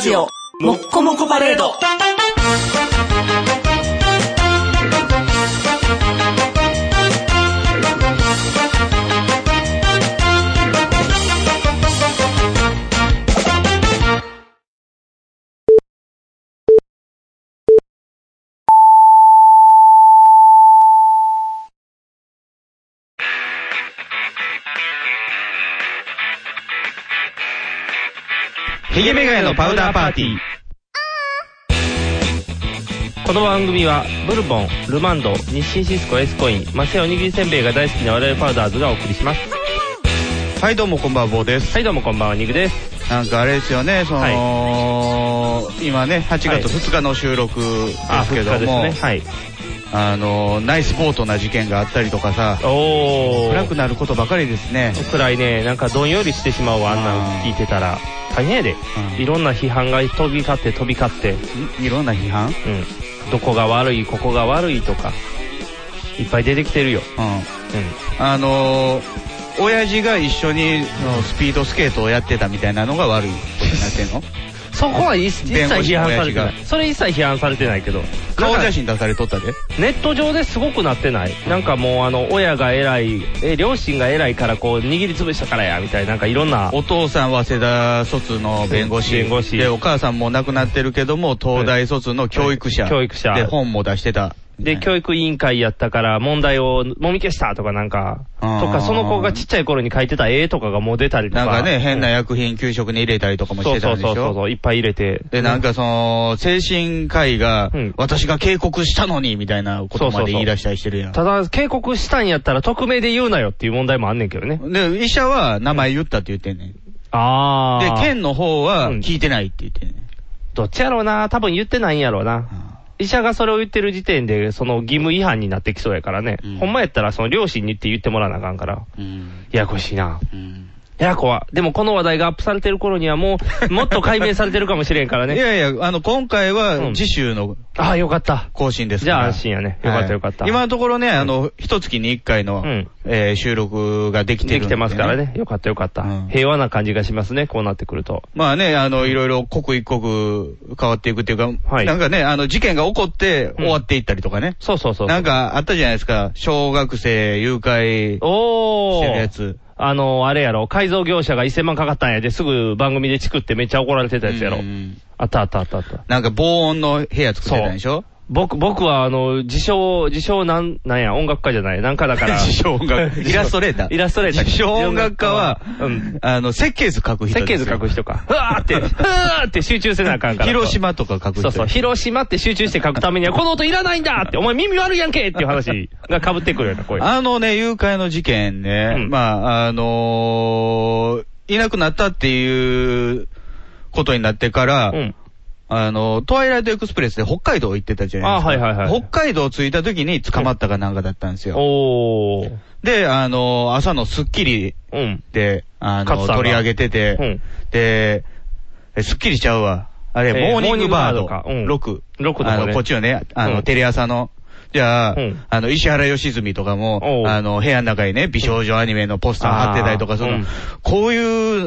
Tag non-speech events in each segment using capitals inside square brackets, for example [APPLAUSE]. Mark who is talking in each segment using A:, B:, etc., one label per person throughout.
A: ジオもっこもこパレード
B: ヒゲメガヤのパウダーパーティー。この番組は、ブルボン、ルマンド、日清シスコ、エスコイン、マセオにぎりせんべいが大好きな我々パウダーズがお送りします。
C: はい、どうもこんばんは、坊です。
B: はい、どうもこんばんは、ニグです。
C: なんかあれですよね、その、今ね、8
B: はい
C: 月2日の収録ですけど
B: で
C: も、
B: す
C: あ
B: ね。はい。
C: の、ナイスボートな事件があったりとかさ、
B: お
C: 暗
B: ー
C: く。なることばかりですね。
B: 暗いね、なんかどんよりしてしまうわ、あんなん聞いてたら。大変やで。
C: うん
B: いろんな批判が飛び交って飛び交って、
C: いろんな批判うん。
B: うん。どこが悪い、ここが悪いとか、いっぱい出てきてるよ。う
C: あの、親父が一緒にそのスピードスケートをやってたみたいなのが悪い。なってんの
B: ん。そこは一一切
C: 弁護士
B: 批
C: の
B: 判
C: 親
B: され
C: 父
B: て
C: が
B: ない。それ一切批判されてないけど。
C: 顔写真出されとったで。
B: ネット上ですごくなってないなんかもうあの親が偉いえ両親が偉いからこう握りつぶしたからやみたいななんかいろんな
C: お父さんは早稲田卒の弁護士。
B: 弁護士
C: で、お母さんもう亡くなってるけども、東大卒の教育者。
B: はい教育者
C: で、本も出してた。
B: で教育委員会やったから問題をもみ消したとかなんかと
C: あー
B: かその子がちっちゃい頃に書いてた絵とかがもう出たりとか
C: なんかね、変な薬品給食に入れたりとかもし
B: そう
C: てた
B: そ
C: ん
B: う
C: でし
B: そうそう
C: ょ
B: そういっぱい入れて
C: で、なんかその、精神科医が
B: うん、
C: 私が警告したのに、みたいなことま
B: そうそうそう
C: で言い出したりしてるやん。
B: ただ警告したんやったら匿名で言うなよっていう問題もあんねんけどね
C: で、医者は名前言ったって言ってんねん。
B: ああ
C: で、県の方は
B: うん
C: 聞いてないって言ってんねん。
B: どっちやろうな多分言ってないんやろうな医者がそれを言ってる時点で、その義務違反になってきそうやからね。
C: うん
B: ほんまやったら、その両親にって言ってもらわなあかんから。
C: うん。
B: ややこしいな。
C: うん。
B: ややこは。でもこの話題がアップされてる頃にはも
C: [LAUGHS]
B: う、もっと解明されてるかもしれんから
C: い
B: ね。
C: やいや、あの、今回
B: うん
C: は次週の
B: ああ、よかった。
C: 更新です
B: じ
C: から。
B: ゃあ安心やね。よかったよかった。
C: はい今のところね、あの、一月に一回の
B: うん、
C: えー収録ができてる
B: で
C: ん
B: きてますから。ね。よかったよかった、
C: うん
B: 平和な感じがしますね、こうなってくると。
C: まあね、あの、いろいろ刻一刻変わっていくっていうか、
B: はい
C: なんかね、あの、事件が起こって終わっていったりとかね。
B: そうそうそうそう。
C: なんかあったじゃないですか、小学生誘拐し
B: お
C: てるや
B: ー。
C: つ。
B: あの、あれやろ、改造業者が1000万かかったんやで、すぐ番組でチクってめっちゃ怒られてたやつやろ。
C: うん
B: あったあったあったあった。
C: なんか防音の部屋作ってたんでしょ
B: 僕、僕は、あの、自称、自称なん、なんや、音楽家じゃない。なんかだから。
C: [LAUGHS] 自称音楽、イラストレーター。
B: [LAUGHS] イラストレーター
C: 自称音楽家は、
B: うん
C: あの、設計図書く人
B: 設計
C: です
B: 図
C: よ。
B: 書く人
C: [LAUGHS]
B: か。ふわーって、ふわーって集中せなあかんから。
C: 広島とか書く人。
B: そうそう、広島って集中して書くためには、この音いらないんだって、お前耳悪いやんけっていう話が被ってくるような声。
C: あのね、誘拐の事件ね、
B: うん
C: まあ、あのーいなくなったっていうことになってから、
B: うん。
C: あの、トワイライトエクスプレスで北海道行ってたじゃないですか。
B: あはいはいはい
C: 北海道着いた時に捕まったかなんかだったんですよ。
B: おー。
C: で、あの、朝のスッキリ
B: うん。
C: で、あ
B: 勝さ
C: の、
B: んが
C: 取り上げてて、
B: うん
C: で、えスッキリちゃうわ。あれ、
B: えー
C: モーニングバード
B: モーニングバードかうん
C: 6。
B: 六とか
C: あ
B: ね
C: の、こっちよね、あの、
B: うん
C: テレ朝の。じゃあ、
B: うん
C: あの、石原良純とか
B: お
C: も
B: う、
C: あの、部屋の中にね、美少女アニメのポスター貼ってたりとか、その、
B: うん
C: こうい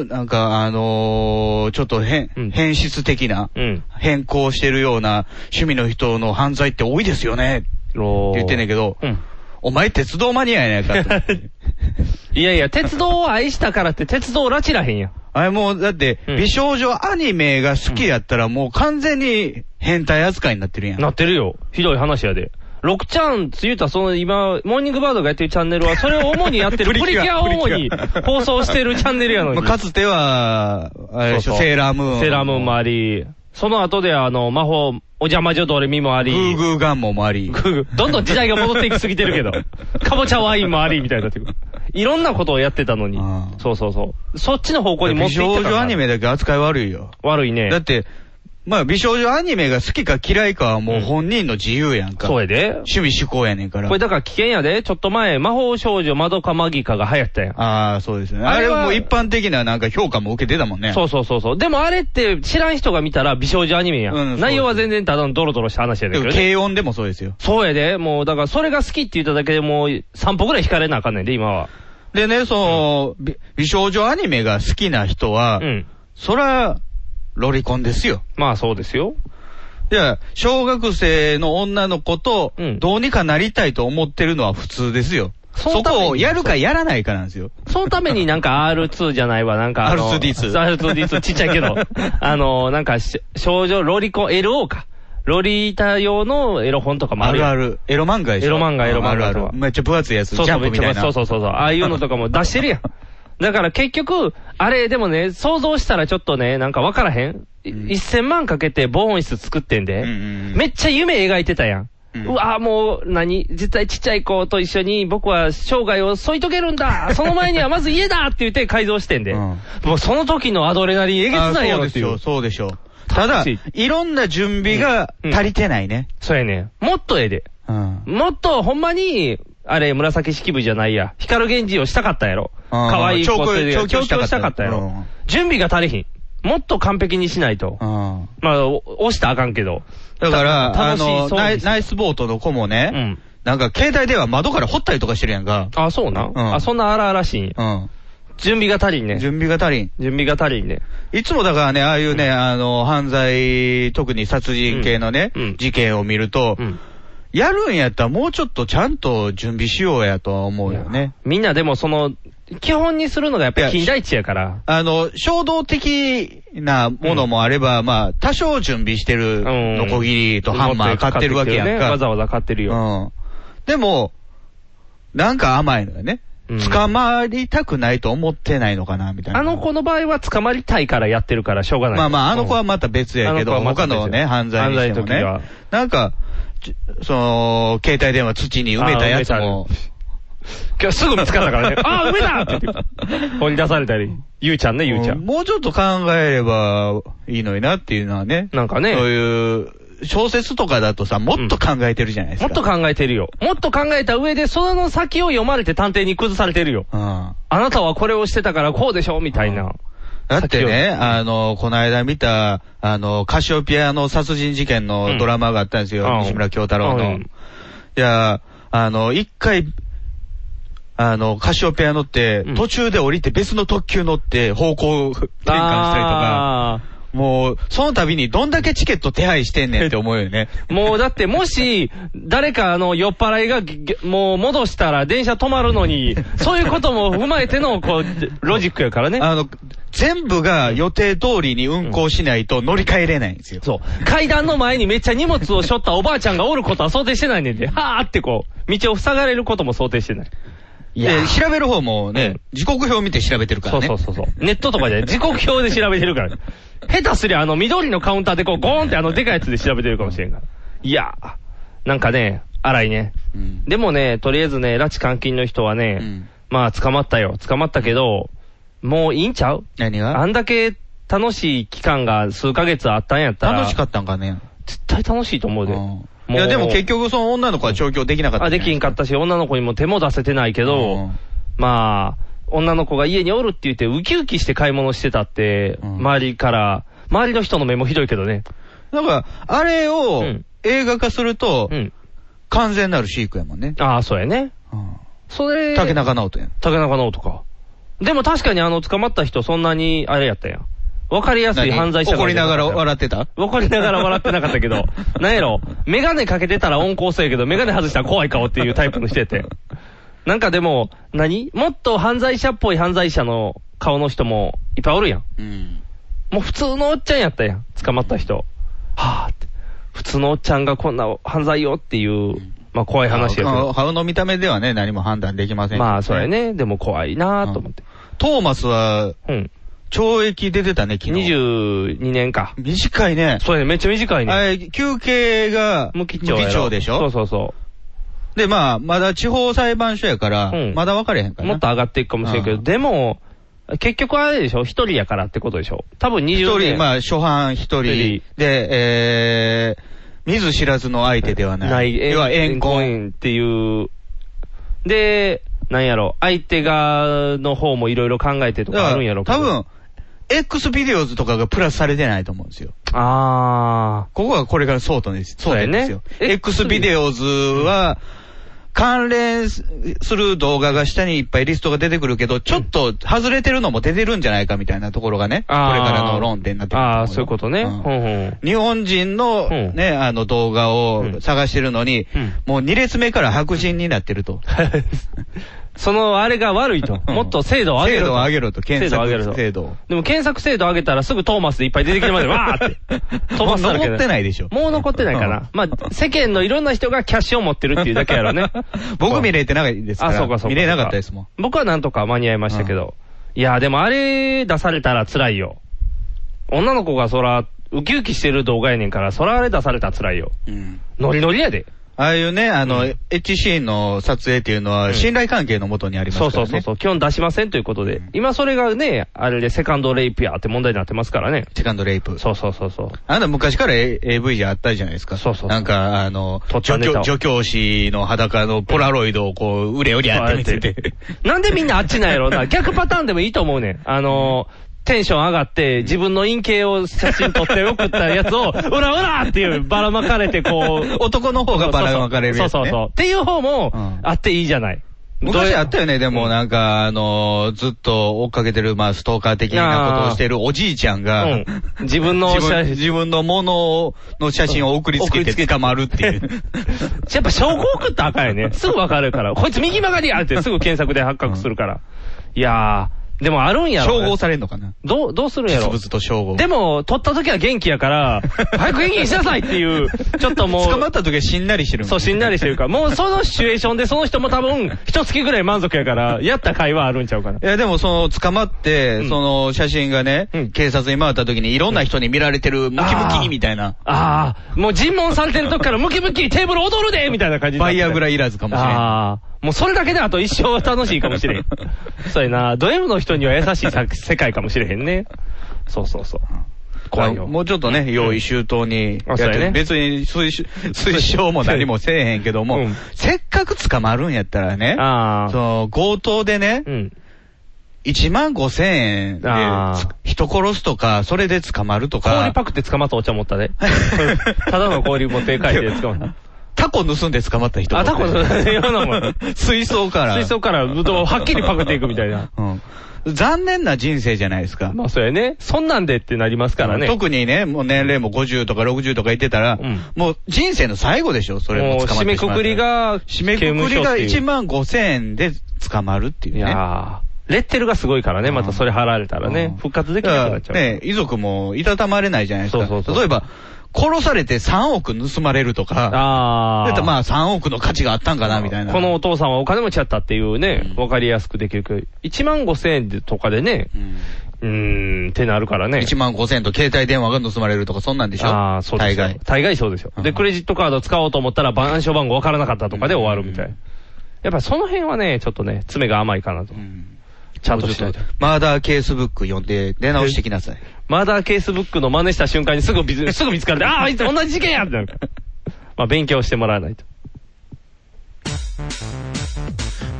C: う、なんか、あのーちょっと変、
B: うん
C: 変質的な、
B: うん。
C: 変更してるような趣味の人の犯罪って多いですよね。
B: おー
C: 言ってんねんけど
B: うん。
C: お前鉄道マニアやないかって
B: [LAUGHS] いやいや、鉄道を愛したからって、鉄道拉致らへんやん。
C: あれもう、だって、
B: うん
C: 美少女アニメが好きやったらもう完全に変態扱いになってるやん。
B: なってるよ。ひどい話やで。ロクちゃん、つゆたその今、モーニングバードがやってるチャンネルは、それを主に
C: [LAUGHS]
B: やってる、プ
C: プ
B: リ
C: リ
B: キ
C: キュ
B: ュア
C: ア
B: を主に
C: プリキュア
B: 放送してるチャンネルやのに。
C: まあ、かつては、あれでしょ
B: そうそう
C: セーラームーン。
B: セーラームーンもあり、その後であの、魔法、お邪魔女ドレミもあ
C: グ
B: り、
C: ーグーガンモンもあり。
B: グーグーどんどん時代が戻っていきすぎてるけ
C: [LAUGHS]
B: ど、かぼちゃワインもあり、みたいになってくる。いろんなことをやってたのに
C: あ。あ
B: そうそうそう。そっちの方向に持
C: 美
B: ってい
C: 少
B: ったから
C: 女
B: な
C: アニメだけ扱い悪いよ。
B: 悪いね
C: だ。って、まあ美少女アニメが好きか嫌いかはもう本人の自由やんか。
B: そうやで。
C: 趣味嗜好やねんから
B: これ。だから危険やで。ちょっと前、魔法少女マドカマギカが流行ったやん。
C: ああ、そうですね。
B: あ
C: あ
B: れ
C: れ
B: は
C: もう一般的ななんか評価も受けてたもんね。
B: そうそうそうそう。でもあれって知らん人が見たら美少女アニメやん。
C: うん
B: 内容は全然ただのドロドロした話やね
C: で
B: んけ
C: も
B: どね。
C: 軽音でもそうですよ。
B: そうやで。もうだからそれが好きって言っただけでもう3歩ぐらい引かれなあかんねんで、今は。
C: でね、その、び美少女アニメが好きな人は、
B: うん。
C: そら、ロリコンですよ。
B: まあそうですよ。
C: いや、小学生の女の子と
B: うん、
C: どうにかなりたいと思ってるのは普通ですよ。
B: そ
C: そ
B: のために
C: こをやるかやらないかなんですよ。
B: そのためになん
C: [LAUGHS]
B: か R2 じゃないわ、なんかあの。
C: R2D2
B: R2D2 ちっちゃい
C: [LAUGHS]
B: けど。あの、なんかし、少女ロリコン、LO か。ロリータ用のエロ本とかもあ
C: あ
B: る
C: る
B: やん
C: ある。エロ漫画でしょ
B: エロ漫画エロ漫画
C: あるあ
B: と
C: る
B: か。
C: めっちゃ分厚いやつ。ジ
B: そうそ
C: ャ
B: う、
C: ンプみたいな。
B: そうそうそうそう。ああいうのとかも出し
C: [LAUGHS]
B: てるやん。だから結局、あれ、でもね、想像したらちょっとね、なんかわからへん。い
C: うん
B: 1000万かけて防音室作ってん
C: うん
B: で、
C: うんうん
B: めっちゃ夢描いてたやん。
C: う
B: う
C: ん
B: わぁ、もう、何絶対ちっちゃい子と一緒に僕は生涯を添い遂げる
C: [LAUGHS]
B: んだその前にはまず家だって言って改造してんで。
C: うん
B: もうその時のアドレナリンえげつ
C: あ
B: ないやろっていう。
C: そうでしょ、そうでしょ。た
B: 楽
C: だ
B: し、
C: いろんな準備が
B: うん
C: 足りてないね。
B: そうやね。もっとええで。
C: うん。
B: もっと、ほんまに、あれ、紫式部じゃないや。光源氏をしたかったやろ。
C: うん
B: 可愛い
C: 調教
B: 子という
C: 調教したかった
B: したかったやろ。
C: うん
B: 準備が足りひん。もっと完璧にしないと。
C: うん。
B: まあ、お押したらあかんけど。
C: だから、あ
B: 楽し
C: の、
B: そう
C: ナ
B: に
C: イ
B: し
C: ナイスボートの子もね、
B: うん
C: なんか携帯では窓から掘ったりとかしてるやんか。
B: あ、そうなん、
C: うん
B: あ、そんな荒々しいんや
C: うん。
B: 準備が足りんね。準
C: 準備が足りん。
B: 備が足りんね。
C: いつもだからね、ああいうね、あの、犯罪、特に殺人系のね、
B: うんうん
C: 事件を見ると、
B: うん。
C: やるんやったらもうちょっとちゃんと準備しようやとは思うよね。
B: みんなでもその、基本にするのがやっぱり金田一やから。
C: あの、衝動的なものもあれば、まあ、多少準備してる、
B: うん
C: ノコギリとハンマー買ってるわけやん
B: ね
C: か。
B: わざわざ買ってるよ。
C: うん。でも、なんか甘いのよね。
B: うん
C: 捕まりたくないと思ってないのかな、みたいな。
B: あの子の場合は捕まりたいからやってるからしょうがない。
C: まあまあ、あの子は
B: うん
C: また別やけど、
B: あの子はまた
C: 他
B: 別
C: のね、犯罪にしても
B: 犯
C: ね
B: 罪の時は。
C: なんか、ちその、携帯電話土に埋めたやつも
B: あ埋、今日すぐ見つかったか
C: [LAUGHS]
B: らね。ああ、梅だって言って掘り出されたり。ゆうちゃんね、ゆうちゃ
C: うん
B: ん。
C: もうちょっと考えればいいのになっていうのはね。
B: なんかね
C: そういう、小説とかだとさ、もっと考えてるじゃないです
B: も
C: か。
B: っと考えてるよ。もっと考えた上で、その先を読まれて探偵に崩されてるよ。
C: うん。
B: あなたはこれをしてたからこうでしょみたいな。
C: だってね、
B: 先を
C: あの、この間見た、あの、カシオペアの殺人事件のドラマがあったんですよ。
B: うん
C: 西村京太郎
B: う
C: の。
B: ん
C: いや、あの、一回、あの、カシオペア乗って、
B: うん
C: 途中で降りて別の特急乗って方向転換したりとか、
B: あ
C: もう、その度にどんだけチケット手配してんねんって思うよね。
B: ーもうだってもし、誰かあの酔っ払いがぎぎもう戻したら電車止まるのに、そういうことも踏まえてのこう、ロジックやからね。
C: あの、全部が予定通りに運行しないと乗り換えれないんですよ。
B: そう。階段の前にめっちゃ荷物を背負ったおばあちゃんがおることは想定してないねんで。はーってこう、道を塞がれることも想定してない。
C: で、調べる方もね、時刻表見て調べてるか
B: そ
C: ら
B: う
C: ね。
B: そうそうそう。ネットとかじゃない。時刻表で調べてるから。 [LAUGHS] 下手すりゃあの緑のカウンターでこうゴーンってあのでかいやつで調べてるかもしれんから。いやー、なんかね、荒いね。
C: うん
B: でもね、とりあえずね、拉致監禁の人はね、
C: うん
B: まあ捕まったよ。捕まったけど、もういいんちゃう
C: 何
B: あ
C: が
B: んだけ楽しい期間が数ヶ月あったんやったら。
C: 楽しかったんかね。
B: 絶対楽しいと思うで。
C: うん
B: う
C: いや、でも結局その女の子は調教できなかった
B: あ、
C: じゃ
B: で
C: ないす。
B: きんかったし、女の子にも手も出せてないけど、
C: うん
B: まあ、女の子が家におるって言って、ウキウキして買い物してたって、
C: うん
B: 周りから、周りの人の目もひどいけどね。
C: なんか、あれ
B: う
C: を
B: ん
C: 映画化すると
B: う、ん。
C: 完全なる飼育やもんね。
B: ああ、そうやね。
C: うん
B: それ、
C: 竹。中直人やん。
B: 竹中直人か。でも確かにあの、捕まった人、そんなに、あれやったやん。わかりやすい
C: 何
B: 犯罪者
C: 怒りながら
B: っ
C: 笑ってた
B: て怒りながら笑ってなかった
C: [LAUGHS]
B: けど、なんやろ、メガネかけてたら温厚そうやけど、メガネ外したら怖い顔っていうタイプの人やって。なんかでも、何もっと犯罪者っぽい犯罪者の顔の人もいっぱいおるやん。
C: うん。
B: もう普通のおっちゃんやったやん。捕まった人。はぁって。普通のおっちゃんがこんな犯罪よっていう、まあ怖い話やけ
C: あ
B: ど。
C: 顔の見た目ではね、何も判断できません。
B: まあそうや。ね。でも怖いなぁと思って。
C: トーマスは、
B: うん。
C: 懲役出てたね、昨日。
B: 22年か。
C: 短いね。
B: そうやね。めっちゃ短い
C: あ
B: ね。
C: れ休憩が、
B: 無期長やろ。
C: でし
B: そう
C: ょ
B: そうそ
C: で、まあ、まだ地方裁判所やから
B: うん、
C: まだ分かれへんか
B: う。
C: ら。
B: もっと上がっていくかもしれんけど、
C: うん
B: でも、結局あれでしょ一人やからってことでしょ多分
C: 一
B: 20年。
C: 人、まあ、初犯一
B: 一
C: 人
B: 人。
C: で、えー、見ず知らずの相手ではない。
B: ない、
C: 要は怨恨。
B: 怨っていう。で、なんやろ、相手側の方もいろいろ考えてと
C: だ
B: かあ
C: か
B: るんや
C: ら、
B: ろ
C: 多分、X ビデオズとかがプラスされてないと思うんですよ。
B: あ
C: ここはこれから争点です。
B: そうやね
C: 争点ですよ。X ビデオズは、関連する動画が下にいっぱいリストが出てくるけど、ちょっと外れてるのも出てるんじゃないかみたいなところがね、これ
B: あー
C: からの論点になってくる思よ
B: ああ、そういうことね。
C: う
B: うんんうん。
C: 日本人の
B: うん
C: ね、あの動画
B: う
C: を
B: ん
C: 探してるのに
B: うん、
C: もう2列目から白人になってると。
B: そのあれが悪いと。
C: うん
B: もっと精度を上げ
C: 精
B: ろと。
C: 度を上げろと、検
B: 精度を
C: 索
B: 上げろと
C: 精度を。。
B: でも検索精度上げたらすぐトーマスでいっぱい出てきてますよ。わーって
C: [LAUGHS]
B: トーマスだら
C: もう
B: け
C: 残ってないでしょ
B: もう残ってないか
C: うん。
B: な。まあ、世間のいろんな人がキャッシュを持ってるっていうだけやろね
C: [LAUGHS] 僕見れてないですから
B: あ、そうかそうか。
C: 見れなかったですもん。
B: 僕はなんとか間に合いましたけど。いやー、でもあれ出されたら辛いよ。女の子がそら、ウキウキしてる動画やねんから、そらあれ出されたら辛いよ。
C: うん
B: ノリノリやで。
C: ああいうね、あの、HC の撮影っていうのは、信頼関係のもとにありますか
B: そ
C: ら
B: う
C: ね。
B: そうそうそう、基本出しませんということで、
C: うん
B: 今それがね、あれでセカンドレイプやって問題になってますからね。
C: セカンドレイプ。
B: そうそうそうそう。
C: あなた昔から A- AV じゃあったじゃないですか。
B: そうそう
C: なんか、あの
B: 撮、った
C: 助
B: ネ
C: 教、
B: タを
C: 助教師の裸のポラロイドをこう、うれうれやって見せて。
B: なんでみんなあっちなんやろうな。逆パターンでもいいと思うねん。あのー、テンション上がって、自分の陰茎を写真撮って送った
C: [LAUGHS]
B: やつを、うらうらっていうばらまかれてこう。
C: 男の方がばらまかれるやつ、ね。
B: そうそうそう。っていう方も
C: うん、
B: あっていいじゃない。
C: 昔あったよ
B: よ。
C: ね、でもなんか、あの、ずっと追っかけてる、まあ、ストーカー的なことをしてるおじいちゃんが、
B: うん自分の
C: 自分
B: 写真
C: 自分のものの写真を送りつけ
B: 送りつ
C: て
B: けて
C: 捕まるっていう。
B: やっぱ証拠送ったらあかん
C: [LAUGHS]
B: よね。すぐわかるから。こいつ右曲がりやってすぐ検索で発覚するから。いやー、でもあるん [LAUGHS] やろ
C: 称
B: な。
C: 号されるのかな
B: どう、どうするんや
C: 実
B: ろ
C: 物と称号。
B: でも、撮った時は元気
C: [LAUGHS]
B: やから、早く元気にしなさいっていう、ちょっともう。
C: 捕まった時はしんなりしてるもん
B: そう、しんなりしてるから。もうそのシチュエーションで、その人も多分、一月ぐらい満足やから、やった会話あるんちゃうかな。
C: いや、でもその、捕まって、
B: うん
C: その写真がね、
B: うん
C: 警察に回った時にいろんな人に見られてる、ムキム
B: あ
C: キ
B: ー
C: みたいな。
B: ああ、もう尋問されてる時からムキムキテーブル踊るでみたいな感じ
C: バイアグラ
B: い
C: いらずかもしれない。
B: ああ、もうそれだけであと一生楽しいかもしれん。 [LAUGHS] そうやな、ド M の人には優しいさ世界かもしれへんね。そうそうそう。怖いよ。
C: もうちょっとね、用意周到にや
B: あ
C: って
B: そうやね
C: 別に推奨推奨も何もせえへんけども、
B: うん
C: せっかく捕まるんやったらね、
B: ああ。
C: その強盗でね、
B: うん。
C: 1万5千円で
B: あー
C: つ人殺すとか、それで捕まるとか、
B: 氷パクって捕まったお茶
C: [LAUGHS]
B: 持ったで。ただの氷持って帰って捕まっ
C: タコ盗んで捕まった人
B: た。あ、タコのようなもん。
C: [LAUGHS] 水槽から。
B: 水槽からぶどうをはっきりパクっていくみたいな。
C: うん。残念な人生じゃないですか。
B: まあそうやね。そんなんでってなりますからね。
C: 特にね、もう年齢も50とか60とか言ってたら、
B: うん
C: もう人生の最後でしょ、それ
B: もう
C: も捕ま
B: 締
C: って
B: め
C: しま
B: く
C: ったら
B: くり、が、
C: 締めくくりが1万5000円で捕まるっていう
B: い
C: ね。
B: やー、レッテルがすごいからね、またそれ払われたらね
C: うん、
B: 復活できなくなっちゃ
C: だから
B: う。
C: ね、遺族もいたたまれないじゃないですか。
B: そうそうそう
C: 例えば、殺されて3億盗まれるとか、
B: あ
C: だったら
B: ー。
C: まあ3億の価値があったんかな、みたいな。
B: このお父さんはお金持ちやったっていうね、わかりやすくできるけど、1万5千円とかでね、
C: うん、
B: うーん、ってなるからね。
C: 1万5000と携帯電話が盗まれるとか、そんなんでしょ
B: ああ、そうです
C: 大
B: よ
C: 概。
B: 大概そうですよ。
C: う
B: で、
C: ん
B: クレジットカード使おうと思ったら、暗証番号わからなかったとかで終わるみたいな。やっぱりその辺はね、ちょっとね、爪が甘いかなと
C: う。ん
B: ちゃんとしないと。
C: マーダーケースブック読んで、出直してきなさい。
B: マーダーケースブックの真似した瞬間
C: [LAUGHS]
B: にすぐびつ、すぐ見つかれて、ああ、あいつ同じ事件やってなるから。まあ、勉強してもらわないと。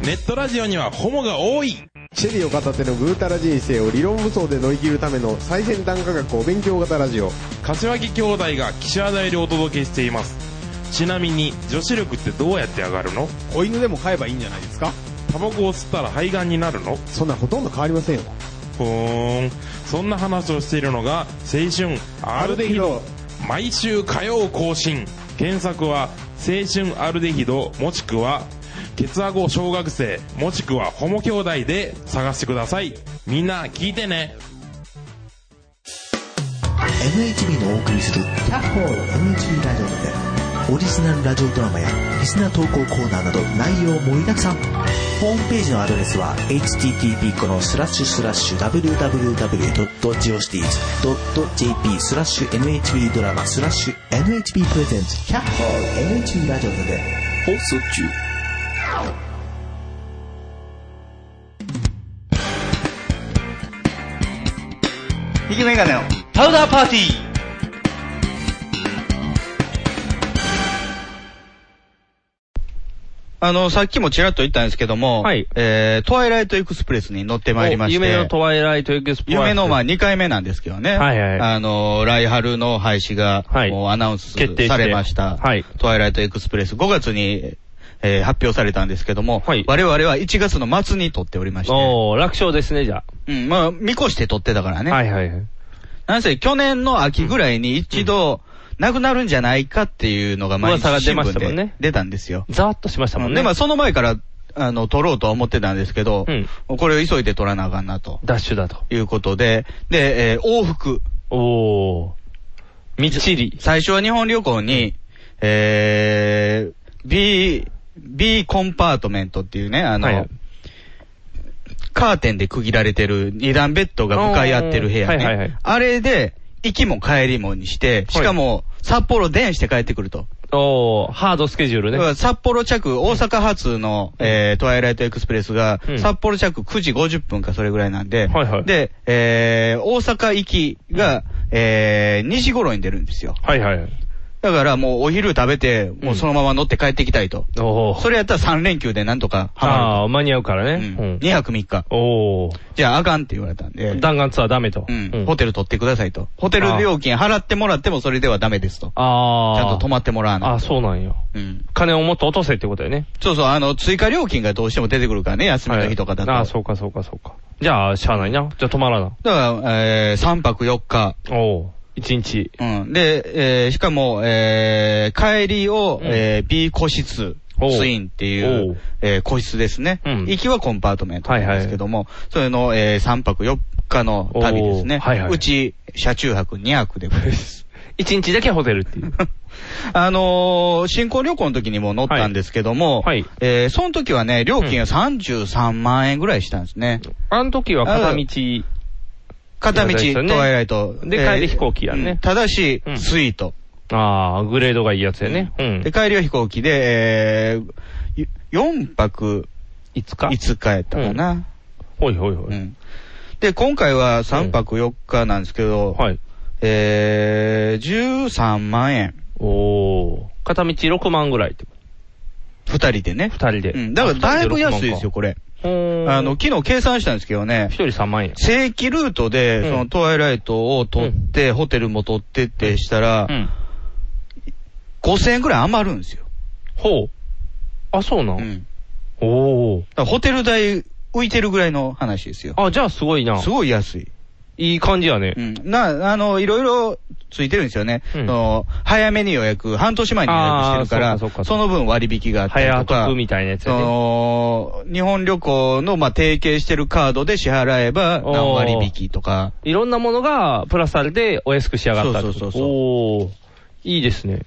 A: ネットラジオにはホモが多い
D: シェリーを片手のぐうたら人生を理論武装で乗り切るための最先端科学お勉強型ラジオ
A: 柏木兄弟が岸和田よりお届けしていますちなみに女子力ってどうやって上がるの
D: 子犬でも飼えばいいんじゃないですか
A: タバコを吸ったら肺がんになるの
D: そんなほとんど変わりませんよ
A: ふーんそんな話をしているのが青春アルデヒド毎週火曜更新検索は青春アルデヒドもしくはケツアゴ小学生もしくはホモ兄弟で探してくださいみんな聞いてね
E: NHB のお送りする「キャッホール NHB ラジオ」でオリジナルラジオドラマやリスナー投稿コーナーなど内容盛りだくさんホームページのアドレスは http このスラッシュスラッシュ www.geocities.jp スラッシュ NHB ドラマスラッシュ NHB プレゼンツキャッホール NHB ラジオで放送中
C: 引きメガネを。
B: パウダーパーティー
C: あの、さっきもちらっと言ったんですけども、
B: はい
C: えー、トワイライトエクスプレスに乗ってまいりまして、
B: 夢のトワイライトエクスプレス。
C: 夢のまあ2回目なんですけどね。
B: はいはい
C: あの、来春の廃止が、
B: はい
C: もうアナウンス
B: 決定して
C: されました。
B: はい
C: トワイライトエクスプレス5月に、えー発表されたんですけども、
B: はい
C: 我々は1月の末に撮っておりまして、
B: おー、楽勝ですね、じゃ
C: うん、まあ、見越して撮ってたから
B: あ。
C: ね。
B: はいはいはい。
C: なんせ去年の秋ぐらいに一度、なくなるんじゃないかっていうのが毎日
B: 噂が出
C: 新
B: ました
C: 聞
B: もんね
C: で出たんですよ。
B: ざわっとしましたもんね。
C: で、まあその前から、あの、撮ろうとは思ってたんですけど、これを急いで撮らなあかんなと
B: ダッシュだと。
C: いうことで、で、えー往復。
B: おー。みっちり。
C: 最初は日本旅行に、えー、B、B コンパートメントっていうね、あの、
B: はい
C: カーテンで区切られてる二段ベッドが向かい合ってる部屋ね。
B: おーはいはいはい
C: あれで、行きも帰りもにして、しかも、札幌電して帰ってくると。
B: おー、ハードスケジュール
C: だか
B: ね。
C: ら札幌着、大阪発の、えー、トワイライトエクスプレスが、
B: うん
C: 札幌着9時50分かそれぐらいなんで、
B: はいはい
C: で、えー、大阪行きが、えー、2時頃に出るんですよ。
B: はいはい。
C: だからもうお昼食べて、もうそのまま乗って帰ってきたいと。
B: おー。
C: それやったら3連休でなんとかハ
B: あー、間に合うから
C: マる。
B: ね。
C: うん2泊3日。
B: うん。おー。
C: じゃああかんって言われたんで。
B: 弾丸ツアーダメと。
C: うん、ホテル取ってくださいと。ホテル料金払ってもらってもそれではダメですと。
B: あ
C: ち
B: ー。
C: ゃんと泊まってもらわないと。
B: あ、そうなんよ。
C: うん。
B: 金をもっと落とせってことだよね。
C: そうそう、あの、追加料金がどうしても出てくるからね、休みの日とかだと。
B: はいあー、そうかそうかそうか。じゃあ、しゃあないな。じゃあ止まらな。
C: だから、えー、3泊4日。
B: おー。一日。
C: うん。で、えー、しかも、えー、帰りを、
B: うん
C: えー、B 個室、
B: おう
C: ツインってい
B: おう
C: う、えー、個室ですね。
B: うん
C: 行きはコンパートメントなんですけども、それの、えー、3泊4日の旅です
B: お
C: ね。
B: うはいはいう
C: ち、車中泊2泊でござい
B: [LAUGHS]
C: ます。
B: 一日だけホテルっていう。
C: あのー、新婚旅行の時にも乗ったんですけども、
B: はいはい
C: えー、その時はね、料金が33万円ぐらいしたんですね。
B: あの時は片道、
C: 片道、
B: そうです
C: ト
B: よね
C: ワイライト。
B: で帰り飛行機やね
C: うんただし
B: う、ん
C: スイート。
B: あー、グレードがいいやつやね。うん
C: で、。帰りは飛行機で、えー、4泊
B: 5日
C: 5日やったかな。
B: ほいほいほ
C: うん。
B: い。
C: で、今回は3泊4日なんですけど、
B: はい。
C: えー、13万円。
B: おー。片道6万ぐらいってこ
C: 2人でね
B: と。。二人で。
C: うん。だからだいぶ安いですよ、これ。
B: れ。ほー
C: あの、、昨日計算したんですけどね
B: 一、人3万円。
C: 正規ルートで、
B: うん
C: そのトワイライトを取って、ホテルも取ってってしたら、
B: うん。
C: 5000円くらい余るんですよ。
B: ほう。あ、そうな。
C: うんん。
B: おー。
C: だからホテル代浮いてるぐらいの話ですよ。
B: あ、じゃあすごいな
C: す。ごい安い。
B: いい感じやね
C: う。ん。な、あの、いろいろついてるんですよね。
B: うん
C: その早めに予約、半年前に予約してるか
B: あー
C: ら、
B: そうかそうか
C: その分割引があったり
B: 早
C: とか
B: 得、みたいなやつ
C: そ
B: やね。
C: の、日本旅行の、まあ、提携してるカードで支払えば、
B: おー
C: 何割引とか。
B: いろんなものがプラスされてお安く仕上がったってこと
C: そうそうそうそう
B: おー。いいですね。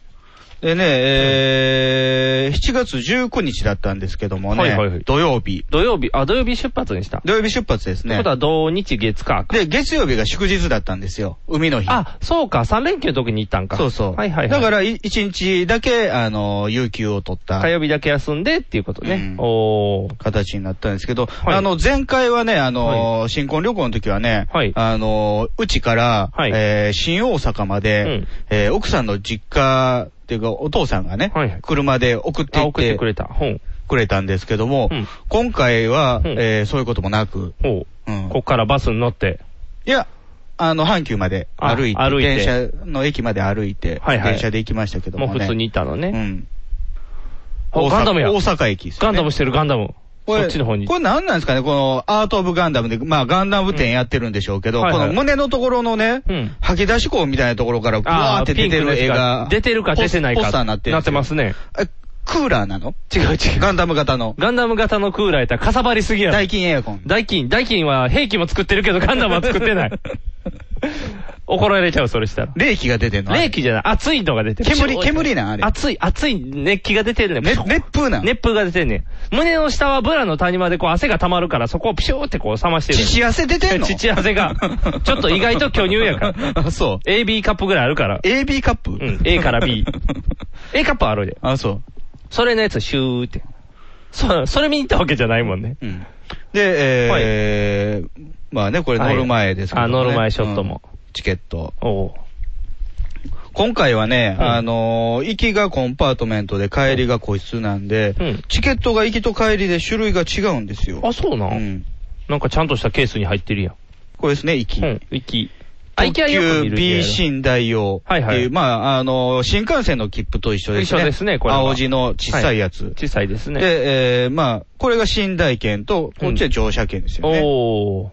C: でね、えー、7月19日だったんですけどもね、
B: はいはいはい
C: 土曜日。
B: 土曜日、あ、土曜日出発にした。
C: 土曜日出発です
B: って
C: ね
B: こと。は土日月火か。
C: で、月曜日が祝日だったんですよ。海の日。
B: あ、そうか、3連休の時に行ったんか。
C: そうそう。
B: はいはいはい。
C: だから、い一日だけ、あの、有給を取った
B: 火曜日だけ休んでっていうことね。
C: うん
B: おー。
C: 形になったんですけど、
B: はい
C: あの、前回はね、あの、新婚旅行の時はね、
B: はい
C: あの、うちから、
B: はい
C: えー新大阪まで、
B: うん
C: えー奥さんの実家、っていうか、お父さんがね、
B: はい
C: 車で送って
B: あ、
C: いっ
B: 送って
C: て
B: くれた。ほう。
C: くれたんですけども、
B: うん
C: 今回は、
B: うん
C: えーそういうこともなく、
B: ほ
C: う
B: う。
C: ん
B: こっからバスに乗って。
C: いや、あの、阪急まで
B: あ
C: 歩いて、
B: 歩いて
C: 電車の駅まで歩いて、
B: はいはい
C: 電車で行きましたけども
B: もう
C: ね。
B: 普通に行ったの
C: う
B: ね。
C: ん。
B: あ
C: 大阪
B: ガンダムや
C: 大阪駅ですよ
B: ガ
C: ね
B: ンダムしてるガンダム。そっちの方に。
C: これ何なんですかねこのアート・オブ・ガンダムで、まあガンダム展やってるんでしょうけど、
B: うんはいはい
C: この胸のところのね、
B: うん
C: 吐き出し口みたいなところからブワーって出てる絵が。
B: 出てるか出てないか。
C: ポスポスターになってるんですよ
B: ますね。
C: えクーラーなの
B: 違う違う。
C: ガンダム型の。
B: ガンダム型のクーラーやったらかさばりすぎやろ。
C: 大金エアコン。
B: ダイキン、ダイキンは兵器も作ってるけどガンダムは作って
C: [LAUGHS]
B: ない。怒られちゃう、それしたら。
C: 冷気が出てるの
B: 冷気じゃない、熱いのが出てる。
C: 煙、煙なんあれ。
B: 熱い、熱い熱気が出てるね。
C: ね熱風なん。
B: 熱風が出てんねん。胸の下はブラの谷間でこう汗が溜まるから、そこをピシューってこう冷ましてる。
C: 父汗出てんの
B: 父汗
C: [LAUGHS]
B: が。ちょっと意外と巨乳やから。
C: ら。あ、そう。
B: AB カップぐらいあるから。
C: AB カップ
B: うん、A から
C: [LAUGHS]
B: B。A カップはあるで。
C: あ、そう。
B: それのやつシューって。そ、それ見に行ったわけじゃないもんね。
C: うんで、えー、まあね、これ乗る前ですけど、ね
B: はいあ乗る前ショットも
C: うんチケット。
B: おう
C: 今回はね、
B: うん
C: あのー行きがコンパートメントで帰りが個室なんで、
B: うん
C: チケットが行きと帰りで種類が違うんですよ。
B: あ、そうな。
C: うんん。
B: なんかちゃんとしたケースに入ってるやん。
C: これですね、行き。
B: うん、行き。あ行きはよく見
C: 特急
B: るけど
C: B 寝台用っていう、
B: はいはい
C: まあ、あの、新幹線の切符と一緒ですね。
B: 一緒ですねこれは
C: 青字の小さいやつ。
B: 小さいですね。
C: で、えー、まあ、これが寝台券と、こっちは乗車券ですよね。
B: おお。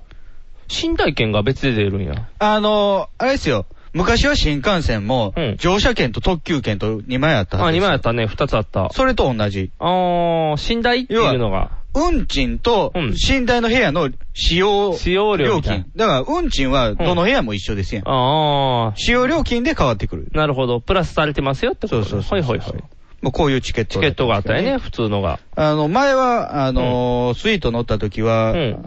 B: 寝台券が別で出るんや。
C: あの、あれですよ。昔は新幹線も
B: うん、
C: 乗車券と特急券と2枚あった
B: あ、
C: はずで
B: 2
C: すよ
B: 枚あったね。2つあった。
C: それと同じ。
B: あー、寝台っていうのが。
C: 運賃と
B: うん
C: 寝台の部屋の使用
B: 使用料
C: 料
B: みたいな
C: 金。だから、運賃はどの部屋も一緒ですやん。
B: あ
C: 使用料金で変わってくる。
B: ー、なるほど。プラスされてますよってことね
C: そうそうそうそう
B: はいはいはい。
C: もうこういうチケット
B: チ
C: だ
B: ケ
C: たんですよね。
B: ットがあったよね、普通のが。
C: あの、前は、あのースイート乗った時は、
B: うん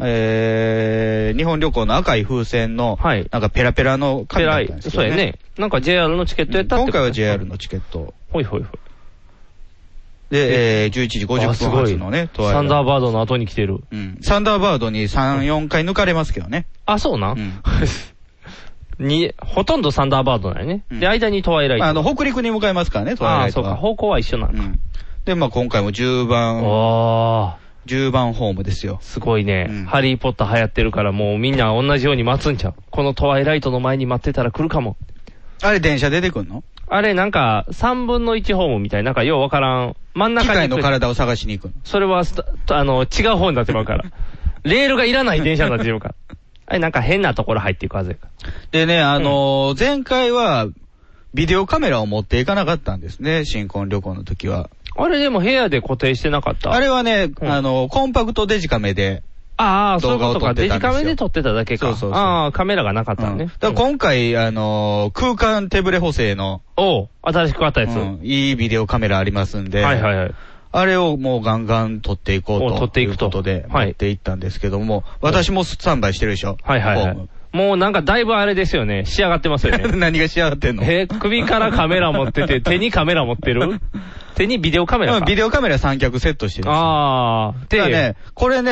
C: えー、日本旅行の赤い風船の、
B: はい
C: なんかペラペラの
B: ペ
C: 紙だ
B: ラ
C: っ
B: イ
C: たんで。すよ
B: そうやね。なんか JR のチケットやったって
C: 今
B: こと
C: 回は JR。のチケット。
B: ほいほいほい。
C: で、えー、11時
B: あ
C: 50
B: すご
C: 分
B: い
C: 発のね、トワイ
B: サ
C: ラ
B: ン
C: イト
B: ダーバードの後に来てる。
C: うん。サンダーバードに3、4回抜かれますけどね。
B: あ、そうな
C: うんん
B: [LAUGHS] に、ほとんどサンダーバードなんやね。
C: うん
B: で、間にトワイライト。
C: あの、北陸に向かいますからね、トワイ
B: あ
C: ラ
B: あ、
C: イト
B: そう
C: は。
B: か。方向は一緒なん
C: う
B: だ。
C: ん。で、まあ今回も10番、
B: おー。
C: 10番ホームですよ。
B: すごいね、
C: うん
B: ハリーポッター流行ってるからもうみんな同じように待つんちゃうこのトワイライトの前に待ってたら来るかも。
C: あれ電車出てくんの
B: あれなんか3分の1ホームみたいな、なんかようわからん。真ん
C: 機
B: 中
C: 械
B: に
C: の体を探しに行くの。
B: それはスタ、あの、違う方になってまう
C: [LAUGHS]
B: から。レールがいらない電車になってしまうから。あれなんか変なところ入っていくはずやから。
C: でね、あのー前回は、ビデオカメラを持っていかなかったんですね、新婚旅行の時は。
B: あれでも部屋で固定してなかった
C: あれはね、
B: うん
C: あのーコンパクトデジカメで。
B: ああ、そういうこと
C: 動画を撮っ
B: か。
C: て
B: デ
C: たんで
B: ジ
C: すよ
B: カメで撮ってただけか。
C: そうそうそう
B: ああ、カメラがなかったの
C: うん
B: ね。
C: だから今回、あのー空間手ブレ補正の、
B: おう、新しく買ったやつ。
C: うんいいビデオカメラありますんで、
B: はいはいはい。
C: あれをもうガンガン撮っていこう
B: お
C: と
B: 撮っていくと
C: うことで、
B: はい
C: 持っていったんですけども、私もスタンバイしてるでしょ。
B: はいはいは
C: ホ
B: い。もうなんかだいぶあれですよね。仕上がってますよね
C: [LAUGHS] ー。ム何が仕上がってんの
B: え、首からカメラ持っ
C: [LAUGHS]
B: てて、手にカメラ持ってる手にビデオカメラ
C: う
B: か。
C: んビデオカメラ三脚セットしてるんですよ
B: ああ、
C: た
B: で、
C: だね、これね、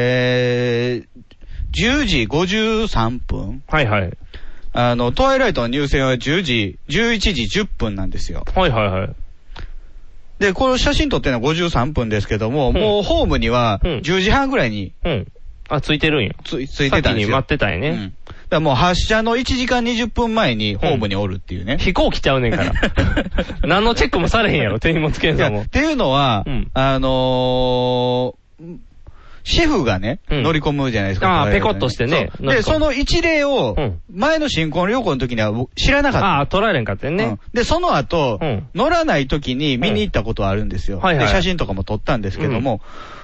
C: えー、10時53分。
B: はいはい。
C: あの、トワイライトの入選は10時、11時10分なんですよ。
B: はいはいはい。
C: で、この写真撮ってるのは53分ですけども、
B: ん
C: もうホームには
B: うん
C: 10時半ぐらいに
B: うん。あ、ついてるんや。
C: つ,、ついてたんで
B: 先に
C: す
B: 待
C: よ
B: っ。てたんや
C: う
B: ね。
C: ん。だからもう発車の1時間20分前にホームにおるっていうね。
B: 飛行機ちゃうねん
C: [LAUGHS]
B: から。何のチェックもされへんやろ、手荷物検
C: いや
B: 査も
C: っ。ていうのは、
B: うん
C: あのーシェフがね、
B: うん
C: 乗り込むじゃないですか。
B: あー
C: トワイライトに
B: ペコッとしてね
C: そう
B: 乗り込む
C: で、その一例を
B: うん、
C: 前の新婚旅行の時には僕知らなかった。
B: ああ、取られんかったん
C: う
B: ね
C: ん。で、その後、
B: うん
C: 乗らない時に見に行ったことはあるんですよ。
B: うんはいはい
C: で、写真とかも撮ったんですけども、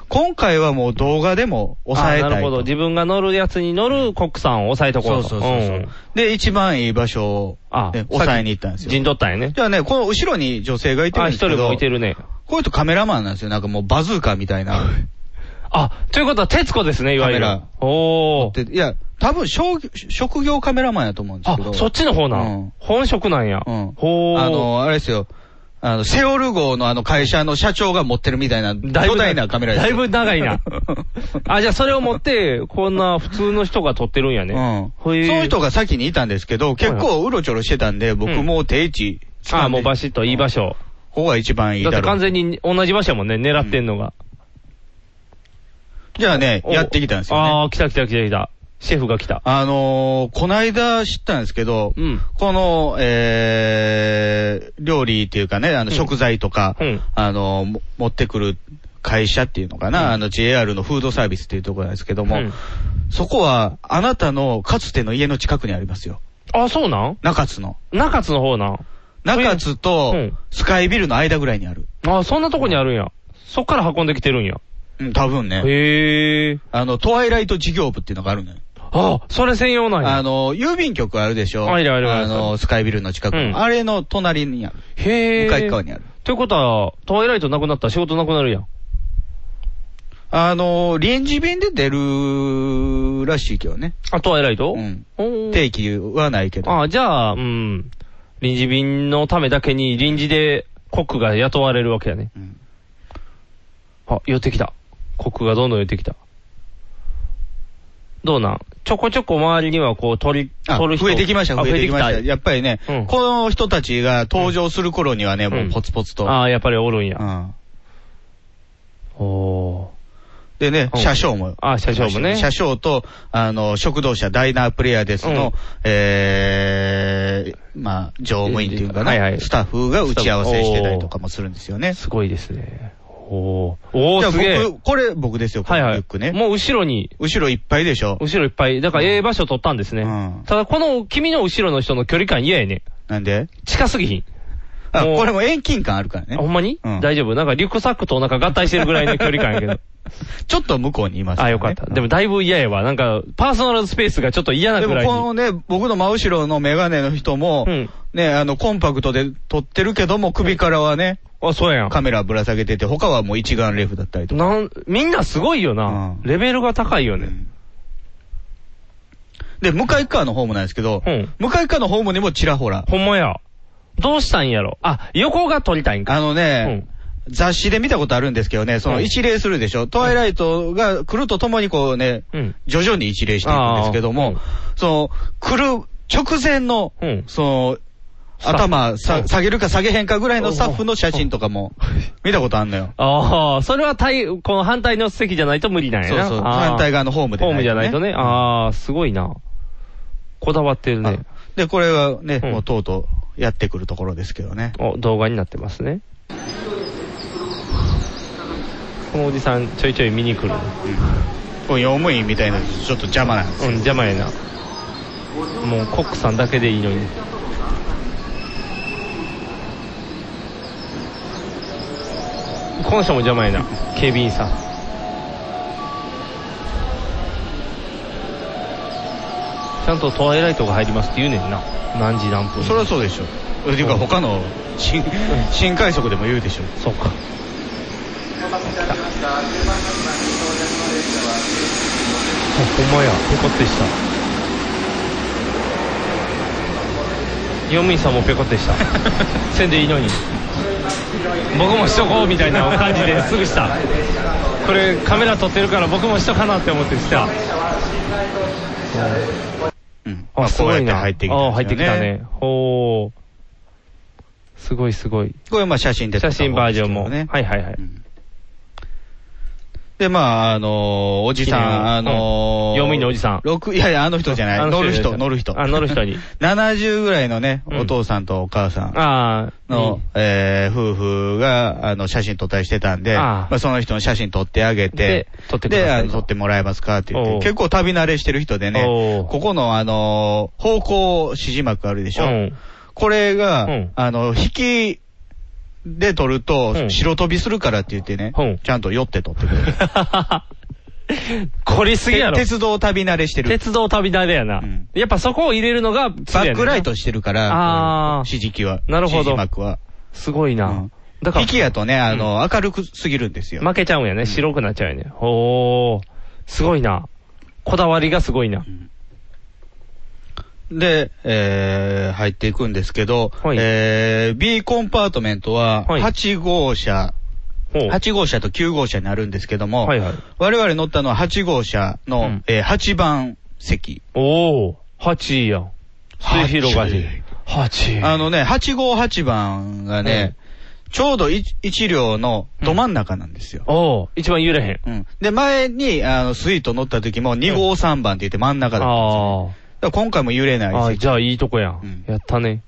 C: 今回はもう動画でも抑え
B: あ
C: た
B: あ
C: いと。
B: なるほど。自分が乗るやつに乗る国産を抑えとこ
C: そうう
B: と。
C: そうそうそう、
B: ん
C: で、一番いい場所を、
B: あ
C: ね、抑えに行ったんですよ。
B: 陣取ったんやね。
C: じゃあね、この後ろに女性がいてる
B: あ、
C: んで
B: 一
C: すけ
B: 人
C: ど、
B: もいてるね。
C: こういう人カメラマンなんですよ。なんかもうバズーカみた
B: [LAUGHS]
C: いな。
B: あ、ということは、徹子ですね、いわゆ
C: カ
B: る
C: メラ。
B: おー。
C: でいや、多分職、職業カメラマンやと思うんです
B: あ
C: けど。、
B: そっちの方な
C: うんん。
B: 本職なんや。
C: うん
B: ほー。
C: あの、あれですよ。あの、セオル号のあの会社の社長が持ってるみたいな、
B: だいぶ
C: 巨大なカメラです
B: だい
C: よ。
B: ぶ長
C: [LAUGHS]
B: いな。あ、じゃあそれを持って、こんな普通の人が撮ってるんやね。
C: うん。そ
B: へー
C: の人が先にいたんですけど、結構うろちょろしてたんで、僕もう定位置掴んで。
B: あもうバシッといい場所。
C: ここが一番いい
B: だ
C: だ
B: って
C: ろ
B: 完
C: う。
B: 全に同じ場所やもんね、狙ってんのが。
C: じゃあね、やってきたんですよね。
B: ああ、来た来た来た来た。シェフが来た。
C: あのー、こないだ知ったんですけど、
B: うん
C: この、えー、料理っていうかね、あの、
B: うん
C: 食材とか、
B: うん
C: あのー、も持ってくる会社っていうのかな、あの、JR のフードサービスっていうところなんですけども、
B: うん
C: そこは、あなたのかつての家の近くにありますよ。
B: あ、そうなん
C: 中津の。
B: 中津の方なん。
C: 中津と
B: うん、
C: スカイビルの間ぐらいにある。
B: あそんなとこにあるんや。そっから運んできてるんや。
C: うん、多分ね。
B: へえ。
C: あの、トワイライト事業部っていうのがあるのよ。
B: あそれ専用なん
C: あ
B: や。
C: の、郵便局あるでしょ
B: あいるあるある
C: の、スカイビルの近く
B: うん
C: の。あれの隣にある。
B: へえ。
C: 向かい側にある。
B: ということは、トワイライトなくなったら仕事なくなるやん。
C: あの、臨時便で出るらしいけどね。
B: あ、トワイライト
C: うん。
B: おー
C: 定期はないけど。
B: ああ、じゃあ、うん。臨時便のためだけに臨時でコックが雇われるわけやね。
C: うん
B: あ、寄ってきた。コックがどんどん寄ってきた。どうなんちょこちょこ周りにはこう、取り、
C: あ
B: 取る人。
C: 増えてきました、
B: あ
C: 増えてきました。やっぱりね
B: うん、
C: この人たちが登場する頃にはね、もうポツポツと。
B: ああ、やっぱりおるんや。
C: うん
B: おー。
C: でね、
B: うん
C: 車掌も。
B: あ車掌もね
C: 車掌と、あの、食堂車ダイナープレイヤーですの、
B: うん
C: えー、まあ、乗務員っていうかな、
B: はいはい
C: スタッフが打ち合わせしてたりとかもするんですよね。
B: すごいですね。おー。お
C: じゃ
B: ー、
C: あ
B: すげえ。
C: 僕、これ僕ですよ、こ
B: は
C: の
B: い
C: リ
B: は
C: ュッ
B: い
C: クね。。
B: もう後ろに、
C: 後ろいっぱいでしょ。
B: 後ろいっぱい。だから、ええ場所取ったんですね
C: うん。
B: ただ、この、君の後ろの人の距離感嫌やね。
C: なんで
B: 近すぎひん。
C: あ、
B: もう
C: これも遠近感あるからね
B: あ。ほんまに
C: うん
B: 大丈夫なんか、リュックサックとお腹合体してるぐらいの距離感や
C: [LAUGHS]
B: けど。
C: ちょっと向こうにいますら
B: あ、
C: ね
B: よかった。でも、だいぶ嫌やわ。なんか、パーソナルスペースがちょっと嫌な
C: で
B: ぐ
C: も
B: らい
C: こ
B: に。
C: のね、僕の真後ろのメガネの人も、
B: うん
C: ね、あの、コンパクトで撮ってるけども、首からはね、
B: あ、そうやん。
C: カメラぶら下げてて、他はもう一眼レフだったりとか。
B: なん、みんなすごいよな
C: うん。
B: レベルが高いよ
C: う
B: ね。
C: んで、向かい側のホームなんですけど、
B: うん
C: 向かい側のホームにもちらほら。
B: ほんまや。どうしたんやろあ、横が撮りたいんか。
C: あのね、雑誌で見たことあるんですけどね、その一礼するでしょ。トワイライトが来るとともにこうね、
B: うん。
C: 徐々に一礼していくんですけども、
B: あーうん
C: その、来る直前の、
B: うん
C: その、
B: スタッフ
C: 頭
B: う
C: さ
B: ん
C: 下げるか下げへんかぐらいのスタッフの写真とかも見たことあんのよ。
B: ああ、それは対、この反対の席じゃないと無理なんや
C: そう
B: な。
C: そう。
B: あー
C: 反対側のホームで、
B: ホームじゃないとね。ああ、すごいな。こだわってるね。
C: で、これはね、
B: うん
C: もうとうとうやってくるところですけどね。
B: お、動画になってますね。このおじさん、ちょいちょい見に来る。
C: こう用務員みたいなのちょっと邪魔なんです
B: うん、
C: よ。
B: 邪魔やな。もうコックさんだけでいいのに。この人も邪魔やな。警備員さん。ちゃんとトワイライトが入りますって言うねんな。何時何分。
C: そりゃそうでしょ。っていうか他の新新快速でも言うでしょ。
B: そうか。あ、ほんまや。よかったでした。業務員さんもペコって
C: [LAUGHS]
B: した。せんでいいのに。僕もしとこうみたいな感
C: [LAUGHS]
B: じですぐした。これカメラ撮ってるから僕もしとかなって思ってした。
C: うん。まあ、こうやって入ってきた、
B: あ、入ってきた。ね。ほう。すごいすごい。
C: これまあ写真で撮
B: 写
C: った
B: 真バージョンも。
C: 方ですけどね
B: はいはいはい。
C: で、まあ、あのーおじさ
B: 記念
C: ん、あの
B: うん
C: ー、
B: 読みのおじさん
C: 六いやいや、あの人じゃな
B: あ
C: い。
B: の
C: 乗る
B: じゃ
C: 人、
B: ない
C: 乗る人。
B: あ、乗る
C: [LAUGHS]
B: 人に。
C: 70ぐらいのね、
B: うん
C: お父さんとお母さん
B: ああ、
C: の、えー夫婦が、あの、写真撮ったりしてたんで、
B: ああ
C: まあ、その人の写真撮ってあげて
B: で、撮ってくだ
C: で、
B: さい
C: あ
B: と
C: の撮ってもらえますかって言っ
B: お
C: て、
B: う
C: 結構旅慣れしてる人でね、
B: おう
C: ここのあのー方向指示幕あるでしょ、
B: うん
C: これが、
B: うん
C: あの、引きで撮る
B: う
C: と、
B: ん
C: 白飛びするからって言ってね、
B: うん
C: ちゃんと酔って撮ってくれ
B: [LAUGHS]
C: る。 [LAUGHS]
B: 凝りすぎやろ。
C: 鉄道旅慣れしてる。
B: 鉄道旅慣れやな、
C: うん
B: やっぱそこを入れるのが、
C: バックライ
B: ト。
C: トしてるか
B: あ
C: ら、
B: ー
C: 指示器は。
B: なるほ
C: 指
B: ど
C: 示幕は。
B: すごいな。
C: うん
B: だから
C: 引、きやとね、あの、明るくすぎるんですよ。
B: 負けちゃうんやね。白くなっちゃうよね。おー、すごいな。こだわりがすごいな。
C: で、えー、入っていくんですけど、
B: はい
C: えー、B コンパートメントは、
B: はい
C: 8号車、
B: ほう。
C: 8号車と9号車になるんですけども、
B: はいはい。
C: 我々乗ったのは8号車の、
B: うん
C: えー8番席。
B: おー、8位やん。末広がり。8位。
C: あのね、8号8番がね、ちょうど 1, 両のど真ん中なんですよ。
B: おー、一番揺れへん。
C: うんで、前に、あの、スイート乗った時も2号3番って言って真ん中だったんですよね、
B: あ
C: だから今回も揺れ
B: ー、
C: な
B: あ
C: い
B: ー
C: し。
B: じゃあいいとこやん。
C: うん
B: やったね。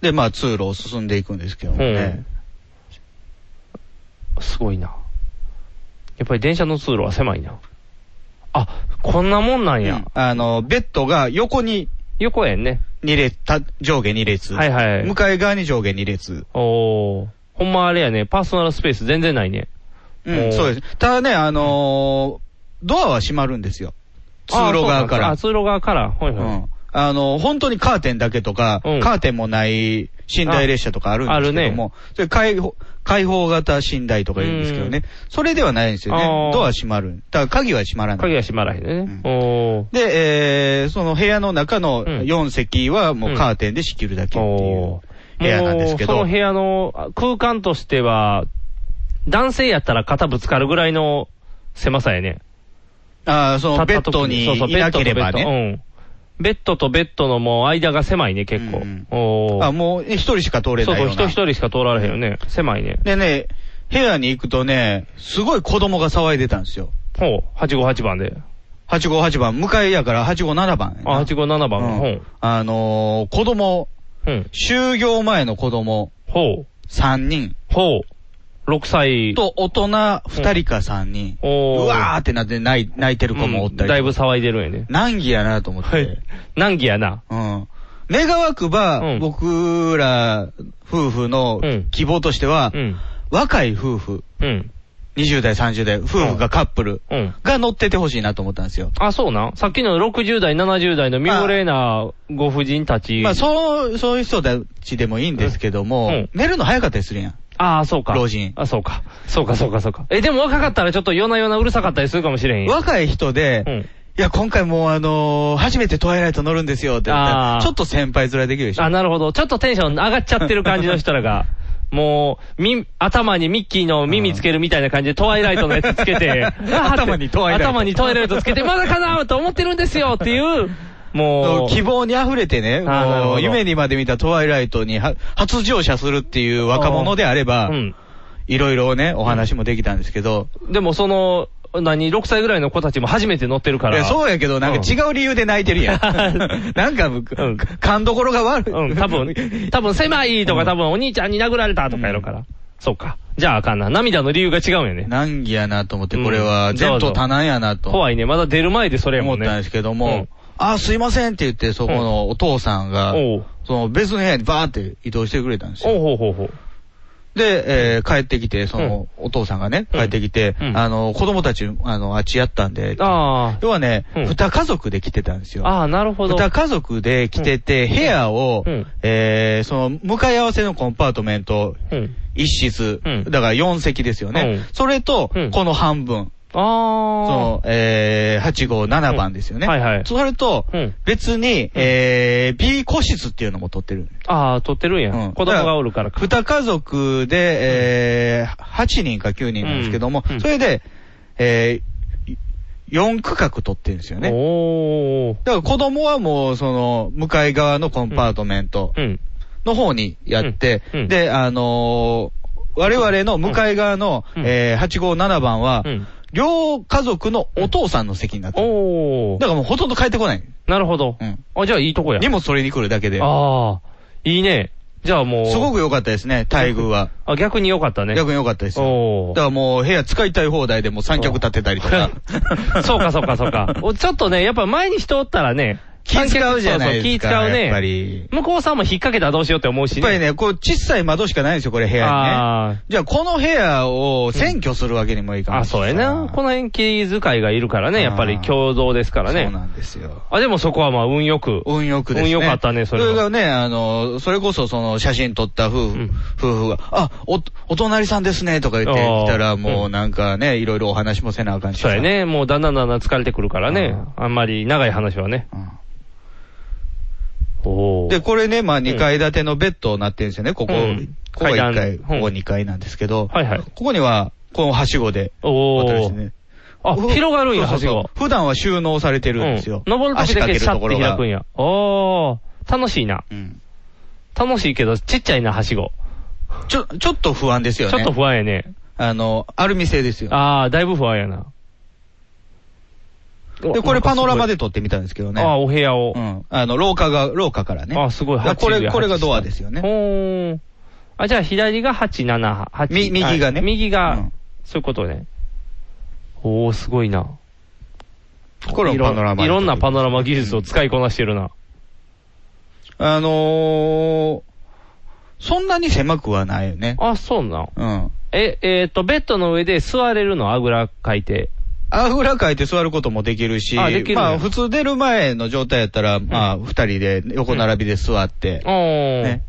C: で、まあ通路を進んでいくんですけどもね。
B: すごいな。やっぱり電車の通路は狭いな。あ、こんなもんなんや。
C: うんあの、ベッドが横に
B: 横やんね。
C: 2列、た上下2列。
B: はいはい
C: 向かい側に上下2列。
B: おー。ほんまあれやね、パーソナルスペース全然ないね。
C: う
B: お
C: ん、
B: ー
C: そうです。ただね、あのードアは閉まるんですよ。通
B: あー
C: 路側か
B: そうなん
C: ら
B: あ、。通路側から。はいは
C: う
B: い。
C: ん。あの、本当にカーテンだけとか、
B: うん
C: カーテンもない寝台列車とかあるんですけども、それ開放、開放型寝台とか言うんですけどね、
B: う
C: それではないんですよ
B: あ
C: ね。
B: ー
C: ドア閉まる。だから鍵は閉まらない
B: 鍵。が閉まらへんね。
C: う
B: お
C: で、えー、その部屋の中の
B: ん
C: 4席はもうカーテンで仕切るだけって
B: ー。
C: いう
B: おー。
C: 部屋なんですけ
B: もう
C: ど
B: その、部屋のあ空間としては、男性やったら肩ぶつかるぐらいの狭さやね。
C: あーそのベ
B: 立
C: ッ
B: った時
C: ドに
B: そうそう
C: いなければね。
B: ベッドとベッドうん。ベッドとベッドのもう間が狭いね、結構。
C: うん
B: おー
C: あ、もう一人しか通れ
B: そう
C: ない
B: そう、
C: よう
B: 人
C: な
B: 一。人しか通られへんよね。狭いね。
C: でね、部屋に行くとね、すごい子供が騒いでたんですよ。
B: ほう、858番で。
C: 858番、向かいやから857番やな。
B: あ、857番。
C: うん
B: ほう。
C: あのー、子供、
B: うん。
C: 就業前の子供
B: ほう。
C: 3人
B: ほう。6歳。
C: と大人2人か3人。う
B: おー
C: わーってなって泣い泣いてる子もおったりとか。
B: うんだいぶ騒いでるんやね。
C: 難儀やなと思って。
B: はい。難儀やな。
C: うん。願わくば、
B: うん
C: 僕ら夫婦の
B: うん
C: 希望としては、
B: うん。
C: 若い夫婦、
B: うん。
C: 20代、30代、夫婦がカップル
B: うん。
C: が乗っててほしいなと思ったんですよ。
B: あ、そうなんさっきの60代、70代の見惚れなご婦人たち。
C: まあ、そう、そういう人たちでもいいんですけども、
B: うんうん
C: 寝るの早かったりするやん。
B: ああ、そうか。
C: 老人
B: あ、そうか。そうか、そうか、そうか。え、でも若かったらちょっと夜な夜なうるさかったりするかもしれんよ。
C: 若い人で、
B: うん。
C: いや、今回もうあのー初めてトワイライト乗るんですよって言った
B: あ
C: ら、
B: ー
C: ちょっと先輩面できるでしょ。
B: あ、なるほど。ちょっとテンション上がっちゃってる感じの人らが、もう、み、頭にミッキーの耳つけるみたいな感じで、トワイライトのやつつけて、わーって
C: [LAUGHS] 頭にトワイライト
B: 頭にトワイライトつけて、まだかなと思ってるんですよっていう、もう、
C: 希望に溢れてね、
B: あーなるほ
C: も
B: ど
C: う夢にまで見たトワイライトには初乗車するっていう若者であれば
B: う、ん。
C: いろいろね、お話もできたんですけど、
B: でもその、何、6歳ぐらいの子たちも初めて乗ってる
C: い
B: から。
C: やそうやけど、なんか違う理由で泣いてる
B: [LAUGHS]
C: やん。 [LAUGHS] なんか、
B: ん
C: 勘どころが悪い。
B: うん、多分、多分狭いとか多分お兄ちゃんに殴られたとかやろから。そうか。じゃああかんな。涙の理由が違うんよね。
C: 難儀やなと思って、
B: うん
C: これは、前途多難やなと思
B: 怖いね。まだ出る前でそれやも
C: っ
B: んね。
C: たんですけど
B: う
C: も
B: ん、
C: あ、すいませんって言って、そこのお父さんが、
B: おう。
C: その別の部屋にバーって移動してくれたんです
B: おう
C: よ。
B: ほうほうほう。
C: で、えー帰ってきて、その、お父さんがね、
B: うん
C: 帰ってきて、
B: うん
C: あの、子供たち、あの、あっちやったんで、
B: あ
C: 要はね、
B: うん
C: 二家族で来てたんです
B: あ。
C: よ。
B: ああ、なるほど。
C: 二家族で来てて、部屋を、
B: うん
C: えーその、向かい合わせのコンパートメント、
B: うん。
C: 一室、
B: うん
C: だから4席ですよね。
B: う
C: それと
B: うん、
C: この半分、そ
B: あ
C: の、えー、8号7番ですよね。
B: うんはいはい
C: それと
B: あ。、うん。
C: 別に、えー、B 個室っていうのも取ってる。
B: ああ、撮ってるん
C: う
B: や。
C: ん
B: 子供がおるからか。
C: 二家族で、えー、8人か9人なんですけども
B: うんう、ん
C: それで、えー、4区画取ってるんですよね。
B: おー。
C: だから子供はもう、その、向かい側のコンパートメント
B: うん。
C: の方にやって、
B: うんうん
C: で、あのー我々の向かい側の、
B: うん
C: えー、857番は、
B: うん。
C: 両家族のお父さんの席になってる。
B: お
C: だか
B: ー。
C: らもうほとんど帰ってこない。
B: なるほど
C: う。ん。
B: あ、じゃあいいとこや。
C: 荷物取りに来るだけで。
B: ああ。いいね。じゃあもう。
C: すご
B: く。
C: く良かったですね、待遇は。
B: あ、逆に良かったね。
C: 逆に良かったですよ。
B: お
C: だ
B: ー。
C: からもう部屋使いたい放題でもう三脚立てたりとか
B: [LAUGHS] そうか、そうか、そ
C: [LAUGHS]
B: うか。おちょっとね、やっぱ前に人おったらね、
C: 気使うじゃないですか。
B: そうそう気使うね
C: やっぱり。
B: 向こうさんも引っ掛けたらどうしようって思うし
C: や
B: ね。
C: っぱりね、こう小さい窓しかないんですよ、これ部屋
B: あ
C: にね。じゃあこの部屋を占拠するわけにもい
B: あ
C: か
B: ー。
C: ない
B: あ、そうやな。この辺気遣いがいるからね、やっぱり共同ですから
C: そう
B: ね。
C: なんですよ。
B: あ、でもそこはまあ運よく。
C: 運良くですね。
B: 運良かったねそれは
C: それがね、あの、それこそその写真撮った夫婦、
B: うん
C: 夫婦が、あ、お、お隣さんですね、とか言ってきた
B: あ
C: ら、
B: ー
C: もうなんかね、いろいろお話もせなあかんしさ。
B: そうやね。もうだんだんだんだん疲れてくるからね。あんまり長い話はね。
C: うん。
B: お
C: で、
B: ー。
C: これね、まあ
B: ん
C: 2階建てのベッドになってるんですよね、ここ。
B: うん
C: ここが1
B: 階
C: 階、
B: 段
C: ここ2階なんですけど。
B: はいはい
C: ここには、このはしごで。
B: お
C: 渡るんです
B: ー。
C: ね
B: あ、
C: ふ
B: 広がるんや、
C: そ
B: は
C: う
B: し
C: そうそう
B: ご。
C: 普段は収納されてるんですよ。
B: うん登る時だけシャッて開くんや。おー。楽しいな。
C: うん
B: 楽しいけど、ちっちゃいな、はしご。
C: ちょ、ちょっと不安ですよ
B: ち
C: ね。
B: ょっと不安やね。
C: あの、アルミ製ですよ。
B: ああ、だいぶ不安やな。
C: で、これパノラマ
B: で
C: で撮ってみたんですけどね。
B: ね。ああ、お部屋を
C: う。ん。あの、廊下が、廊下からね。
B: ああ、すごい、
C: だからこ
B: 8
C: れ、
B: で
C: これがドアですよね。
B: ほーん。あ、じゃあ左が8、7、8。
C: み右がね
B: あ右が、
C: うん
B: そういうことね。おー、すごいな。
C: これもパノラマ
B: い
C: で
B: ろ
C: 撮って
B: んなパノラマ技術を使いこなしてるな。
C: あのー、そんなに狭くはないよね。
B: あ、そうな。
C: うん。
B: え、えっと、ベッドの上で座れるの、あぐらかいて。
C: あぐらかいて座ることもできるし、
B: あできるね
C: まあ普通出る前の状態やったら、まあ二人で横並びで座って
B: お、ー。
C: ね。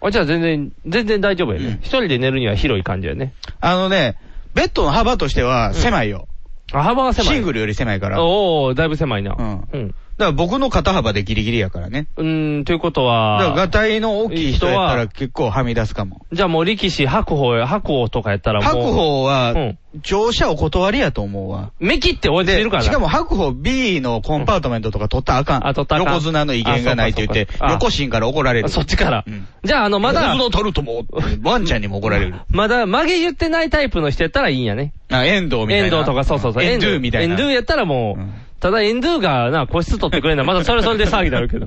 B: あ、じゃあ全然、全然大丈夫や
C: うん
B: ね。一人で寝るには広い感じやね。
C: あのね、ベッドの幅としては狭いよ。
B: あ、幅が狭い。
C: シングルより狭いから。
B: おー、だいぶ狭いな。
C: うん
B: うん。
C: から僕の肩幅でギリギリやからね。
B: うーん、ということ
C: だから、
B: は
C: ガ、タイの大きい人やった
B: いい
C: ら
B: 人
C: 結構はみ出すかも。
B: じゃあもう力士、白鵬や、白鵬とかやったらもう。
C: 白鵬
B: う
C: は
B: ん、
C: 乗車お断りやと思うわ。
B: 目切って置いてるから。
C: しかも白鵬 B のコンパートメントとか取ったらあかん。
B: あ取ったらあかん
C: 横綱の威厳がないと言って
B: あそうかそう、かあ
C: 横心から怒られ
B: あ、
C: る。
B: そっちから。
C: うん
B: じゃあ、あの、まだ
C: 横、綱取るともう、ワンちゃんにも怒られる。
B: まだ曲げ言ってないタイプの人やったらいいんやね。
C: あ、遠藤みたいな。
B: エンドウとか、そうそうそう。
C: エンドゥみたいな。
B: エンドゥやったらもう、
C: うん
B: ただエンドゥがな、個室取ってくれんなら、まだそれはそれで騒ぎにな
C: [LAUGHS]
B: るけど。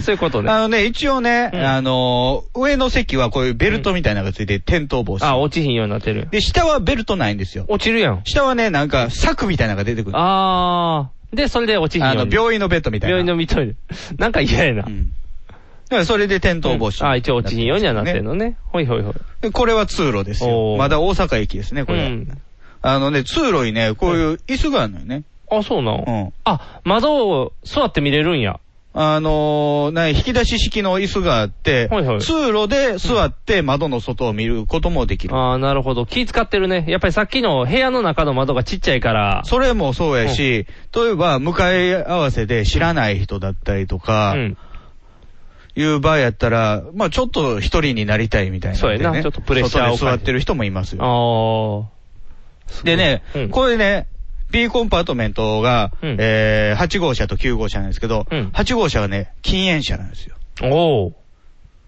B: そういうことね。
C: あのね、一応ね、
B: うん
C: あのー、上の席はこういうベルトみたいなのがついて、点灯防
B: あ、
C: 止。
B: 落ちひんようになってる。
C: で、下はベルトないんですよ。
B: 落ちるやん。
C: 下はね、なんか、柵みたいなのが出てくる。あ
B: あー。で、それで落ちひんように。
C: の、病院のベッドみたいな。
B: 病院の見といなんか嫌やな。
C: うん。だからそれで転倒防止。
B: あ、一応落ちひんようにはなってん
C: ね。
B: のね。ほいほいほい。
C: でこれは通路です
B: お
C: よ。
B: ー
C: まだ大阪駅ですね、こ
B: う
C: れ。
B: ん。
C: あのね、通路にね、こういう椅子があるのよね。
B: あ、そうな。
C: うんん。
B: あ、窓を座って見れるんや。
C: あのー、な引き出し式の椅子があって、
B: はいはい
C: 通路で座って窓の外を見ることもできる。
B: あー、なるほど。気使ってるね。やっぱりさっきの部屋の中の窓がちっちゃいから。
C: それもそうやし、例えば、向かい合わせで知らない人だったりとか
B: う、ん。
C: いう場合やったら、まあちょっと一人になりたいみたいな、
B: そうやなちょっとプレッシャーを感じる
C: 外で座ってる人もいます
B: あ
C: よ。
B: ー。
C: でね、
B: うん
C: これね、B コンパートメントが、
B: うん
C: えー、8号車と9号車なんですけど、
B: うん
C: 8号車はね、禁煙車なんですよ。
B: おー。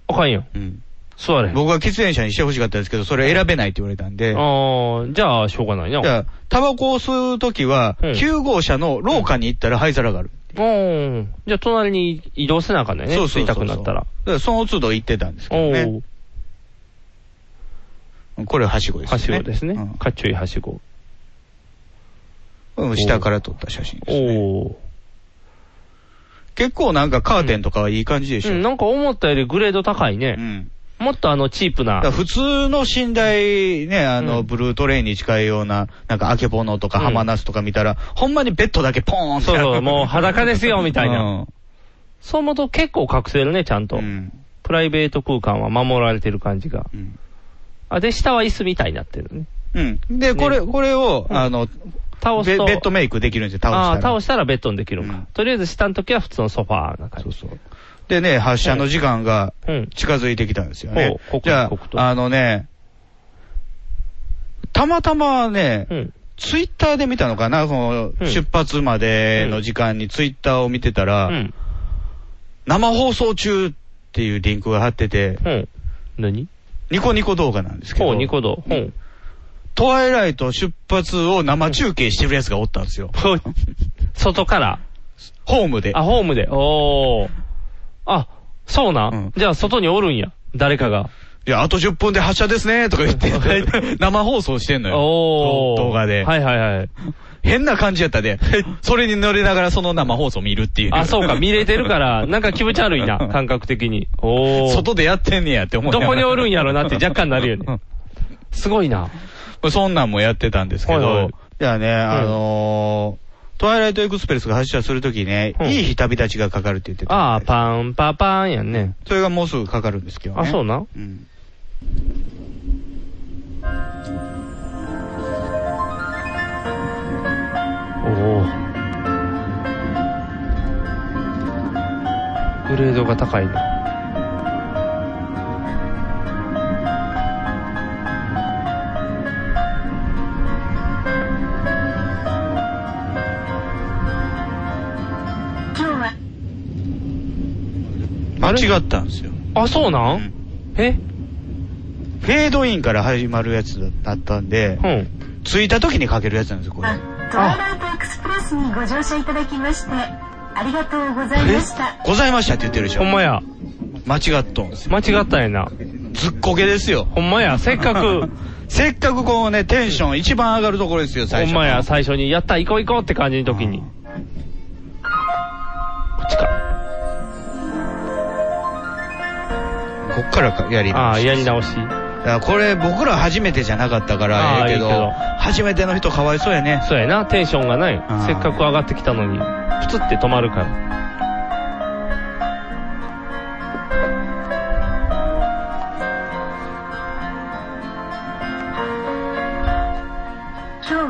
B: あかんよ。
C: うん
B: 座れ。
C: 僕は喫煙者にしてほしかったんですけど、それ選べないって言われたんで、
B: ああ、じゃあ、しょうがないな。
C: じゃあ、タバコを吸うときは、
B: うん
C: 9号車の廊下に行ったら灰皿がある。
B: うん。じゃあ、隣に移動せなあかんね。
C: そうそうそうそう
B: 吸いたくなったら。
C: だからその都度行ってたんですけ
B: お
C: ど
B: おー
C: ね。、これははしごですね。
B: はしごですね。
C: うん
B: かっちょいいはしご。
C: うん下から撮った写真で
B: お
C: すね。
B: お
C: 結構なんかカーテンとかはいい感じでし
B: ー。う
C: ょ。
B: ん、なんか思ったよりグレード高いうね。
C: ん。
B: もっとあの、チープ
C: だから
B: な。
C: 普通の寝台ね、あの、
B: うん
C: ブルートレインに近いような、なんか、あけぼのとか、
B: うん
C: ハマナスとか見たら、ほんまにベッドだけポーンって
B: そうそう、もう
C: み
B: 裸ですよ、みたいな。。そう思うと結構隠せるね、ちゃん
C: う
B: と。
C: ん。
B: プライベート空間は守られてる感じが。
C: うん
B: あ、で、下は椅子みたいになってるね。
C: うん。で、これ、これを、
B: うん
C: あの、
B: 倒す
C: ベ
B: と。
C: ベッドメイクできるんですよ、倒
B: ああー、
C: したら
B: 倒。したらベッドにできるのか。
C: うん
B: とりあえず下の時は普通のソファーな感じ。そうそう。
C: でね、発射の時間が
B: うん。
C: 近づいてきたんですよね
B: ほう。
C: じゃ
B: 刻々と
C: あ、あのね、たまたまね、
B: うん。
C: ツイッターで見たのかな、その、
B: うん
C: 出発までの時間にツイッターを見てたら、
B: うん。
C: 生放送中っていうリンクが貼ってて、
B: うん。何
C: ニコニコ動画なんですけ
B: ほ
C: ど、
B: う、ニコ動。ほう。
C: トワイライト出発を生中継してるやつがおったんですよ。
B: ほい外から。
C: ホームで。
B: あ、ホームで。おー。あ、そうな、
C: うん
B: ん、じゃあ、外におるんや。誰かが。
C: いや、あと10分で発車ですね、とか
B: [LAUGHS]
C: 言って、生放送してんのよ。
B: おー。
C: 動画で。
B: はいはいはい。
C: 変な感じやったで、それに乗りながらその生放送見るっていう。
B: あ、そうか、見れてる [LAUGHS] から、なんか気持ち悪いな、感覚的に。おー。
C: 外でやってんねやって思いな
B: ど
C: がら
B: こにおるんやろ [LAUGHS] なって若干なるよね。すごいな。
C: そんなんもやってたんですけど、
B: はいはい
C: じゃあね、あのー、トワイライトエクスプレスが発車するときね、
B: うん
C: いい日旅立ちがかかるって言ってた。
B: あー、パンパパーンやんね。
C: それがもうすぐかかるんですけどね。
B: あ、そうなん
C: うん。
B: おお。グレードが高いな。
C: 間違ったんですよ。
B: あ、そうなん、
C: うん
B: え
C: フェードインから始まるやつだったんで、
B: うん。
C: 着いた時にかけるやつなんですよ、これ。
F: トワイライトエクスプレスにご乗車いただきましてありがとうございました
C: ございましたって言ってるでしょ。
B: ほんまや。
C: 間違っとんですよ。
B: 間違ったんやな。
C: ずっこけですよ。
B: ほんまや、せっかく、
C: せっかくこうね、テンション一番上がるところですよ、最
B: ほん
C: 初。
B: まや、 [LAUGHS] 最初に、やった、行こう行こうって感じの時に。こっちか。
C: こっからかやり
B: あ
C: ま
B: あ、
C: し
B: やり直し。
C: た。これ僕ら初めてじゃなかったから
B: あ
C: え
B: ー
C: えけど
B: いいけど、
C: 初めての人かわいそうやね。
B: そうやな、テンションがない
C: あー。
B: せっかく上がってきたのに、プツって止まるから。
F: 今日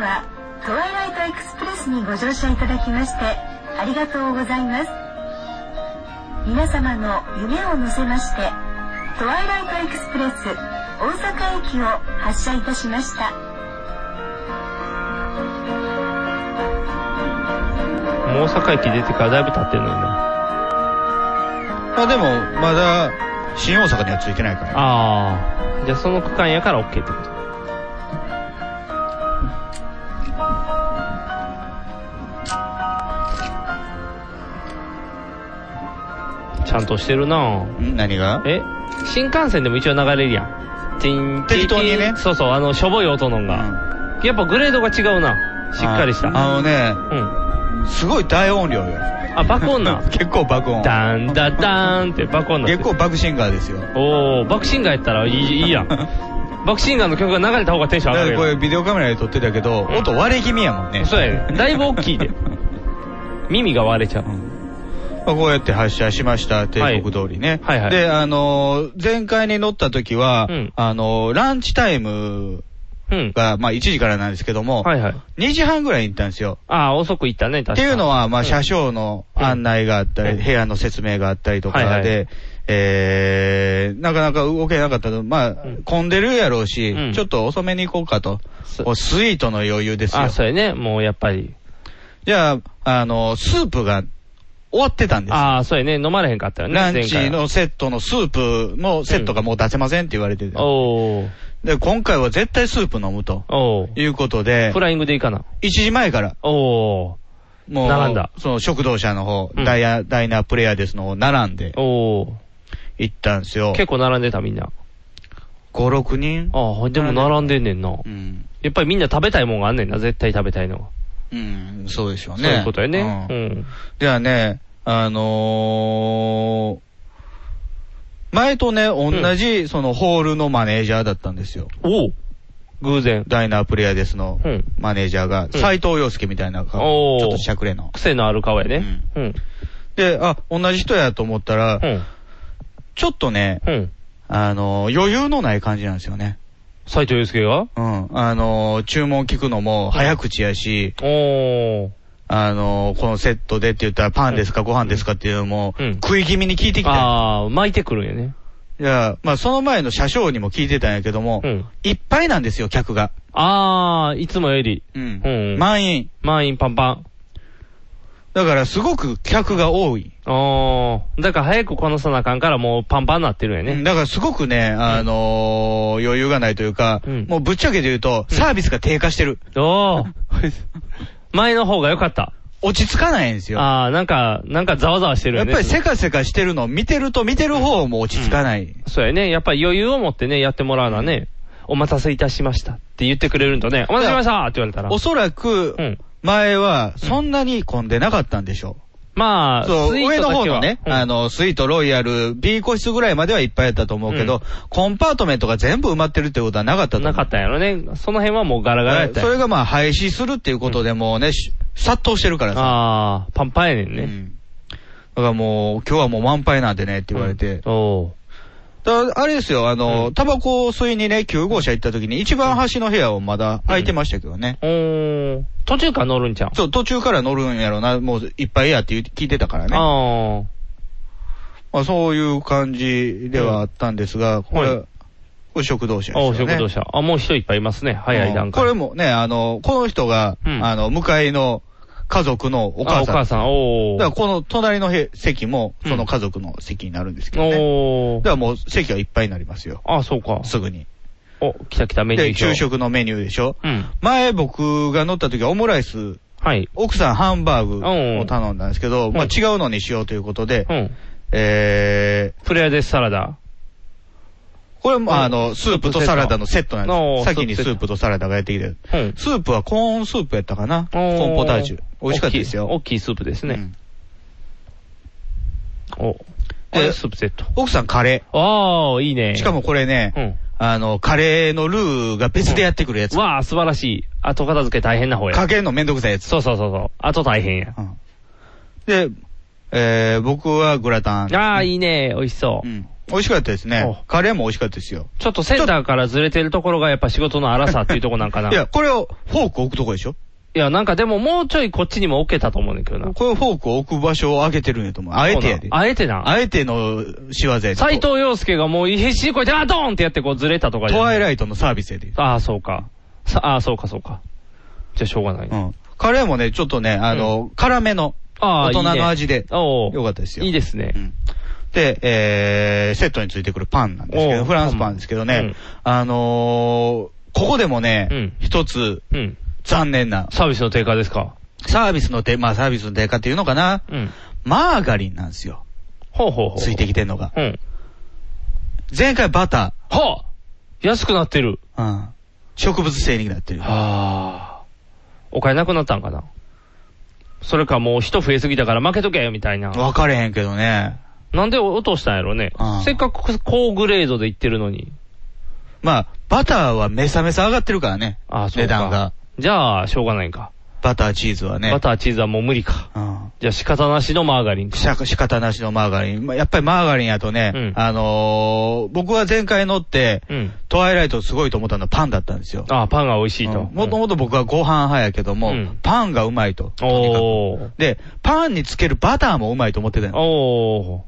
F: はトワイライトエクスプレスにご乗車いただきましてありがとうございます。皆様の夢を乗せまして、トワイライトエクスプレス大阪駅を発車いたしました。
B: もう大阪駅出てからだいぶ経ってんのにな。
C: まあでも、まだ、新大阪にはついてないから。
B: ああ。じゃあその区間やから OK ってこと。ちゃんとしてるなぁ。
C: ん何が
B: え新幹線でも一応流れるやん。ティン
C: 適当にね
B: ティンティンそうそう、あの、しょぼい音のんが。やっぱグレードが違うな。しっかりした。
C: ああのね、
B: うん。
C: すごい大音量よ。。
B: あ、爆音な
C: [LAUGHS] 結構爆音。
B: ダンダダーンって爆音な。
C: 結構。バグシンガーですよ。
B: おー、爆心がやったらいいいい
C: [LAUGHS]
B: やん。爆心がの曲が流れた方がテンション
C: だ
B: 上
C: か
B: がる
C: ら
B: よ
C: こ。れビデオカメラで撮ってたけど、
B: うん
C: 音割れ気味やもんね。
B: そうやね。だいぶ大
C: [LAUGHS]
B: きいで。耳が割れちゃう。
C: まあこうやって発射しました、帝国通りね。
B: はいはいはい
C: で、あのー前回に乗った時は、
B: うん
C: あのーランチタイム
B: うん。
C: が、まあ1時からなんですけども、
B: はいはい。
C: 2時半ぐらいに行ったんですよ。
B: ああ、遅く行ったね、
C: っ
B: 確
C: て
B: か
C: いうのは、まあ、
B: うん
C: 車掌の案内があった
B: うん
C: り、部屋の説明があったりとかで、
B: はいはい
C: えー、なかなか動けなかったの、まあ、
B: ん
C: 混んでるやろうし、
B: うん
C: ちょっと遅めに行こうかと。
B: そ
C: おスイートの余裕ですよ
B: あ、。そうやね。もうやっぱり。
C: じゃあ、あの、スープが終わってたんです。
B: ああ、そうやね。飲まれへんかったよね。
C: ラン
B: 前回
C: チのセットのスープのセットがもう出せませんって言われてて、
B: おー。
C: で、今回は絶対スープ飲むと
B: おー。
C: いうことで
B: フ、ライングでいいかな。
C: 1時前から、
B: お
C: もう、
B: 並んだ
C: その食堂車の方、
B: うん
C: ダイヤ、ダイナープレイヤーですの方、並んで
B: ー。おー。
C: 行ったんですよ。
B: 結構並んでたみんな。
C: 5、6人
B: ああ、でも並んでんねんな。
C: うん。
B: やっぱりみんな食べたいもんがあんねんな。絶対食べたいのが。
C: うん、そうでしょうね。
B: そういうことやね。
C: う
B: うんん。
C: ではね、あのー、前とね、同じ、その、ホールのマネージャーだったんですよ。
B: おー。偶然。
C: ダイナープレイヤーですの
B: うん、
C: マネージャーが、
B: ん
C: 斎藤洋介みたいな顔、
B: おー
C: ちょっとしゃくれの。
B: 癖のある顔やね。うん。
C: で、あ、同じ人やと思ったら
B: う、ん。
C: ちょっとね、
B: うん。
C: あのー、余裕のない感じなんですよね。
B: 斎藤祐介が
C: うん。あのー、注文聞くのも早口やし、
B: おー。
C: あのー、このセットでって言ったらパンですか、ご飯ですかっていうのも、
B: うん
C: 食い気味に聞いてきた。
B: ああ、巻いてくるんやね。
C: いや、まあその前の車掌にも聞いてたんやけども、
B: うん。
C: いっぱいなんですよ、客が。
B: ああ、いつもより。
C: うん
B: うん
C: 満員。
B: 満員パンパン。
C: だからすごく客が多い。
B: おー。だから早くこなさなあかんからもうパンパンなってるんや
C: うん
B: ね。
C: だからすごくね、あのー余裕がないというか、
B: うん
C: もうぶっちゃけて言うと、サービスが低下してる。
B: お [LAUGHS] ー。前の方が良かった。
C: 落ち着かないんですよ。
B: ああ、なんか、なんかざわざわしてる
C: や
B: よ
C: っ
B: ね。
C: ぱりせかせかしてるのを見てると見てる方も落ち着かない。
B: そうやね。やっぱり余裕を持ってね、やってもらうのはね、お待たせいたしましたって言ってくれるんとね、お待たせしましたって言われたら。
C: おそらく
B: う、ん。
C: 前はそんなに混んでなかったんでしょう。
B: まあ、
C: そう、
B: スイー
C: 上
B: ト
C: の
B: だ
C: 方
B: けは
C: のね、
B: うん
C: あの、スイート、ロイヤル、B 個室ぐらいまではいっぱいやったと思うけど、
B: うん
C: コンパートメントが全部埋まってるってことはなかったと思う。
B: なかったんやろね。その辺はもうガラガラやったん
C: そ
B: や
C: れがまあ廃止するっていうことでもうね、し殺到してるからさ。
B: ああ、パンパンやねん
C: う
B: ね。
C: んだからもう、今日はもう満杯なんでねって言われて。
B: お
C: だからあれですよ、あの、タバコを吸いにね、9号車行った時に一番端の部屋はまだ空いてましたけどね。
B: ー。おー。途中から乗るんちゃう
C: そう、途中から乗るんやろな、もういっぱいやって言う聞いてたからね。
B: ああ。
C: まあ、そういう感じではあったんですが、これ、
B: はい
C: これ食堂車です
B: お
C: よ
B: う、
C: ね。
B: 食堂車。あ、もう人いっぱいいますね。早い段階。
C: これもね、あの、この人が、
B: うん
C: あの、向かいの家族のお
B: お
C: 母さん。
B: お母さん、お
C: だ
B: ー。
C: からこの隣のへ席も、
B: うん
C: その家族の席になるんですけどね。だ
B: おー
C: か。らもう席はいっぱいになりますよ。
B: あ、そうか。
C: すぐに。
B: お、来た来た、メニュー
C: で、昼。
B: 表
C: 食のメニューでしょ。
B: うん。
C: 前僕が乗った時はオムライス、
B: はい。
C: 奥さんハンバーグを頼んだんですけど、
B: ん
C: まあ違うのにしようということで、
B: うん。
C: えー、
B: プレアデスサラダ。
C: これも、
B: うん
C: あの、スープとサラダのセットなん
B: お
C: で
B: ー
C: す先にス
B: スープセット
C: ープとサラダがやってきてる。
B: うん。
C: スープはコーンスープやったかなコーンポタージュ。美味しかったですよ。
B: 大きい大きいスープです
C: う
B: ね。
C: ん
B: お。
C: で
B: で、スープセット。
C: 奥さんカレ
B: ああ、いいね。
C: ー。しかもこれね、
B: うん。
C: あの、カレーのルーが別でやってくるやつ。
B: わあ、素晴らしい。後片付け大変な方や。
C: かけるのめんどくさいやつ。
B: そうそうそうそう。後大変や。
C: うんで、えー、僕はグラタン。
B: ああ、いいね。美味しそうう。
C: ん。美味しかったですね
B: お。
C: カレーも美味しかったですよ。
B: ちょっと [LAUGHS] センターからずれてるところがやっぱ仕事の荒さっていうとこなんかな。
C: いや、これをフォーク置くとこでしょ
B: いや、なんかでももうちょいこっちにも置けたと思うねんだけどな。
C: こういうフォークを置く場所を上げてるんやと思う。あえてやで。
B: あえてな。
C: あえての仕業やで。
B: 斎藤洋介がもう必死にこうやって、あ、ドーンってやってこうずれたとかじ
C: ト
B: ゃな
C: ワ
B: い
C: イライトのサービスやで。
B: ああ、そうか。さああ、そうか、そうか。じゃあしょうがない。
C: うん。カレーもね、ちょっとね、あの、辛めの、
B: あ
C: 大
B: あ、
C: 人
B: いいね
C: の味で、
B: お
C: よかったですよ。
B: いいですね
C: う。んで、えー、セットについてくるパンなんですけ
B: お
C: ど、
B: う
C: フランスパンですけど
B: う
C: ね
B: ん、
C: あのー、ここでも
B: う
C: ね
B: ん、
C: 一つ
B: うん。
C: 残念な、
B: サービスの低下ですか。
C: サービスの低、まあサービスの低下っていうのかな、
B: うん。
C: マーガリンなんですよ。
B: ほうほうほう。
C: ついてきてんのが。
B: うん。
C: 前回バタ
B: はあ安くなってる。
C: ー、うん。植物性になってる。
B: はあ。お金なくなったんかな。それかもう人増えすぎたから負けとけよみたいな。
C: わかれへんけどね。
B: なんで落としたんやろうね
C: ああ。
B: せっかく高グレードで行ってるのに。
C: まあ、バターはめさめさ上がってるからね。
B: ああ、そうか。
C: 値段が。。
B: じゃあ、しょうがないか。
C: バターチーズはね。
B: バターチーズはもう無理か。
C: うん。
B: じゃあ仕方なしのマーガリンか。
C: しゃ仕方なしのマーガリン。まあやっぱりマーガリンやとね、
B: うん
C: あのー僕は前回乗って、
B: うん。
C: トワイライトすごいと思ったのはパンだったんですよ。
B: ああ、パンが美味しいと。
C: うんもともと僕はご飯派やけども、
B: うん
C: パンがうまいと。
B: うんおー。
C: で、パンにつけるバターもうまいと思ってたよ。
B: お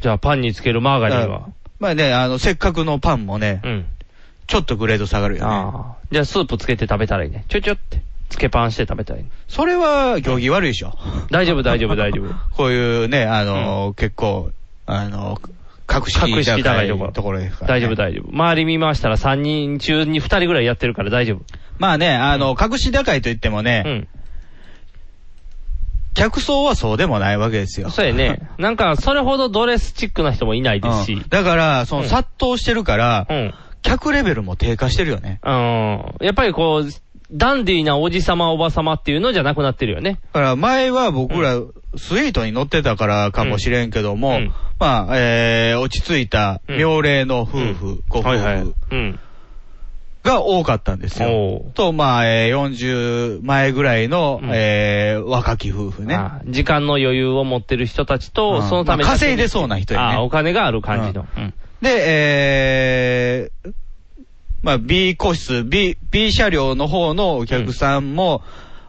B: ー。じゃあパンにつけるマーガリ
C: だ
B: ン
C: から
B: は。
C: まあね、あの、せっかくのパンもね、
B: うん。
C: ちょっとグレード下がるよね。
B: ああ。じゃあスープつけて食べたらいいね。ちょちょって。つけパンして食べたらいいね。
C: それは、行儀悪いでしょ。
B: 大丈夫、大丈夫、大丈夫。
C: こういうね、あのー結構、あのー格式
B: 格式高いところ
C: ところですから、
B: 大丈夫、大丈夫。周り見回したら3人中に2人ぐらいやってるから大丈夫。
C: 夫。まあね、あの、格式高いと言ってもね、
B: うん。
C: 客層はそうでもないわけですよ。
B: そうやね。
C: [LAUGHS]
B: なんか、それほどドレスチックな人もいないです
C: う
B: し
C: ん。だから、そうの
B: ん
C: 殺到してるから、
B: うん。
C: 客レベルも低下してるよね。
B: うん。やっぱりこう、ダンディーなおじさま、おばさまっていうのじゃなくなってるよね。
C: だから前は僕らスイートに乗ってたからかもしれんけども、
B: うん
C: まあ、えー、落ち着いた
B: うん
C: 妙齢の夫婦、
B: うん
C: ご夫婦、
B: うん。
C: が多かったんですよ。
B: おう
C: と、まあ、えー、40前ぐらいの、
B: うん
C: えー、若き夫婦ね。
B: あ時間の余裕を持ってる人たちと、
C: うん
B: そのために
C: まあ稼いでそうな人やね
B: ああ、お金がある感じの。うん。
C: で、えー、まあ、B 個室、B、B 車両の方のお客さんも、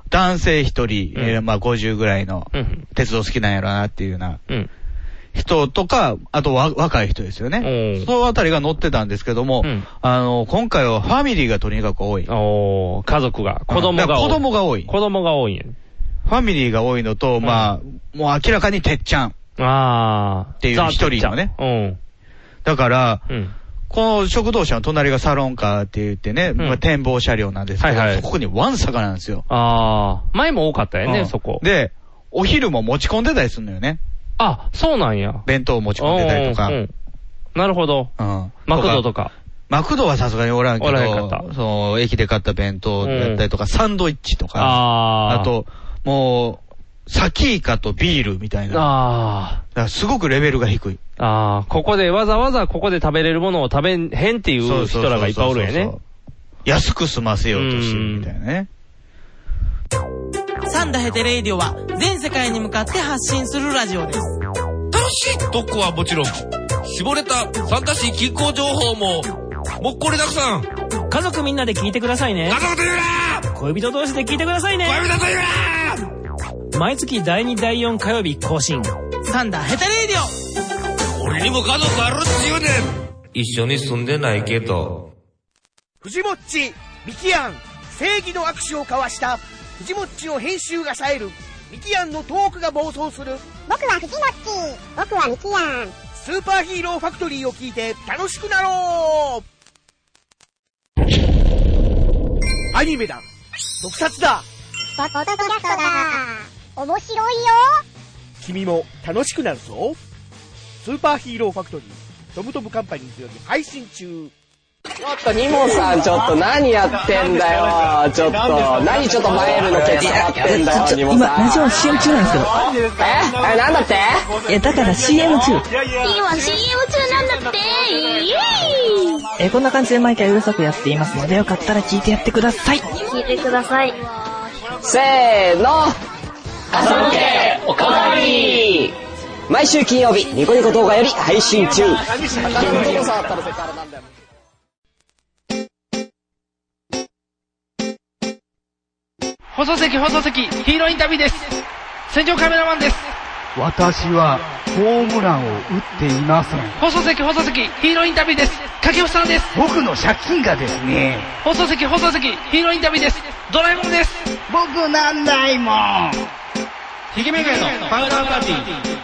C: 男性一人、
B: うん
C: えーまあ、50ぐらいの、
B: うん。
C: 鉄道好きなんやろなっていうような
B: うん。
C: 人とか、あとわ若い人ですよね
B: お。う
C: そのあたりが乗ってたんですけども、
B: うん
C: あの、今回はファミリーがとにかく多い。
B: おー、家族が、子供
C: だか
B: が
C: ら
B: 多い。
C: 子供が多い。
B: 子供が多いんやね。
C: ファミリーが多いのと、
B: ん
C: まあ、もう明らかにてっちゃん。
B: ああ。
C: っていう一人のね
B: ザ
C: だから、
B: うん。うん。
C: この食堂車の隣がサロンカーって言ってね、
B: ん
C: まあ、展望車両なんですけど、
B: はいは
C: そ
B: い
C: こにワンサカなんですよ。
B: ああ。前も多かったよ
C: う
B: ね、
C: ん
B: そこ。
C: で、お昼も持ち込んでたりするのよね。
B: あ、そうなんや。
C: 弁当を持ち込んでたりとか。
B: うんうんなるほど。
C: うん
B: マクドとか。
C: マクドはさすがにおらんけ
B: おらへんかっ
C: ど、その、駅で買った弁当だったりとか、サンドイッチとか、
B: ああ。
C: あ、と、もう、サキイカとビールみたいな。だか
B: あ
C: らすごくレベルが低い。
B: あ。ああ。ここで、わざわざここで食べれるものを食べへんっていう人らがいっぱいおるんや
C: そうそう
B: ね
C: そう。安く済ませようとしてるみたいなね。
G: サンダヘテレイディオは全世界に向かって発信するラジオです。
H: 楽しい特攻はもちろん、絞れたサンタシー気候情報も、もっこりたくさん、家
G: 家族みんなで聞いてくださいね。
H: 族と言うな
G: 恋人同士で聞いてくださいね。
H: 恋人と言うな
G: 毎月第2第4火曜日更新。サンダヘテレイディオ
H: 俺にも家族あるっちゅうねん一緒に住んでないけど。
I: 藤もっち、ミキアン、正義の握手を交わした、藤もっちを編集が冴える、ミキアンのトークが暴走する、
J: 僕はフジモッチ僕はミキヤン
I: スーパーヒーローファクトリーを聞いて楽しくなろうアニメだ特撮だ
J: ポッドキャストだ面白いよ
I: 君も楽しくなるぞスーパーヒーローファクトリー、トムトムカンパニーズより配信中
K: ちょっとニモさん、ちょっと何やってんだよ。ちょっと、何ちょっとマイルのケツ触ってんだよ、ニモさん。今、ラジオ CM 中なんですけど。ええ、なんだって
G: え、だから CM 中。
J: 今 CM 中なんだってイエーイ
G: え、こんな感じで毎回うるさくやっていますので、よかったら聞いてやってください。
J: 聞いてください
K: せーの。朝向け、おかわり毎週金曜日、ニコニコ動画より配信中。
L: 放送席放送席、ヒーローインタビューです。戦場カメラマンです。
M: 私はホームランを打っていません。
L: 放送席放送席、ヒーローインタビューです。掛布さんです。
M: 僕の借金がですね、
L: 放送席放送席、ヒーローインタビューです。ドラえもんです。
M: 僕なんないもん。
L: ひげめがいのパウダーパーティー。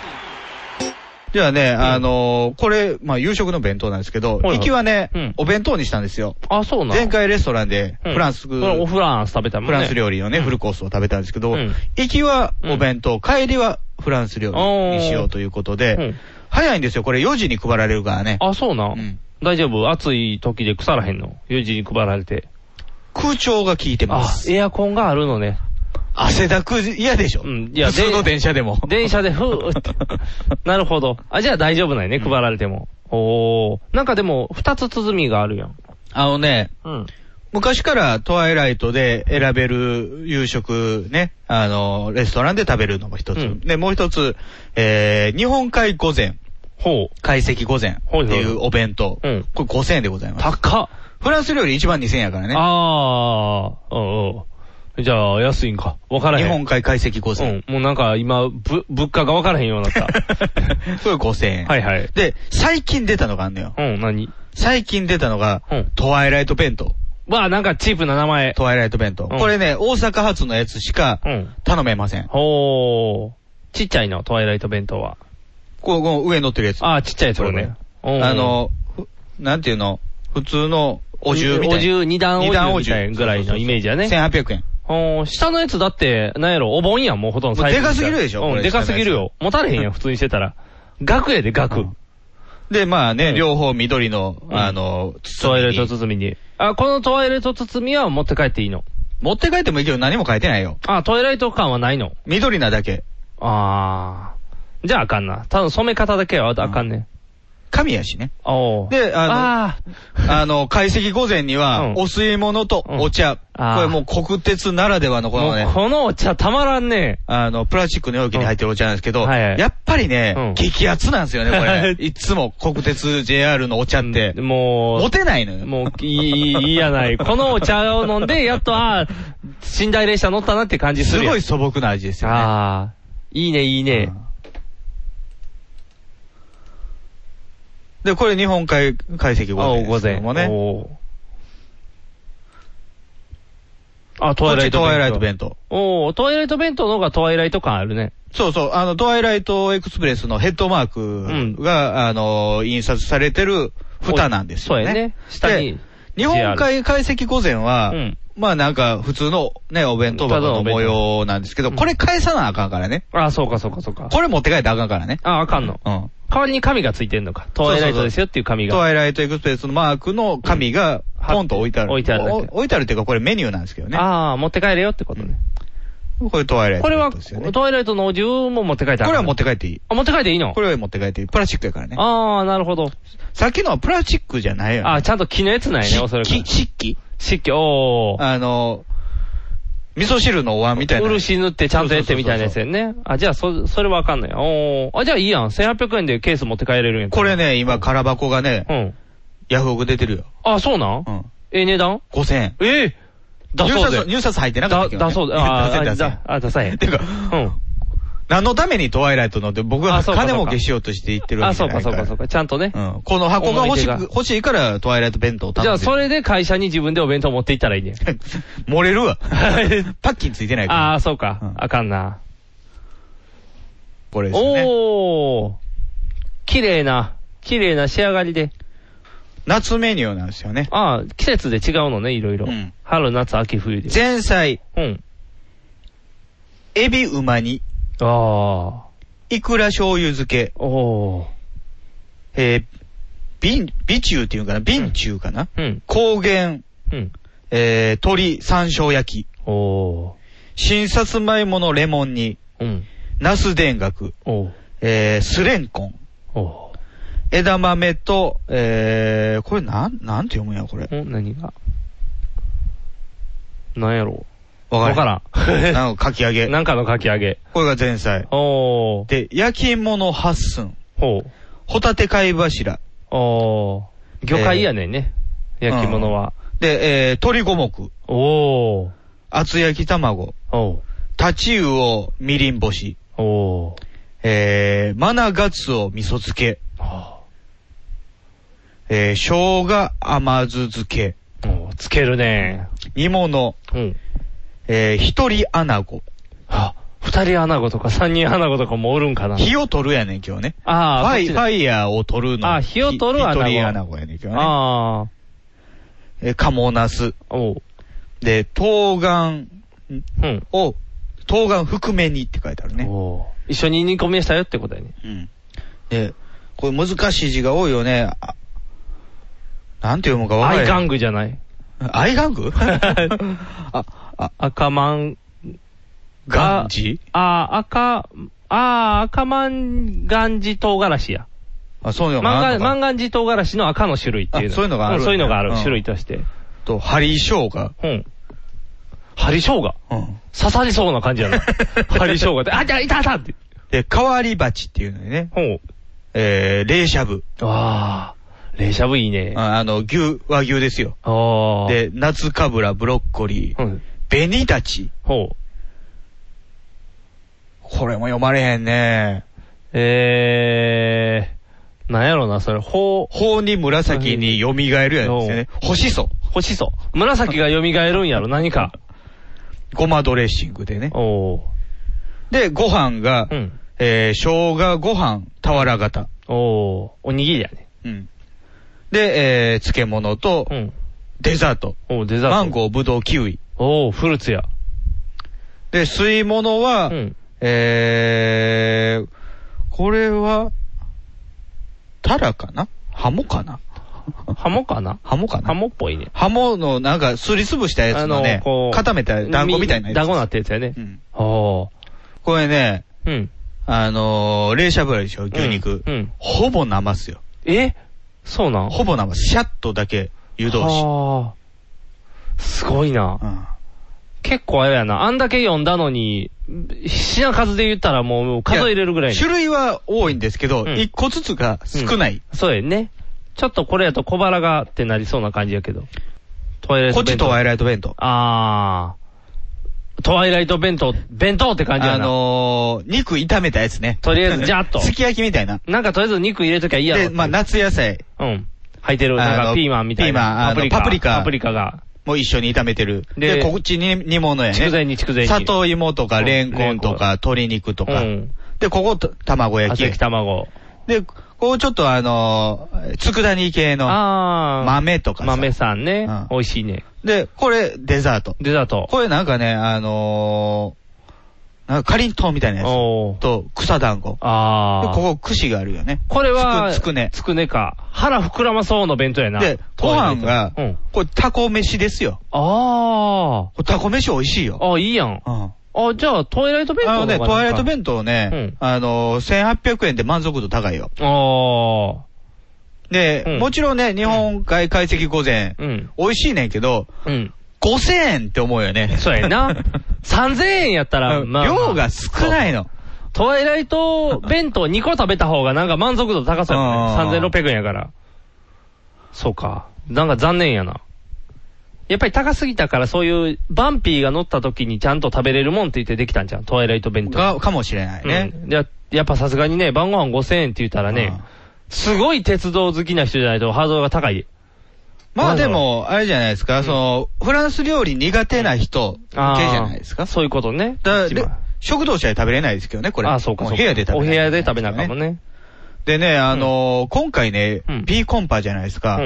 C: ではね、あのーこれ、まあ、夕食の弁当なんですけど、
B: はいはい
C: 行きはね、お弁当にしたんですよ。
B: あ、そうなの
C: 前回レストランで、
B: うん
C: フランス、
B: それおフランス食べたもん
C: フ
B: ね。
C: ランス料理のね、フルコースを食べたんですけど、行きはお弁当、帰りはフランス料理にしようということで、早いんですよ、これ4時に配られるからね。
B: あ、そうな。大丈夫暑い時で腐らへんの ?4 時に配られて。
C: 空調が効いてます。
B: あ、エアコンがあるのね。
C: 汗だく嫌でしょ
B: うん、いや、
C: 普通の電車でも。
B: [LAUGHS] 電車で、ふーって。なるほど。あ、じゃあ大丈夫ないね、配られても。おー。なんかでも、二つ鼓があるやん。
C: あのね、
B: うん。
C: 昔からトワイライトで選べる夕食ね、あの、レストランで食べるのも一つ。で、もう一つ、えー、日本海御膳。
B: ほ
C: う。懐石御膳っていうお弁当。これ5000円でございます。
B: 高っ。
C: フランス料理1万2000円やからね。
B: あー、うんうん。じゃあ、安いんか。わからへん。
C: 日本海解析5000
B: うん。もうなんか今、ぶ、物価がわからへんようになった。
C: [LAUGHS] それ5000円。
B: はいはい。
C: で、最近出たのがあんのよ。
B: うん、何
C: 最近出たのが、トワイライト弁当。
B: わあ、なんかチープな名前。
C: トワイライト弁当。これね、大阪発のやつしか頼めません。
B: ほー。ちっちゃいの、トワイライト弁当は。
C: こうこう上に乗ってるやつ。
B: あー、ちっちゃいやつこれね。うん
C: あの、ふなんていうの、普通のお重みたいな。
B: お重、二段お重
C: 二
B: みたいなぐらいのイメージやね。
C: 1800円。
B: おー下のやつだって、なんやろ、お盆やん、もうほとんど
C: もう
B: サイズ
C: でかすぎるでしょこ
B: うん、
C: れ
B: でかすぎるよ。持たれへんやん、普通にしてたら。額やで、額。
C: で、まあね、両方緑の、あの、
B: トワイライト包みに。あ、このトワイライト包みは持って帰っていいの
C: 持って帰ってもいいけど何も書いてないよ。
B: あ、トワイライト感はないの
C: 緑なだけ。
B: あー。じゃああかんな。多分染め方だけはああかんね。
C: 神や
B: [LAUGHS]
C: しね。
B: おー。
C: で、あの、あの、解析午前には、お吸い物とお茶。
B: あー
C: これもう国鉄ならではのこのね
B: もう、このお茶たまらんね。
C: あの、プラスチックの容器に入ってるお茶なんですけど、
B: はいはい
C: やっぱりね、激アツなんですよね、こ
B: [LAUGHS]
C: れ。いつも国鉄 JR のお茶って。
B: もう、
C: 持てないのよ。
B: もう、いい、いいやない。このお茶を飲んで、やっと、ああ、寝台列車乗ったなって感じす
C: す
B: るやん
C: ごい素朴な味ですよね。
B: ああ、いいね、いいね。
C: で、これ日本海解析午前ですけどもね。
B: あ、トワイライト
C: こっちト
B: 弁当。
C: ワイライト弁当。
B: おお、トワイライト弁当の方がトワイライト感あるね。
C: そうそう、あの、トワイライトエクスプレスのヘッドマークが、あの、印刷されてる蓋なんですよね。
B: そうやね下に
C: で日本海解析午前は、まあなんか普通のね、お弁当箱の模様なんですけど、これ返さなあかんからね。
B: あ、そうかそうかそうか。
C: これ持って帰ってあかんからね。
B: あ、あかんの。
C: うん。
B: 代わりに紙がついてんのか。トワイライトですよっていう紙が。
C: トワイライトエクスプレスのマークの紙が、ポンと置いてある。
B: 置いてあるだけ
C: お置いてあるっていうか、これメニューなんですけどね。
B: ああ、持って帰れよってことね。
C: これトワイライト。
B: これは、
C: こ
B: トワイライトのお重も持って帰ってあ
C: れは
B: る。
C: 持って帰っていい。
B: あ、持って帰っていいの
C: これは持って帰っていい。プラスチックやからね。
B: ああ、なるほど。
C: さっきのはプラスチックじゃないよね。
B: あ、ちゃんと木のやつなんやね、おそらく。
C: 漆器漆器
B: 漆器、おお。
C: あの、味噌汁のお椀みたいな。
B: 漆塗ってちゃんとやってみたいなやつやんね。あ、じゃあ、そ、それわかんない。おー。あ、じゃあいいやん。1800円でケース持って帰れるんやん。
C: これね、今、空箱がね、ヤフオク出てるよ。
B: あ、そうなんええ値段
C: 5000円。
B: ええだそう
C: 入
B: で
C: 札入札入ってなかったけどね
B: だ、だそうで。あ
C: 出せん
B: ー、
C: 出せん
B: だ、あ、出さへ [LAUGHS] ん。て
C: か、
B: うん。
C: 何のためにトワイライトのって、僕は
B: あそうかそう
C: 金
B: か
C: 儲けしようとして言ってるわ
B: あ、
C: けじ
B: そ
C: ゃ
B: う
C: な
B: か
C: い
B: そ
C: か
B: う
C: ら。
B: かそうか。ちゃんとね。
C: この箱が欲しく
B: 思い出
C: 欲しいから、トワイライト弁当を
B: じゃ
C: 頼
B: あ、
C: んで。
B: それで会社に自分でお弁当持っていったらいいね。
C: 漏れる
B: [LAUGHS]
C: わ。 [LAUGHS] パッキンついてないから。
B: ああ、そうか。あかんな。
C: これですね。
B: おー。綺麗な、綺麗な仕上がりで。
C: 夏メニューなんですよね。
B: ああ、季節で違うのね、いろいろ。春、夏、秋、冬で。
C: 前菜。
B: うん。
C: エビうま煮。
B: ああ。
C: いくら醤油漬け。
B: おお。
C: えー、ビン、ビチューっていうんかなビンチューかな
B: うん。
C: 高原。
B: うん。
C: えー、鶏山椒焼き。
B: おお。
C: 新さつまいものレモン煮。
B: うん。
C: ナス田楽。
B: お
C: えー、スレンコン。
B: お
C: 枝豆と、えー、これなん、なんて読むんや、これ。
B: 何がなんやろ
C: わ
B: わ
C: からん。なんかかき揚げ。
B: [LAUGHS] なんかのかき揚げ。
C: これが前菜。
B: おー。
C: で、焼き物八寸。
B: ほう。
C: ホタテ貝柱。
B: おー。魚介やねんね。焼き物は。
C: で、えー、鶏五目。
B: おー。
C: 厚焼き卵。タチウオみりん干し。えー、マナガツオ味噌漬け。えー、生姜甘酢漬け。
B: つけるね。
C: 煮物。えー、一人穴子。
B: 二人穴子とか三人穴子とかもおるんかな。
C: 火を取るやねん、今日ね。
B: ああ、
C: ファイ、フ
B: そっちね
C: ァイヤーを取るの。
B: あ火を取る穴子
C: 一人穴子やねん、今日ね。
B: ああ。
C: えー、カモナス。で、冬瓜を、冬瓜含めにって書いてあるね。
B: 一緒に煮込みしたよってことやね。
C: うん。で、これ難しい字が多いよね。あなんて読むかわか
B: ア
C: らな
B: イ
C: い。
B: ガングじゃない。
C: アイガング
B: [LAUGHS] 赤マン、
C: ガンジ
B: ああ、赤、ああ、赤マンガンジ唐辛子や。
C: あ、そういうの
B: マ
C: が
B: ン
C: あ
B: ガ
C: る
B: ン
C: のか
B: マンガンジ唐辛子の赤の種類っていう
C: あそういうのがあるんだ
B: そういうのがある、
C: うん
B: 種類として。
C: と、ハリショウガ。
B: うん。ハリショウガ。刺さりそうな感じ
C: [LAUGHS]
B: やな。ハリショウガって、あ、じゃあ、いたいたって。
C: で、カワリバチっていうのにね。
B: ほう。
C: えー、冷しゃぶ。
B: あー、冷しゃぶいいね。
C: ああの、牛、和牛ですよ。
B: あ
C: で、夏かぶら、ブロッコリ
B: ー、
C: ベニタチ。
B: ほう。
C: これも読まれへんね。
B: えー、なんやろな、それ、ほう。
C: ほうに紫に蘇るやつですよね。ほしそ。
B: ほしそ。紫が蘇るんやろ、何か。
C: ごまドレッシングでね。
B: お
C: で、ご飯が、えー、生姜ご飯、俵型。
B: おおにぎりやね。
C: うん。で、えー、漬物と、デザート。
B: おデザート
C: マンゴー、ブドウ、キウイ。
B: おおフルーツや。
C: で、吸い物は、えー、これは、タラかなハモかな
B: ハモかな
C: ハモかな
B: ハモっぽいね。
C: ハモのなんか、すりつぶしたやつの
B: あ
C: ね
B: のこ、う
C: 固めた団子みたいなやつ。
B: 団子なってやつやね。
C: うん。
B: お
C: これね、
B: うん。
C: あのー、冷しゃぶらでしょ、牛肉。
B: うん。
C: ほぼ生っすよ。
B: えそうなん
C: ほぼ生っす。シャッとだけ湯通し。
B: はあ。すごいな。結構あれやな。あんだけ読んだのに、品数で言ったらもう数入れるぐらいの
C: 種類は多いんですけど、
B: ん
C: 一個ずつが少ない。
B: そうやね。ちょっとこれやと小腹がってなりそうな感じやけど。トワイライ
C: こっ
B: ト
C: ち
B: 弁
C: ト
B: 当。
C: ワイライト弁当。
B: あー。トワイライト弁当、弁当って感じや
C: あ
B: な。
C: のー、肉炒めたやつね。
B: とりあえずジャッと
C: [LAUGHS] すき焼きみたいな。
B: なんかとりあえず肉入れときゃいいやろって
C: で、
B: いう
C: まあ夏野菜。
B: うん。入ってる、なん
C: あ
B: か
C: の
B: ピーマンみたいな。
C: ピーマンあの
B: パプリカ。
C: パ
B: パ
C: プ
B: プ
C: リ
B: リカが。
C: もう一緒に炒めてる。
B: で
C: で、こっちに煮物やね。
B: 筑前煮筑前煮
C: 里芋とか、レンコンとか、鶏肉とか。
B: うん
C: で、ここ、た卵焼き
B: 厚焼き。卵。
C: で、ここちょっとあのー、佃煮系の
B: あー
C: 豆とかさ。
B: 豆さんね。美味しいね。
C: で、これ、デザート。
B: デザート。
C: これなんかね、あのー、なんかかりんとうみたいなやつ。と、草団子。
B: あ
C: で、ここ、串があるよね。
B: これは、
C: つくつくね。
B: つくねか。腹膨らまそうの弁当やな。
C: で、ご飯が、これ、タコ飯ですよ。
B: あ
C: あ。タコ飯美味しいよ。
B: ああ、いいやん。
C: あ
B: あ、じゃあ、トワイライト弁当
C: のね、
B: の
C: ト
B: 方が
C: ワイライ
B: なんか
C: ト弁当ね、あのー、1800円で満足度高いよ。
B: あ
C: で、
B: うん
C: もちろんね、日本海解析御膳、
B: うん
C: 美味しいねんけど、
B: うん
C: 5000円って思うよね。
B: あ。そう
C: [LAUGHS]
B: やな。3000円やったら、まあ、
C: 量が少ないの。
B: トワイライト弁当2個食べた方がなんか満足度高そうやもんね。3600円やから。そうか。なんか残念やな。やっぱり高すぎたからそういうバンピーが乗った時にちゃんと食べれるもんって言ってできたんじゃん。トワイライト弁当。
C: が、かもしれないね。
B: うん。ややっぱさすがにね、晩ご飯5000円って言ったらね、すごい鉄道好きな人じゃないとハードルが高い。
C: まあで
B: わ
C: も、あれじゃないですか、その、フランス料理苦手な人、
B: ざわざ、
C: 向けじゃない
B: いですか。そういうことね。
C: だで食堂車で食べれないですけどね、これ。
B: あーそうか
C: も
B: そうか
C: 部屋で食べ
B: お部
C: れない。
B: 屋で食べなあかんもんね。
C: でね、あのー今回ね、B コンパじゃないですか。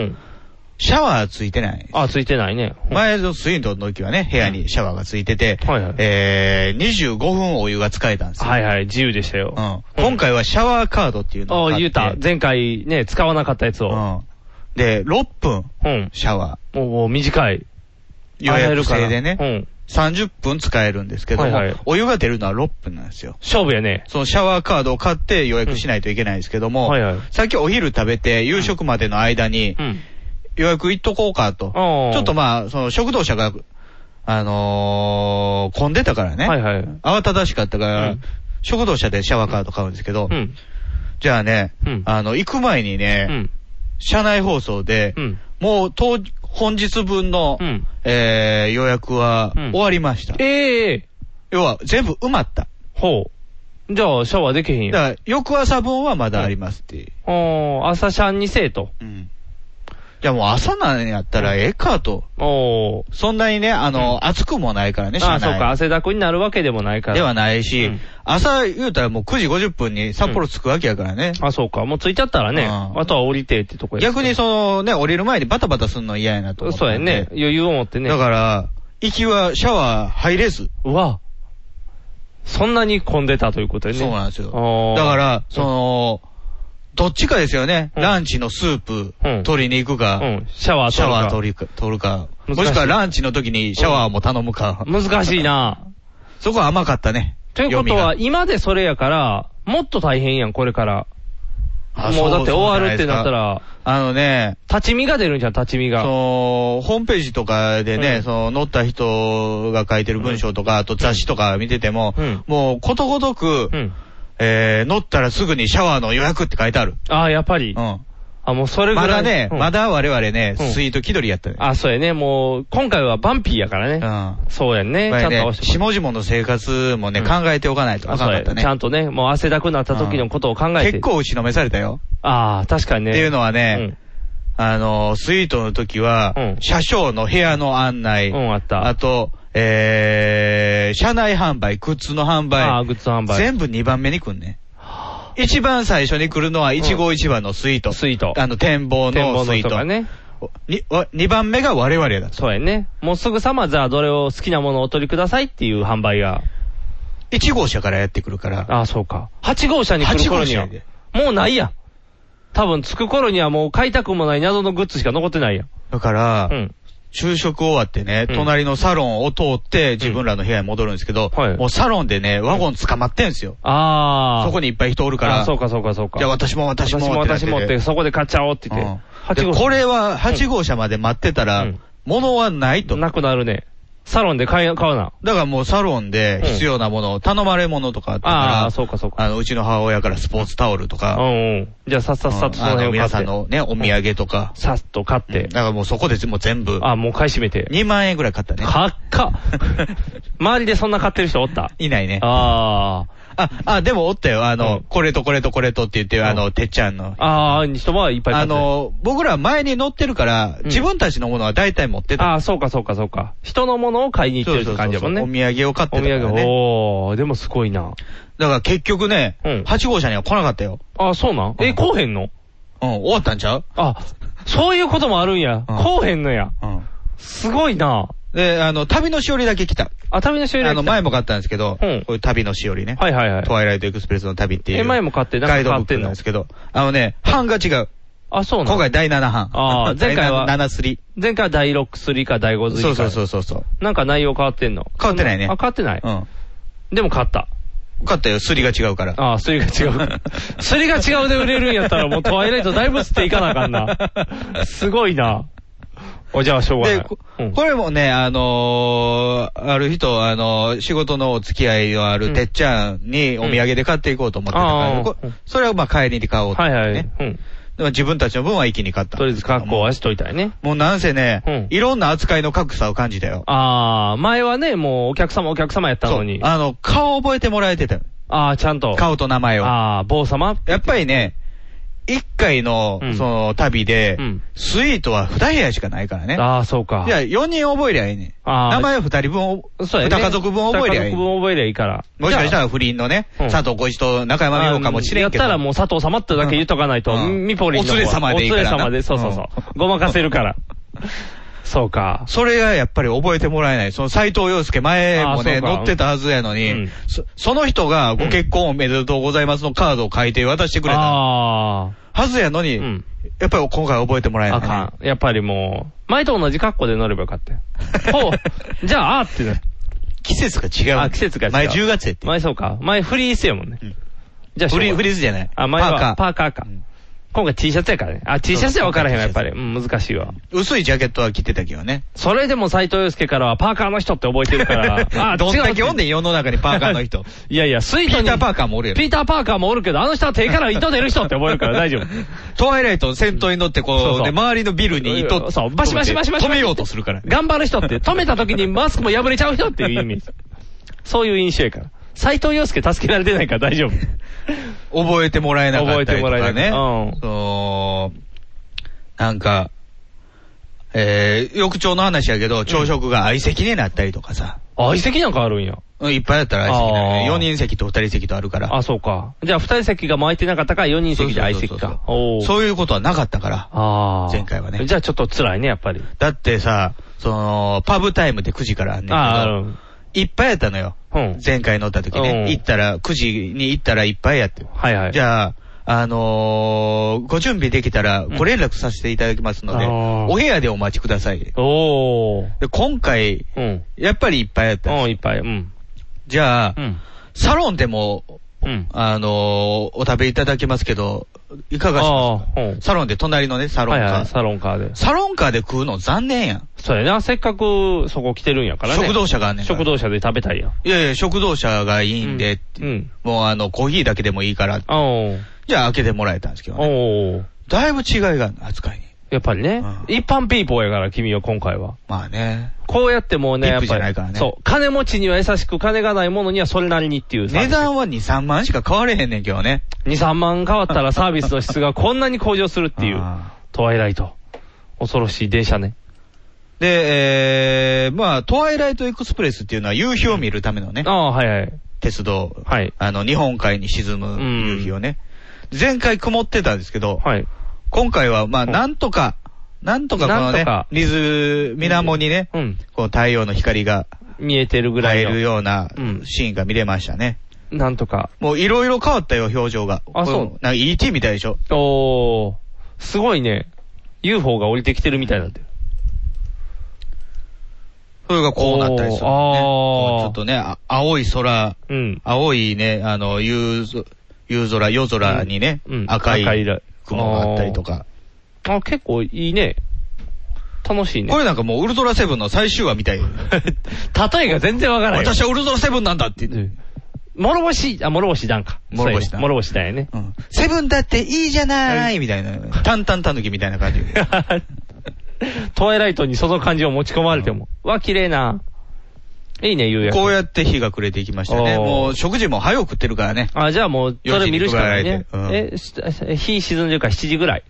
C: シャワーついてない。
B: あ、ついてないね。
C: 前のスイートの時はね、部屋にシャワーがついてて、えー、25分お湯が使えたんですよ。
B: はいはい、自由でしたよ。
C: うん今回はシャワーカードっていうのを
B: あ
C: 買
B: あ、
C: って
B: 言うた。前回ね、使わなかったやつを。
C: で、6分、シャワ
B: ー。もう短い。
C: 予約制で
B: 洗えるか
C: ね、30分使えるんですけども、
B: はいはい
C: お湯が出るのは6分なんですよ。
B: 勝負やね。
C: そのシャワーカードを買って予約しないといけないんですけども、
B: はいはい
C: さっきお昼食べて夕食までの間に、予約行っとこうかと。ちょっとまあ、その食堂車が、あのー、混んでたからね。慌ただしかったから、食堂車でシャワーカード買うんですけど、じゃあね、あの、行く前にね、車内放送で、もう当、本日分の、えー予約は終わりました。
B: ええ
C: 要は全部埋まった。
B: ほう。じゃあ、シャワーできへんやん。
C: だから、翌朝分はまだありますっていう。
B: おー朝シャンにせえと。
C: いや、もう朝なんやったらええかと。
B: お
C: そんなにね、あの、暑くもないからね、
B: あ
C: 車
B: あ、そう
C: 内。
B: か、汗だくになるわけでもないから。
C: ではないし、朝言うたらもう9時50分に札幌着くわけやからね。
B: あ、そうか。もう着いちゃったらね、あとは降りてってとこや
C: 逆にそのね、降りる前にバタバタするの嫌やなと思って。
B: そうやね。余裕を持ってね。
C: だから、行きはシャワー入れず。
B: うわ。そんなに混んでたということやね。
C: そうなんですよ。
B: よ
C: だから、その、どっちかですよね。ランチのスープ、取りに行くか、
B: シャワー取るか
C: シャワー取りか取るか。
B: 難しい
C: もしくはランチの時にシャワーも頼むか。
B: 難しいな
C: そこは甘かったね。
B: ということは、今でそれやから、もっと大変やん、これから。もうだって終わるってなったら、
C: あのね、
B: 立ち見が出るんじゃん、立ち見が。
C: その、ホームページとかでね、
B: うん
C: その、載った人が書いてる文章とか、あと雑誌とか見てても、もうことごとく、えー、載ったらすぐにシャワーの予約って書いてある。
B: ああ、やっぱり。
C: うん。
B: あ、もうそれぐらい。
C: まだね、
B: うん
C: まだ我々ね、
B: うん
C: スイート気取りやったね。
B: あ、そうやね。もう、今回はバンピーやからね。そうやんね。ち
C: こ
B: ゃ
C: れ
B: んと合わ
C: ね、
B: せてもら
C: 下々の生活もね、
B: うん
C: 考えておかないと
B: う。
C: あ
B: あ
C: か
B: そ
C: ん
B: う
C: か
B: や
C: ったね。
B: ちゃんとね、もう汗だくなった時のことを考えて。
C: 結構打ちのめされたよ。
B: ああ、確かにね。
C: っていうのはね、あの、スイートの時は、車掌の部屋の案内、
B: あ
C: と、えー、車内販売、グッズの販売、
B: ああ、グッズ販売。
C: 全部2番目に来んね。一番最初に来るのは、一号一番のスイート。
B: スイート。
C: あの、展望
B: 展
C: の
B: 望
C: ス
B: の
C: イー
B: 人
C: ト。
B: がね。
C: にわ二番目が我々だと。
B: そうやね。もうすぐさま、じゃあどれを好きなものをお取りくださいっていう販売が。
C: 1号車からやってくるから。
B: ああ、そうか。8号車に来る頃には
C: 8号車や。
B: もうないやん。多分着く頃にはもう買いたくもない謎のグッズしか残ってないやん。
C: だから、
B: ん
C: 昼食終わってね、
B: うん
C: 隣のサロンを通って自分らの部屋に戻るんですけど、もうサロンでね、ワゴン捕まってんですよ。
B: ああ。
C: そこにいっぱい人おるから
B: あそうかそうかそうか。
C: じゃあ私も私も
B: 私も
C: ってなって
B: 私
C: て
B: もって、そこで買っちゃおうって言って。
C: でこれは8号車まで待ってたら、物はないと。
B: なくなるね。サロンで買い買うな。
C: だからもうサロンで必要なもの、頼まれものとかあったから、
B: ああ、そうかそうか。
C: あの、うちの母親からスポーツタオルとか、
B: じゃあさっさっさとその辺
C: あ
B: を買って
C: 皆さんのね、お土産とか。
B: さっと買って。
C: だからもうそこでもう全部。
B: あ、もう買い占めて。
C: 2万円ぐらい買ったね。
B: 高っ周りでそんな買ってる人おった
C: いないね。
B: あ
C: あ。あ、でもおったよ。あの、これとこれとこれとって言って、あの、てっちゃんの。
B: ああ、人はいっぱい買
C: あ
B: ってる
C: の、僕ら前に乗ってるから、自分たちのものは大体持ってた。
B: ああ、そうかそうかそうか。人のものを買いに行ってるって感じやもんね。
C: そうそうそうお土産を買ってたからね
B: お土産、おー、でもすごいな。
C: だから結局ね、8号車には来なかったよ。
B: ああ、そうなんえ、こうへんの
C: うん、終わったんちゃう
B: あ、そういうこともあるんや。こうへんのや。すごいな。
C: で、あの、旅のしおりだけ来た。
B: あ、旅のしおり
C: あの、前も買ったんですけど、こういう旅のしおりね。はい
B: はいはい。
C: トワイライトエクスプレスの旅っていう。
B: え前も買ってなんか
C: ガイドブ
B: 買
C: ッ
B: って
C: ク
B: んの
C: なんですけど、あのね、版が違う。
B: あ、そうなの
C: 今回第7版。
B: ああ、前回は。
C: 第7 3。
B: 前回は第6スリか第5スリか。
C: そうそうそうそうそう。
B: なんか内容変わってんの
C: 変わってないね
B: あ、変わってない
C: うん。
B: でも買った。
C: 買ったよ、すりが違うから。
B: ああ、すりが違う。
C: [LAUGHS]
B: すりが違うで売れるんやったらもうトワイライトだいぶ吸っていかなあかんな。すごいな。お、じゃあしょうがない。
C: これもね、あのーある人、あのー仕事のお付き合いのあるてっちゃんにお土産で買っていこうと思ってたから、
B: うん
C: こそれはまあ帰りに買おうと思って、ね。でも自分たちの分は一気に買った。とりあえず
B: 格好はしといたいね。
C: もうなんせね、いろんな扱いの格差を感じたよ。
B: ああ、前はね、もうお客様お客様やったのに。
C: あの、顔覚えてもらえてたよ。
B: ああ、ちゃんと。
C: 顔と名前を。
B: ああ、坊様
C: やっぱりね、一回の、その、旅で、スイートは二部屋しかないからね。
B: ああ、そうか。
C: じゃあ、4人覚えりゃいいね。
B: あー
C: 名前は2人分お、
B: そうやね
C: 2家族分覚えりゃいい。
B: 二家族
C: も
B: 分覚えりゃいいから。
C: しかした
B: じゃあ
C: ら不倫のね、
B: うん
C: 佐藤浩市と中山美穂かもしれんけど。
B: やったらもう佐藤様ってだけ言っとかないと、
C: うん
B: ミポリンの方は
C: お連れ様でいいからな
B: お連れ様で、そうそうそう。ごまかせるから。そうか。
C: それがやっぱり覚えてもらえない。その斎藤洋介前も
B: あーそ
C: ね、
B: うか
C: 乗ってたはずやのに、そ、その人がご結婚おめでとうございますのカードを書いて渡してくれた。
B: は
C: ずやのに、やっぱり今回覚えてもらえない、
B: あかん。やっぱりもう、前と同じ格好で乗ればよか
C: [LAUGHS]
B: ったよ。ほう。じゃあ、あーってね。
C: 季節が違う。
B: あ、季節が違う。
C: 前10月や
B: 前そうか。前フリースやもんね。じゃあしょうがない、
C: フリースじゃない
B: あ、前
C: パーカ
B: は
C: ー
B: パーカーか。今回 T シャツやからね。あ、T シャツは分からへんわ、やっぱり。うん、難しいわ。
C: 薄いジャケットは着てたけどね。
B: それでも斎藤祐介からはパーカーの人って覚えてる
C: [LAUGHS]
B: から。あ、
C: どんだけ
B: 違う
C: おんねん、世の中にパーカー
B: [LAUGHS]
C: の人。
B: いやいや、スイートに。
C: ピーターパーカーもおるやろ
B: ピーター・パーカーもおるけど、あの人は手から糸出る人って覚え
C: [LAUGHS]
B: るから大丈夫。
C: トワイライト先頭に乗ってこう、
B: そうそう
C: で、周りのビルに糸、
B: そう、バシバシバシバシ
C: 止めようとするから。
B: 頑張る人って、止めた時にマスクも破れちゃう人っていう意味。そういう印象やから。斎藤洋介助けられてないから大
C: [LAUGHS]
B: 丈夫。
C: 覚えてもらえなかったりと
B: 覚え
C: か
B: てもらえ
C: ね。
B: な
C: そうなんか、えー、翌朝の話やけど、朝食が相席になったりとかさ。
B: 相席なんかあるんや。
C: うんいっぱいあったら相席になるね。
B: あー
C: 4人席と2人席とあるから。
B: あ、そうか。じゃあ、二人席が巻いてなかったから、四人席で相席か。おー
C: そういうことはなかったから。
B: あー
C: 前回はね。
B: じゃあちょっと辛いね、やっぱり。
C: だってさ、その、パブタイムで9時からあんねんけど、
B: あーうん
C: いっぱいやったのよ。前回乗った時
B: うん
C: ね。行ったら、9時に行ったらいっぱいやって。
B: はいはい。
C: じゃあ、あのーご準備できたらご連絡させていただきますので、
B: あー
C: お部屋でお待ちください。
B: お
C: で今回、やっぱりいっぱいやったん
B: いっぱい、うん。
C: じゃあ、
B: ん
C: サロンでも、あのーお食べいただけますけど、いかがしますか、サロンで、隣のね、サロンカー、
B: はいはいサロンカーで。
C: サロンカーで食うの残念やん。
B: そうやな、せっかくそこ来てるんやからね。
C: 食堂車があんねんから
B: 食堂車で食べたいやん。
C: いやいや、食堂車がいいんで、もうあの、コーヒーだけでもいいから、じゃあ開けてもらえたんですけど
B: ね。
C: だいぶ違いがあるの扱いに。
B: やっぱりね、一般ピーポーやから、君は今回は。
C: まあね。
B: こうやってもうね、
C: リ
B: や
C: ッ
B: っ
C: プじ
B: ぱ
C: ゃ
B: り。
C: ないからね
B: そう。金持ちには優しく、金がないものにはそれなりにっていうサービ
C: 値
B: ス。
C: 段は2、3万しか変われへんねんけどね。
B: 2、3万変わったらサービスの質がこんなに向上するっていう、トワイライト。恐ろしい電車ね。
C: で、えー、まあ、トワイライトエクスプレスっていうのは夕日を見るためのね。
B: ああ、はいはい。
C: 鉄道。
B: はい。
C: あの、日本海に沈む夕日をね。前回曇ってたんですけど、今回は、まあ、なんとか、なんとかこの
B: なんと
C: ね
B: か、
C: 水、水面にね、こう太陽の光が
B: 見えてるぐらいの
C: 入るようなシーンが見れましたね。
B: なんとか。
C: もういろいろ変わったよ、表情が。
B: あそう
C: こなんか ET みたいでしょ。
B: おー、すごいね。UFO が降りてきてるみたいになってる。
C: それがこうなったりする、ね。
B: おーあー
C: ちょっとね、あ青い空、青いね、あの、夕ぞ夕空、夜空にね、赤い
B: 赤いら
C: 雲があったりとか。
B: あ、結構いいね。楽しいね。
C: これなんかもうウルトラセブンの最終話みたい。
B: [LAUGHS] 例えが全然わからない。
C: 私はウルトラセブンなんだって言って。
B: 諸星、あ、諸星団か。
C: 諸星団
B: そうやね諸星団やね。 [LAUGHS]
C: セブンだっていいじゃないみたいな。タンタンタヌキみたいな感じ。
B: トワイライトにその感じを持ち込まれても。わ、綺麗な。いいね、夕焼け。
C: こうやって日が暮れていきましたね。
B: おー
C: もう食事も早く食ってるからね。
B: あ、じゃあもう、それ見るしかないね。
C: うん
B: え、し日沈んでるから7時ぐらい。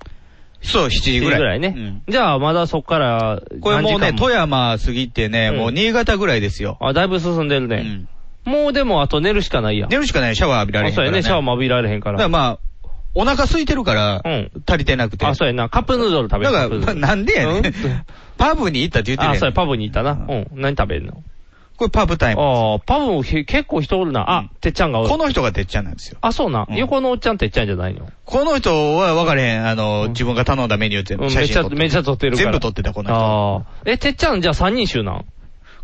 C: そう、7時ぐらい。
B: 7時ぐらいね。じゃあ、まだそっから、
C: これもうね、
B: 何時間
C: 富山過ぎてね、
B: うん
C: もう新潟ぐらいですよ。
B: あ、だいぶ進んでるね。もうでも、あと寝るしかないやん。
C: 寝るしかない、シャワー浴びられへ
B: あ、
C: ん
B: そ
C: から、
B: うや
C: ね。
B: ね、シャワーも浴びられへんか。
C: だかららまあ、お腹空いてるから、足りてなくて。
B: あ、そうやな。カップヌードル食べ
C: だ
B: る
C: から、まあなんでやねん。パブに行ったって言ってるやん
B: あ、そうや、パブに行ったな。うん。何食べるの
C: これパブタイム。
B: ああ、パブもけ結構人おるな。あ、てっちゃんがおる。
C: この人がてっちゃんなんですよ。
B: あ、そうな。横のおっちゃんてっちゃんじゃないの。
C: この人は分かれへん、あの、自分が頼んだメニュー全
B: う
C: 部
B: ん
C: 写
B: めち
C: 真
B: ゃ
C: 撮って、
B: めちゃ撮ってるから
C: 全部撮ってた、この人。
B: ああ。え、てっちゃんじゃあ三人衆なん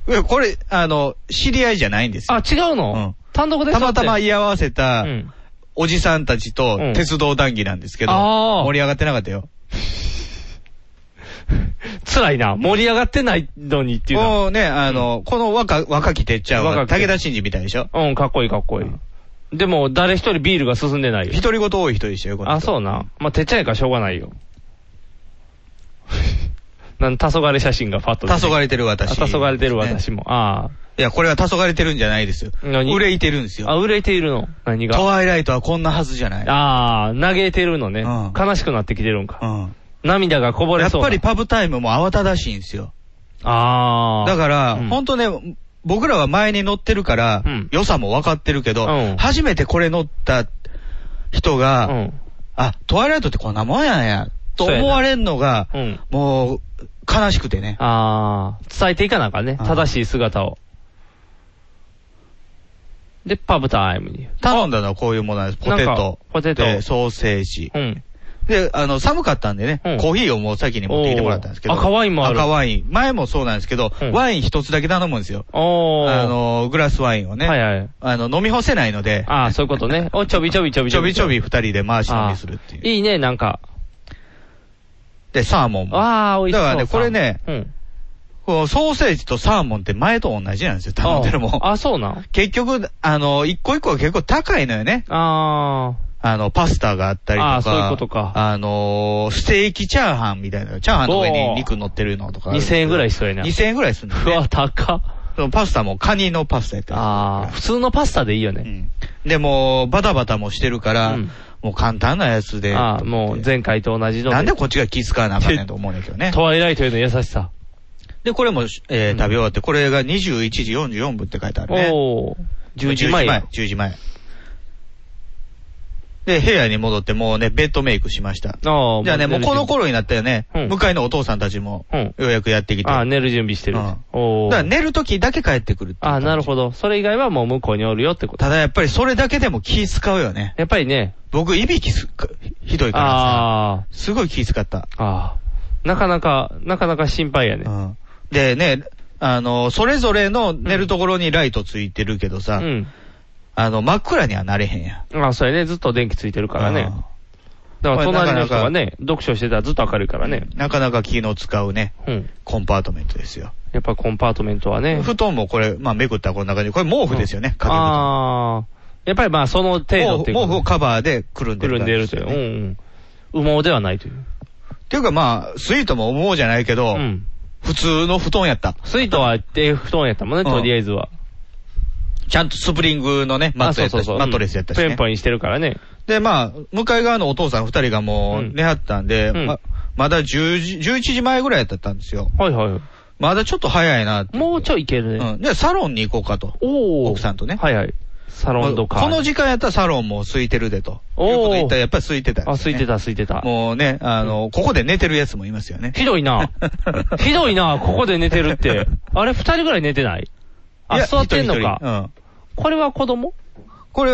C: いやこれ、あの、知り合いじゃないんですよ。
B: あ、違うの単独で
C: た
B: 座っ
C: ま
B: て
C: たま居合わせた、おじさんたちと
B: うん
C: 鉄道談義なんですけど、
B: あー
C: 盛り上がってなかったよ。
B: 辛いな。盛り上がってないのにっていうのは。
C: もうね、あの、この若、若きてっちゃんは、
B: 若き
C: 武田真治みたいでしょ
B: うん、かっこいいかっこいい。でも、誰一人ビールが進んでないよ。
C: 独り言多い人でしたよ、この人
B: あ、そうな。まあ、てっちゃんやからしょうがないよ。 [LAUGHS] なん、黄昏写真がファッと出て
C: 黄昏てる私
B: あ黄昏てる私も。あ
C: いや、これは黄昏てるんじゃないですよ。
B: あ。何
C: 憂いてるんですよ。
B: あ、憂いているの。何
C: ト
B: が。
C: ワイライトはこんなはずじゃない。
B: ああ、嘆いてるのね。悲しくなってきてるんか。涙がこぼ
C: や
B: れ
C: っ
B: そう
C: ぱ
B: な。
C: りパブタイムも慌ただしいんですよ。
B: ああ。
C: だから、本当ね、僕らは前に乗ってるから、良さも分かってるけど、初めてこれ乗った人が、あ、トワイライトってこんなもんやんや、と
B: そうやな
C: 思われるのが、もう、悲しくてね。
B: ああ、伝えていかなあかんね。正しい姿を。で、パブタイムに。
C: 頼んだのはこういうものなんです。ポテ
B: なん
C: ト
B: か。ポテト
C: でソーセージ。で、あの、寒かったんでね、コーヒーをもう先に持ってきてもらったんですけど。
B: おー赤ワインもある
C: 赤ワイン。前もそうなんですけど、ワイン一つだけ頼むんですよ。あの、グラスワインをね。
B: はいはい
C: あの、飲み干せないので。
B: ああ、そういうことね。お、ちょびちょびちょび
C: ちょびちょび二人で回し飲みする。
B: っていう。いいね、なんか。
C: で、サーモンも。
B: ああ、美味し
C: だ
B: そう。
C: からね、これね、
B: うん。
C: こうソーセージとサーモンって前と同じなんですよ、頼んでるもん。
B: あ、そうなん
C: 結局、あの、一個一個が結構高いのよね。
B: あ
C: あ。の、パスタがあったりとか。
B: あーそういうこと
C: か。あのー、ステーキチャーハンみたいな。チャーハンの上に肉乗ってるのとか。
B: 2000円ぐらいしそうやな。
C: 2000円ぐらいするんだよ、ね。
B: うわ、高っ。
C: そのパスタもカニのパスタやった。
B: ああ、普通のパスタでいいよね。
C: で、もうバタバタもしてるから、もう簡単なやつで。
B: ああ、もう前回と同じの
C: なんでこっちが気使わなあかんねんと思うねんけどね。
B: トワイライトへの優しさ。
C: で、これも、えー食べ終わって、これが21時44分って書いてあるね。
B: おお。10時前や。
C: 10時前。で、部屋に戻ってもうね、ベッドメイクしました。じ
B: ああ、
C: ゃあね、もうこの
B: 頃。
C: 頃になったよね、向かいのお父さんたちも、ようやくやってきて。
B: ああ、寝る準備してる。おお。
C: だから寝るときだけ帰ってくるっていう
B: ああ、なるほど。それ以外はもう向こうにおるよってこと。
C: ただやっぱりそれだけでも気使うよね。
B: やっぱりね。
C: 僕、いびきすっかひどいから
B: ああ。
C: すごい気使った。
B: ああ。なかなか、なかなか心配やね。
C: でね、あの、それぞれの寝るところにライトついてるけどさ、あの、真っ暗にはなれへんや。
B: ああ、それね、ずっと電気ついてるからね。だから隣の人がね、読書してたらずっと明るいからね。
C: なかなか気の使うね、
B: うん。
C: コンパートメントですよ。
B: やっぱコンパートメントはね。
C: 布団もこれ、まあ、めくったらこんな感じ。これ毛布ですよね、掛け布団
B: ああ。やっぱりまあ、その程度っていう
C: 毛
B: か
C: 布毛布をカバーでくるんで
B: く
C: る
B: るんでいるという。うんうん。羽毛ではないという。
C: っていうかまあ、スイートも思うじゃないけど、普通の布団やった。
B: スイートは、え、布団やったもんね、とりあえずは。
C: ちゃんとスプリングのね、マットやったし
B: あそうそうそう
C: マットレスやったし
B: ペ
C: ね
B: ン。ペンしてるからね。
C: で、まあ、向かい側のお父さん二人がもう寝はったんで、ままだ10時、11時前ぐらいだったんですよ。
B: はいはい。
C: まだちょっと早いなって。
B: もうちょいいけるね。
C: うん。で、サロンに行こうかと。奥さんとね。
B: はいはい。サロンとか。
C: この時間やったらサロンも空いてるでと。いうこと言ったらやっぱり空いてたんですよね、
B: あ、空いてた空いてた。
C: もうね、あの、ここで寝てるやつもいますよね。
B: ひど
C: [LAUGHS]
B: いな。ひどいな、ここで寝てるって。あれ、二人ぐらい寝てない
C: い
B: あ、
C: や
B: 座ってんの
C: 一人一
B: か。
C: 人うん。
B: これは子供
C: これ、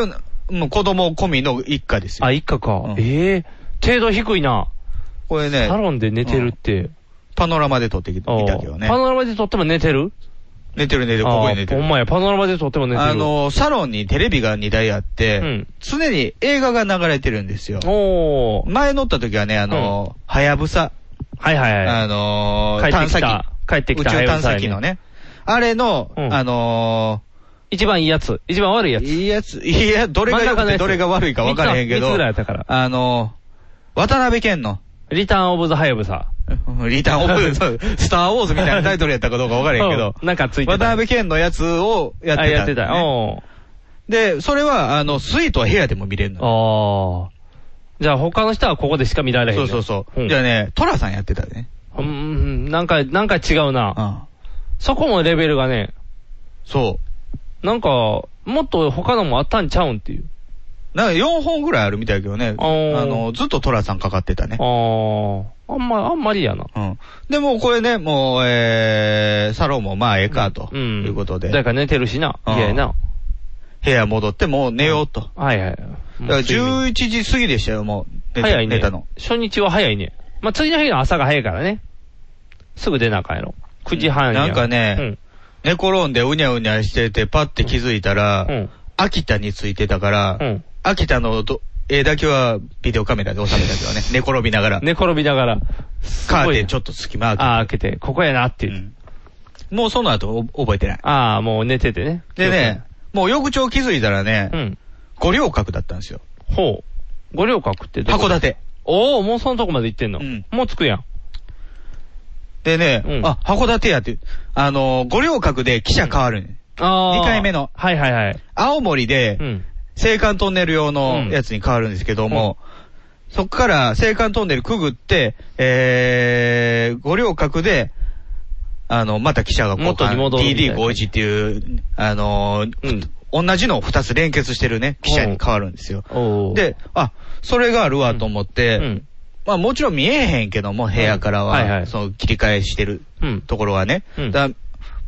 C: もう子供込みの一家ですよ。
B: あ、一家か。ええ、程度低いな。
C: これね、
B: サロンで寝てるって。
C: パノラマで撮ってきた
B: おう
C: けどね
B: パ。ノラマで撮っても寝てる
C: 寝てる寝てる、ここに寝て
B: あ
C: る
B: ほん。まや、パノラマで撮っても寝てる。
C: あ、の、サロンにテレビが2台あって、
B: うん
C: 常に映画が流れてるんですよ。
B: おー。
C: 前乗った時はね、あの、はやぶさ。
B: はいはいはい。
C: あのー
B: 帰っ
C: 探
B: てき
C: 査機
B: た。帰ってき
C: 宇
B: た。
C: 宙探査機のね。あれの、
B: うん
C: あの
B: 一番いいやつ。一番悪いやつ。
C: いいやつ、ーいや、どれが良くてどれが悪いか分からへんけ
B: 3つ
C: ど
B: ぐ、らいやったから。
C: あのー渡辺謙の、 [LAUGHS]
B: リターンオブザハヤブサ。
C: リターンオ
B: [LAUGHS]
C: ブ、そうスターウォーズみたいなタイトルやったかどうか分からへんけど、
B: うんなんかついてた。
C: 渡辺謙のやつをやってた、
B: あやってた。
C: ね
B: おー
C: で、それは、あの、スイートは部屋でも見れるの。
B: ああ。じゃあ他の人はここでしか見られへん
C: そ
B: ね。
C: うそうそう。
B: ん
C: じゃあね、トラさんやってたね。
B: うんうん、なんか、なんか違うな。そこもレベルがね。
C: そう。
B: なんか、もっと他のもあったんちゃうんっていう。
C: なんか4本ぐらいあるみたいだけどね。あ
B: ー
C: の、ずっとトラさんかかってたね。
B: ああんま、あんまりやな。
C: うん。で、もうこれね、もう、えー、サロンもまあええかと、いうことで。
B: だから寝てるしな。
C: うん
B: いやな。
C: 部屋戻ってもう寝ようと。
B: はいはい。
C: だから11時過ぎでしたよ、もう。寝た
B: 早いね。
C: 寝たの。
B: 初日は早いね。まあ、次の日の朝が早いからね。すぐ出なあかんやろ。9時半や。
C: なんかね、
B: うん
C: 寝転んでうにゃうにゃしてて、パッて気づいたら、秋田についてたから、秋田のど絵だけはビデオカメラで収めたけど
B: [LAUGHS]
C: ね、寝転びながら。
B: 寝転びながら。
C: カーテンちょっと隙間
B: ああ、開けて、ここやなっていう。
C: もうその後お覚えてない。
B: ああ、もう寝ててね。
C: でね、もう翌朝気づいたらね、五稜郭だったんですよ。
B: ほう。五稜郭ってどこ
C: 函館。
B: おお、もうそのとこまで行ってんの。もう着くやん。
C: でね、あ、函館やって、あのー、五稜郭で記者変わる、ね
B: あ
C: 2
B: あ。
C: 回目の。
B: はいはいはい。
C: 青森で、青函トンネル用のやつに変わるんですけども、そこから青函トンネルくぐって、えー、五稜郭で、あの、また記者が交
B: 元に
C: 換、
B: 戻るみたいな
C: DD51 っていう、あのー同じのを2つ連結してるね、記者に変わるんですよ。で、あ、それがあるわと思って、まあもちろん見えへんけども、部屋からは、その切り替えしてるところはね。だから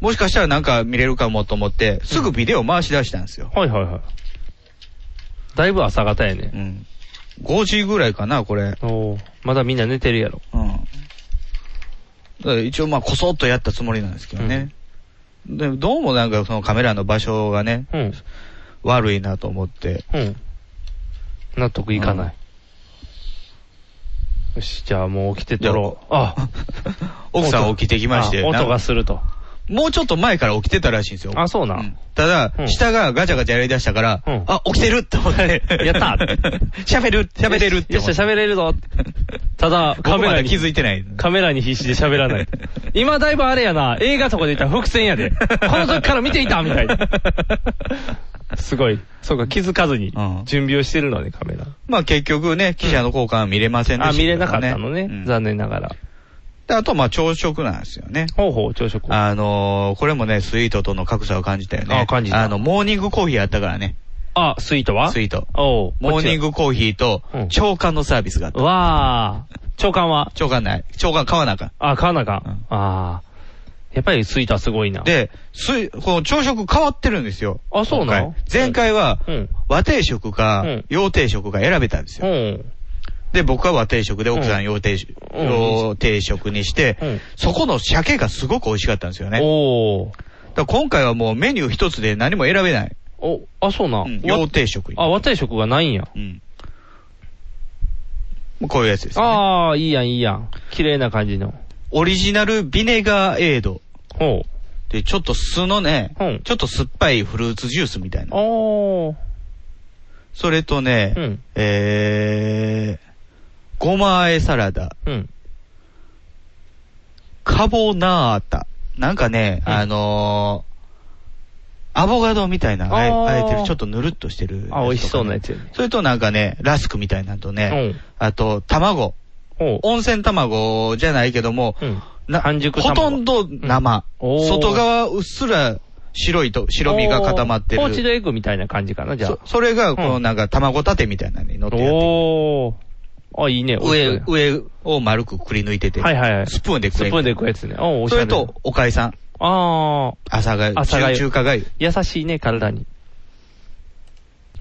C: もしかしたらなんか見れるかもと思って、すぐビデオ回し出したんですよ。
B: はいはいはい。だいぶ朝方やね。
C: うん。5時ぐらいかな、これ。
B: おまだみんな寝てるやろ。
C: うん。だから一応まあ、こそっとやったつもりなんですけどね。でもどうもなんかそのカメラの場所がね、悪いなと思って。
B: うん。納得いかない。よし、じゃあもう起きて撮ろう。あ
C: 奥さん起きてきまして
B: あ音がすると。
C: もうちょっと前から起きてたらしいんですよ。
B: あ、そうな。
C: ただ、下がガチャガチャやり出したから、あ、起きてるって思って。
B: やった
C: [LAUGHS] 喋る喋れるって
B: よっ
C: 思っ
B: しゃ、
C: て。
B: 喋れるぞ。た
C: [LAUGHS]
B: だ、カ
C: こ
B: メ
C: ま
B: ラ
C: で
B: に
C: 気づいてない。
B: カメラに必死で喋ら
C: [LAUGHS]
B: ない。今だいぶあれやな、映画とかで言ったら伏線やで。この時から見ていたみたいな。すごい。そうか、気づかずに準備をしてるのね、カメラ。
C: まあ結局ね、記者の交換は見れませんでした、
B: あ、見れなかったのね。残念ながら。
C: であと、まあ朝食なんですよね。
B: ほうほう、朝食。
C: あのー、これもね、スイートとの格差を感じたよね。あ、感じた。あの、モーニングコーヒーやったからね。
B: あ、スイートは
C: スイート。
B: お
C: モーニングコーヒーと、長官のサービスがあった。
B: わあ。長官は
C: 長官ない。長官買わなあかん。
B: あ、買わなあかん。ああ。やっぱりスイートはすごいな。
C: で、すい、この朝食変わってるんですよ。
B: あ、そうなの
C: 今回前回は、和定食か、洋定食か選べたんですよ。で、僕は和定食で、奥さん洋定食、
B: うん
C: 洋定食にして、そこの鮭がすごく美味しかったんですよね。だから今回はもうメニュー一つで何も選べない。
B: お、あ、そうな。
C: 洋定食に。
B: あ、和定食がないんや。
C: もうこういうやつです。
B: ああ、いいやん、いいやん。綺麗な感じの。
C: オリジナルビネガーエード。で、ちょっと酢のね、ちょっと酸っぱいフルーツジュースみたいな。それとね、えー、ごま和えサラダ。カボナータ。なんかね、あのー、アボカドみたいな、あえ
B: あー
C: あえてる、ちょっとぬるっとしてる、
B: あ、美味しそうなやつやね。
C: それとなんかね、ラスクみたいなのとね、あと、卵。温泉卵じゃないけども、なほとんど生。
B: おー
C: 外側うっすら白いと、白身が固まってる。
B: ポーチドエッグみたいな感じかな、じゃあ
C: そ。それが、このなんか卵立てみたいなのに乗ってやって
B: おー。あ、いいね。
C: 上、上を丸くくり抜いてて。
B: はいはいはい
C: スプーンで食える
B: スプーンで食うやつねおうおし
C: そ
B: ゃれ
C: れと、おかゆさん。
B: あ
C: あ。朝がゆ。
B: 朝粥
C: 中中華がゆ。
B: 優しいね、体に。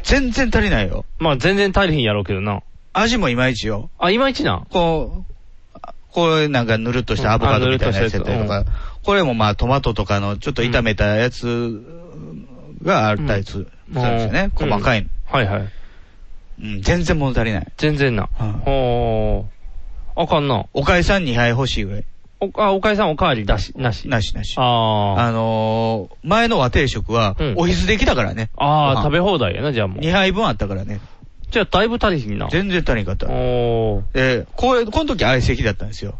C: 全然足りないよ。
B: まあ全然足りひんやろうけどな。
C: 味もいまいちよ。
B: あ、いまいちな。
C: こう、こういうなんかぬるっとしたアボカドみたいなやつやったりと
B: うん
C: か
B: あぬ。
C: これもまあトマトとかのちょっと炒めたやつがあったりするするんですよね。
B: うん
C: 細かいの。
B: はいはい。
C: うん、全然物足りない。
B: 全然な。おー。あかんな。
C: おかえさん2杯欲しいぐらい。
B: お、あ、おかえさんおかわりだし、なし。
C: なしなし。
B: あ
C: あのー、前の和定食は、おひずできたからね。
B: あ
C: ご飯
B: あ、食べ放題やな、じゃあもう。
C: 2杯分あったからね。
B: じゃあだいぶ足りひんな。
C: 全然足りんかった。
B: お
C: えこれ、この時相席だったんですよ。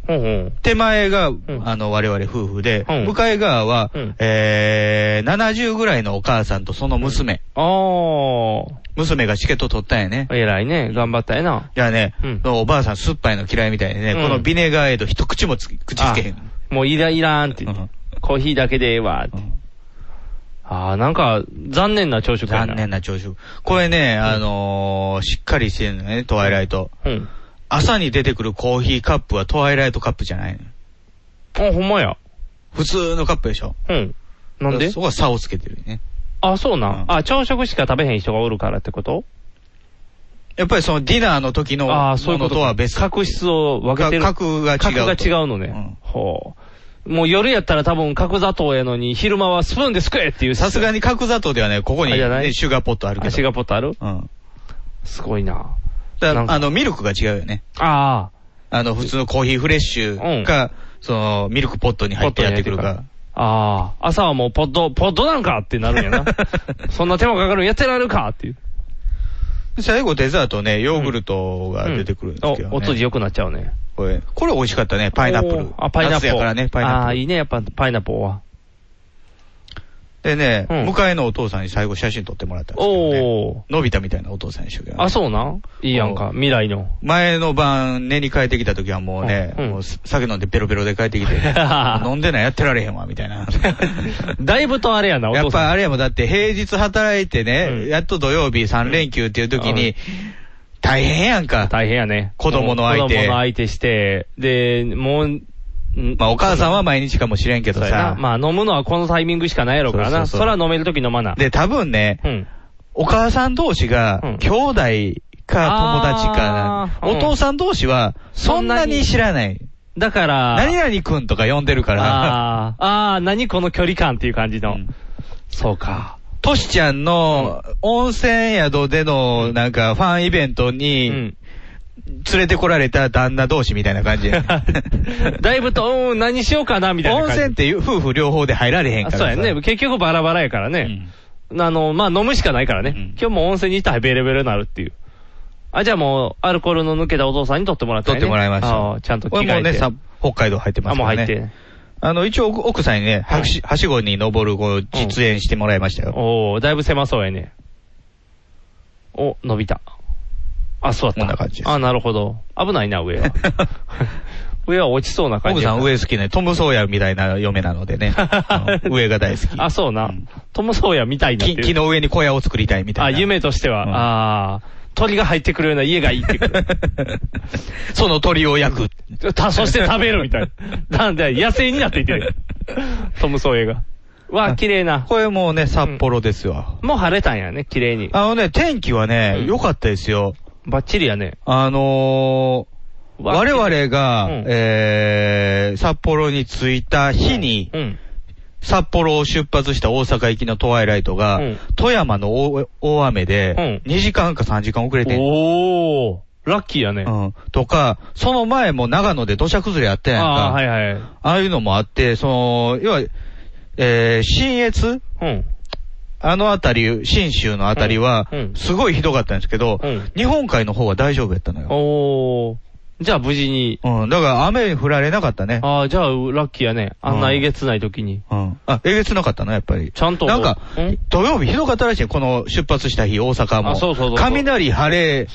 C: 手前が、あの、我々夫婦で、向かい側は、えー、70ぐらいのお母さんとその娘。
B: ああ。
C: 娘がチケット取ったんやね。
B: 偉いね。頑張ったやな。
C: いやね、おばあさん酸っぱいの嫌いみたいでね、
B: うん
C: このビネガーエイド一口もつ口つけへん。
B: もういらいらんって言って。コーヒーだけでええわって。ああ、なんか、残念な朝食やな。
C: 残念な朝食。これね、あのー、しっかりしてるのね、トワイライト。
B: うん。
C: 朝に出てくるコーヒーカップはトワイライトカップじゃないの。
B: あ、ほんまや。
C: 普通のカップでしょ。
B: うん。なんで
C: そこは差をつけてるよね。
B: あ、そうなん。あ、朝食しか食べへん人がおるからってこと
C: やっぱりそのディナーの時の
B: ああ、そういうこと
C: ものとは別
B: 確執を分けてる。
C: か格が違うと
B: 格が違うのね。ほう。もう夜やったら多分角砂糖やのに、昼間はスプーンですくえっていう。
C: さすがに角砂糖ではね、ここに、
B: あじゃない
C: ね、シュガーポットあるけど。
B: シュガーポットある
C: うん。
B: すごいな。
C: だか
B: なん
C: ら、
B: か
C: あの、ミルクが違うよね。
B: あ
C: あの、普通のコーヒーフレッシュか、その、ミルクポットに入ってやってくるか。
B: あ、ああ、朝はもうポッド、ポッドなんかってなるんや
C: [LAUGHS]
B: な。そんな手間かかるんやってられるかっていう。
C: 最後デザートね、ヨーグルトが出てくるんですけど、ね
B: お、お通じ良くなっちゃうね。
C: これ、これ美味しかったね、パイナップル
B: おー。あ、パイナップ
C: 夏や
B: ル。
C: からね、パイナッ
B: あ
C: プ
B: あ、
C: ル。
B: いいね、やっぱパイナップルは。
C: でね、
B: うん
C: 向かいのお父さんに最後写真撮ってもらったんですけどね。のび太みたいなお父さんでしたけど、ね。
B: あ、そうなんいいやんか、未来
C: [LAUGHS]
B: の。
C: 前の晩、寝に帰ってきた時はもうね、もう酒飲んでベロベロで帰
B: [LAUGHS]
C: ってきて、飲んでないやってられへんわ、みたいな。
B: だいぶとあれやな、お
C: やっ
B: 父さん。
C: ぱあれやもんだって平日働いてね、やっと土曜日3連休っていう時に、大変やんか。
B: 大変やね。
C: 子供の相手
B: 子供の相手して、で、もう、
C: まあお母さんは毎日かもしれんけど
B: そうやな
C: さ。
B: まあ飲むのはこのタイミングしかないやろから
C: そうそ
B: な。
C: うそう
B: そら飲めるとき飲まな。
C: で、多分ね、
B: うん。
C: お母さん同士が、兄弟か友達か
B: あー
C: な、
B: うん
C: お父さん同士は、そんなに知らない。
B: だから、
C: 何々くんとか呼んでるから、
B: あーあー、何この距離感っていう感じの。そうか。
C: としちゃんの温泉宿でのなんかファンイベントに、連れてこられた旦那同士みたいな感じ。
B: [LAUGHS] [LAUGHS] だいぶと、うん、何しようかな、みたいな
C: 温
B: 感じ。
C: 泉って夫婦両方で入られへんから
B: そう
C: さ。
B: やね。結局バラバラやからね。あの、まあ、飲むしかないからね。今日も温泉に行ったらベレベレになるっていう。あ、じゃあもう、アルコールの抜けたお父さんに取ってもらって、
C: 取ってもらいました
B: あーちゃんと着替えて。
C: 俺もね、さ北海道入ってますからね。
B: あもう入って
C: あの、一応奥奥さんにね、はしはしごに登るこう実演してもらいましたよ。
B: おおだいぶ狭そうやね。お、伸びた。あ、そうだった。こんな
C: 感じ
B: あ、なるほど。危ないな、
C: [LAUGHS]
B: 上は。上は落ちそうな感
C: 奥
B: じや
C: さ
B: な。
C: ん上好きね、トム・ソーヤみたいな嫁なのでね。うん上が大好き。
B: あ、そうな。トムソーヤみたいなってい
C: 木
B: う。
C: 木の上に小屋を作りたいみた
B: あ、
C: いな。
B: 夢としては、ああ、鳥が入ってくるような家がいいって
C: [LAUGHS]
B: くる。
C: その鳥を焼く。
B: た、そして食べるみたいな。なんで、野生になっていって
C: [LAUGHS]
B: る。トム・ソーヤが。わ、綺麗な。
C: これもうね、札幌ですわ。
B: もう晴れたんやね、綺麗に。
C: あのね、天気はね、良かったですよ。
B: バッチリやね。
C: あのー、我々が、えー、札幌に着いた日に、札幌を出発した大阪行きのトワイライトが、富山の大大雨で、2時間か3時間遅れてん
B: おー、ラッキーやね。
C: うん。とか、その前も長野で土砂崩れあったやんか。
B: あーはいはい。
C: ああいうのもあって、その、要は、えー、新越あのあたり、新州のあたりは、すごいひどかったんですけど、日本海の方は大丈夫やったのよ。
B: おー。じゃあ無事に。
C: うん、だから雨降られなかったね。
B: ああ、じゃあ、ラッキーやね。あんなえげつない時に。
C: うん。あ、えげつなかったな、やっぱり。
B: ちゃんと。
C: なんか、土曜日ひどかったらしいよこの出発した日、大阪も。
B: あそうそうそうそう
C: 雷、晴れ、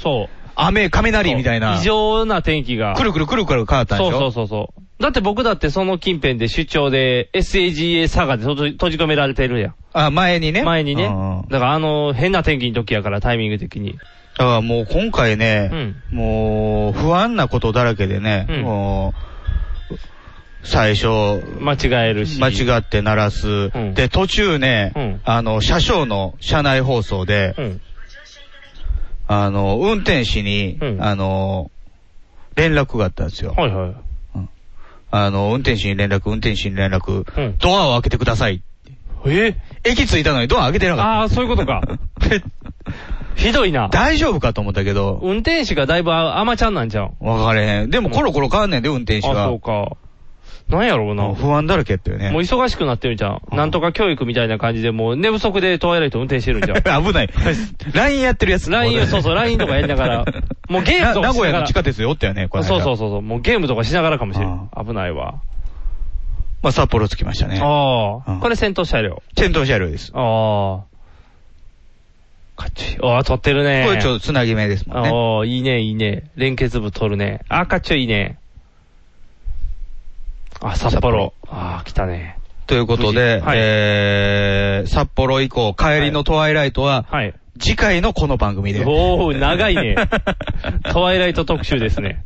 C: 雨、雷みたいな。
B: 異常な天気が。
C: くるくるくるくる変わったんでしょ
B: そうそうそうそう。だって僕だってその近辺で出張で SAGA 佐賀で閉じ閉じ込められてるやん。
C: あ、前にね。
B: 前にね
C: うん。
B: だからあの、変な天気の時やから、タイミング的に。
C: だからもう今回ね、もう不安なことだらけでね、
B: うん
C: もう、最初、
B: 間違えるし。
C: 間違って鳴らす。で、途中ね、あの、車掌の車内放送で、あの、運転士に、あの、連絡があったんですよ。
B: はいはい。
C: あの、運転士に連絡、運転士に連絡、ドアを開けてくださいって。
B: え
C: 駅着いたのにドア開けてなかった。
B: ああ、そういうこと
C: [LAUGHS]
B: か。ひどいな。
C: 大丈夫かと思ったけど、
B: 運転手がだいぶあ甘ちゃんなんじゃん。
C: 分かれへん。でもコロコロ変わんねんで、運転手が。
B: あそうか。なんやろうな。
C: 不安だらけやったよね。
B: もう忙しくなってるじゃん。なんとか教育みたいな感じで、もう寝不足でトワイライト運転し
C: [LAUGHS]
B: てるんじゃん。
C: 危
B: [LAUGHS]
C: ない。LINE やってるやつ。
B: LINE、そう
C: [LAUGHS]
B: そう、LINE とかやりながら。もうゲーム
C: な
B: とかしながら
C: 名古屋の地下鉄でおったよね、これ。
B: そうそうそうそう。もうゲームとかしながらかもしれん。危ないわ。
C: まあ、札幌着きましたね。
B: ああ。これ戦闘車両。
C: 戦闘車両です。
B: ああ。かっちょいい。ああ、撮ってるね。
C: これちょっとつなぎ目ですもんね。
B: おー、いいね、いいね。連結部取るね。あー、かっちょいいね。あ、札幌。あー、来たね。
C: ということで、えー、札幌以降、帰りのトワイライトは、次回のこの番組で。
B: おー、長いね。トワイライト特集で
C: [LAUGHS]
B: すね。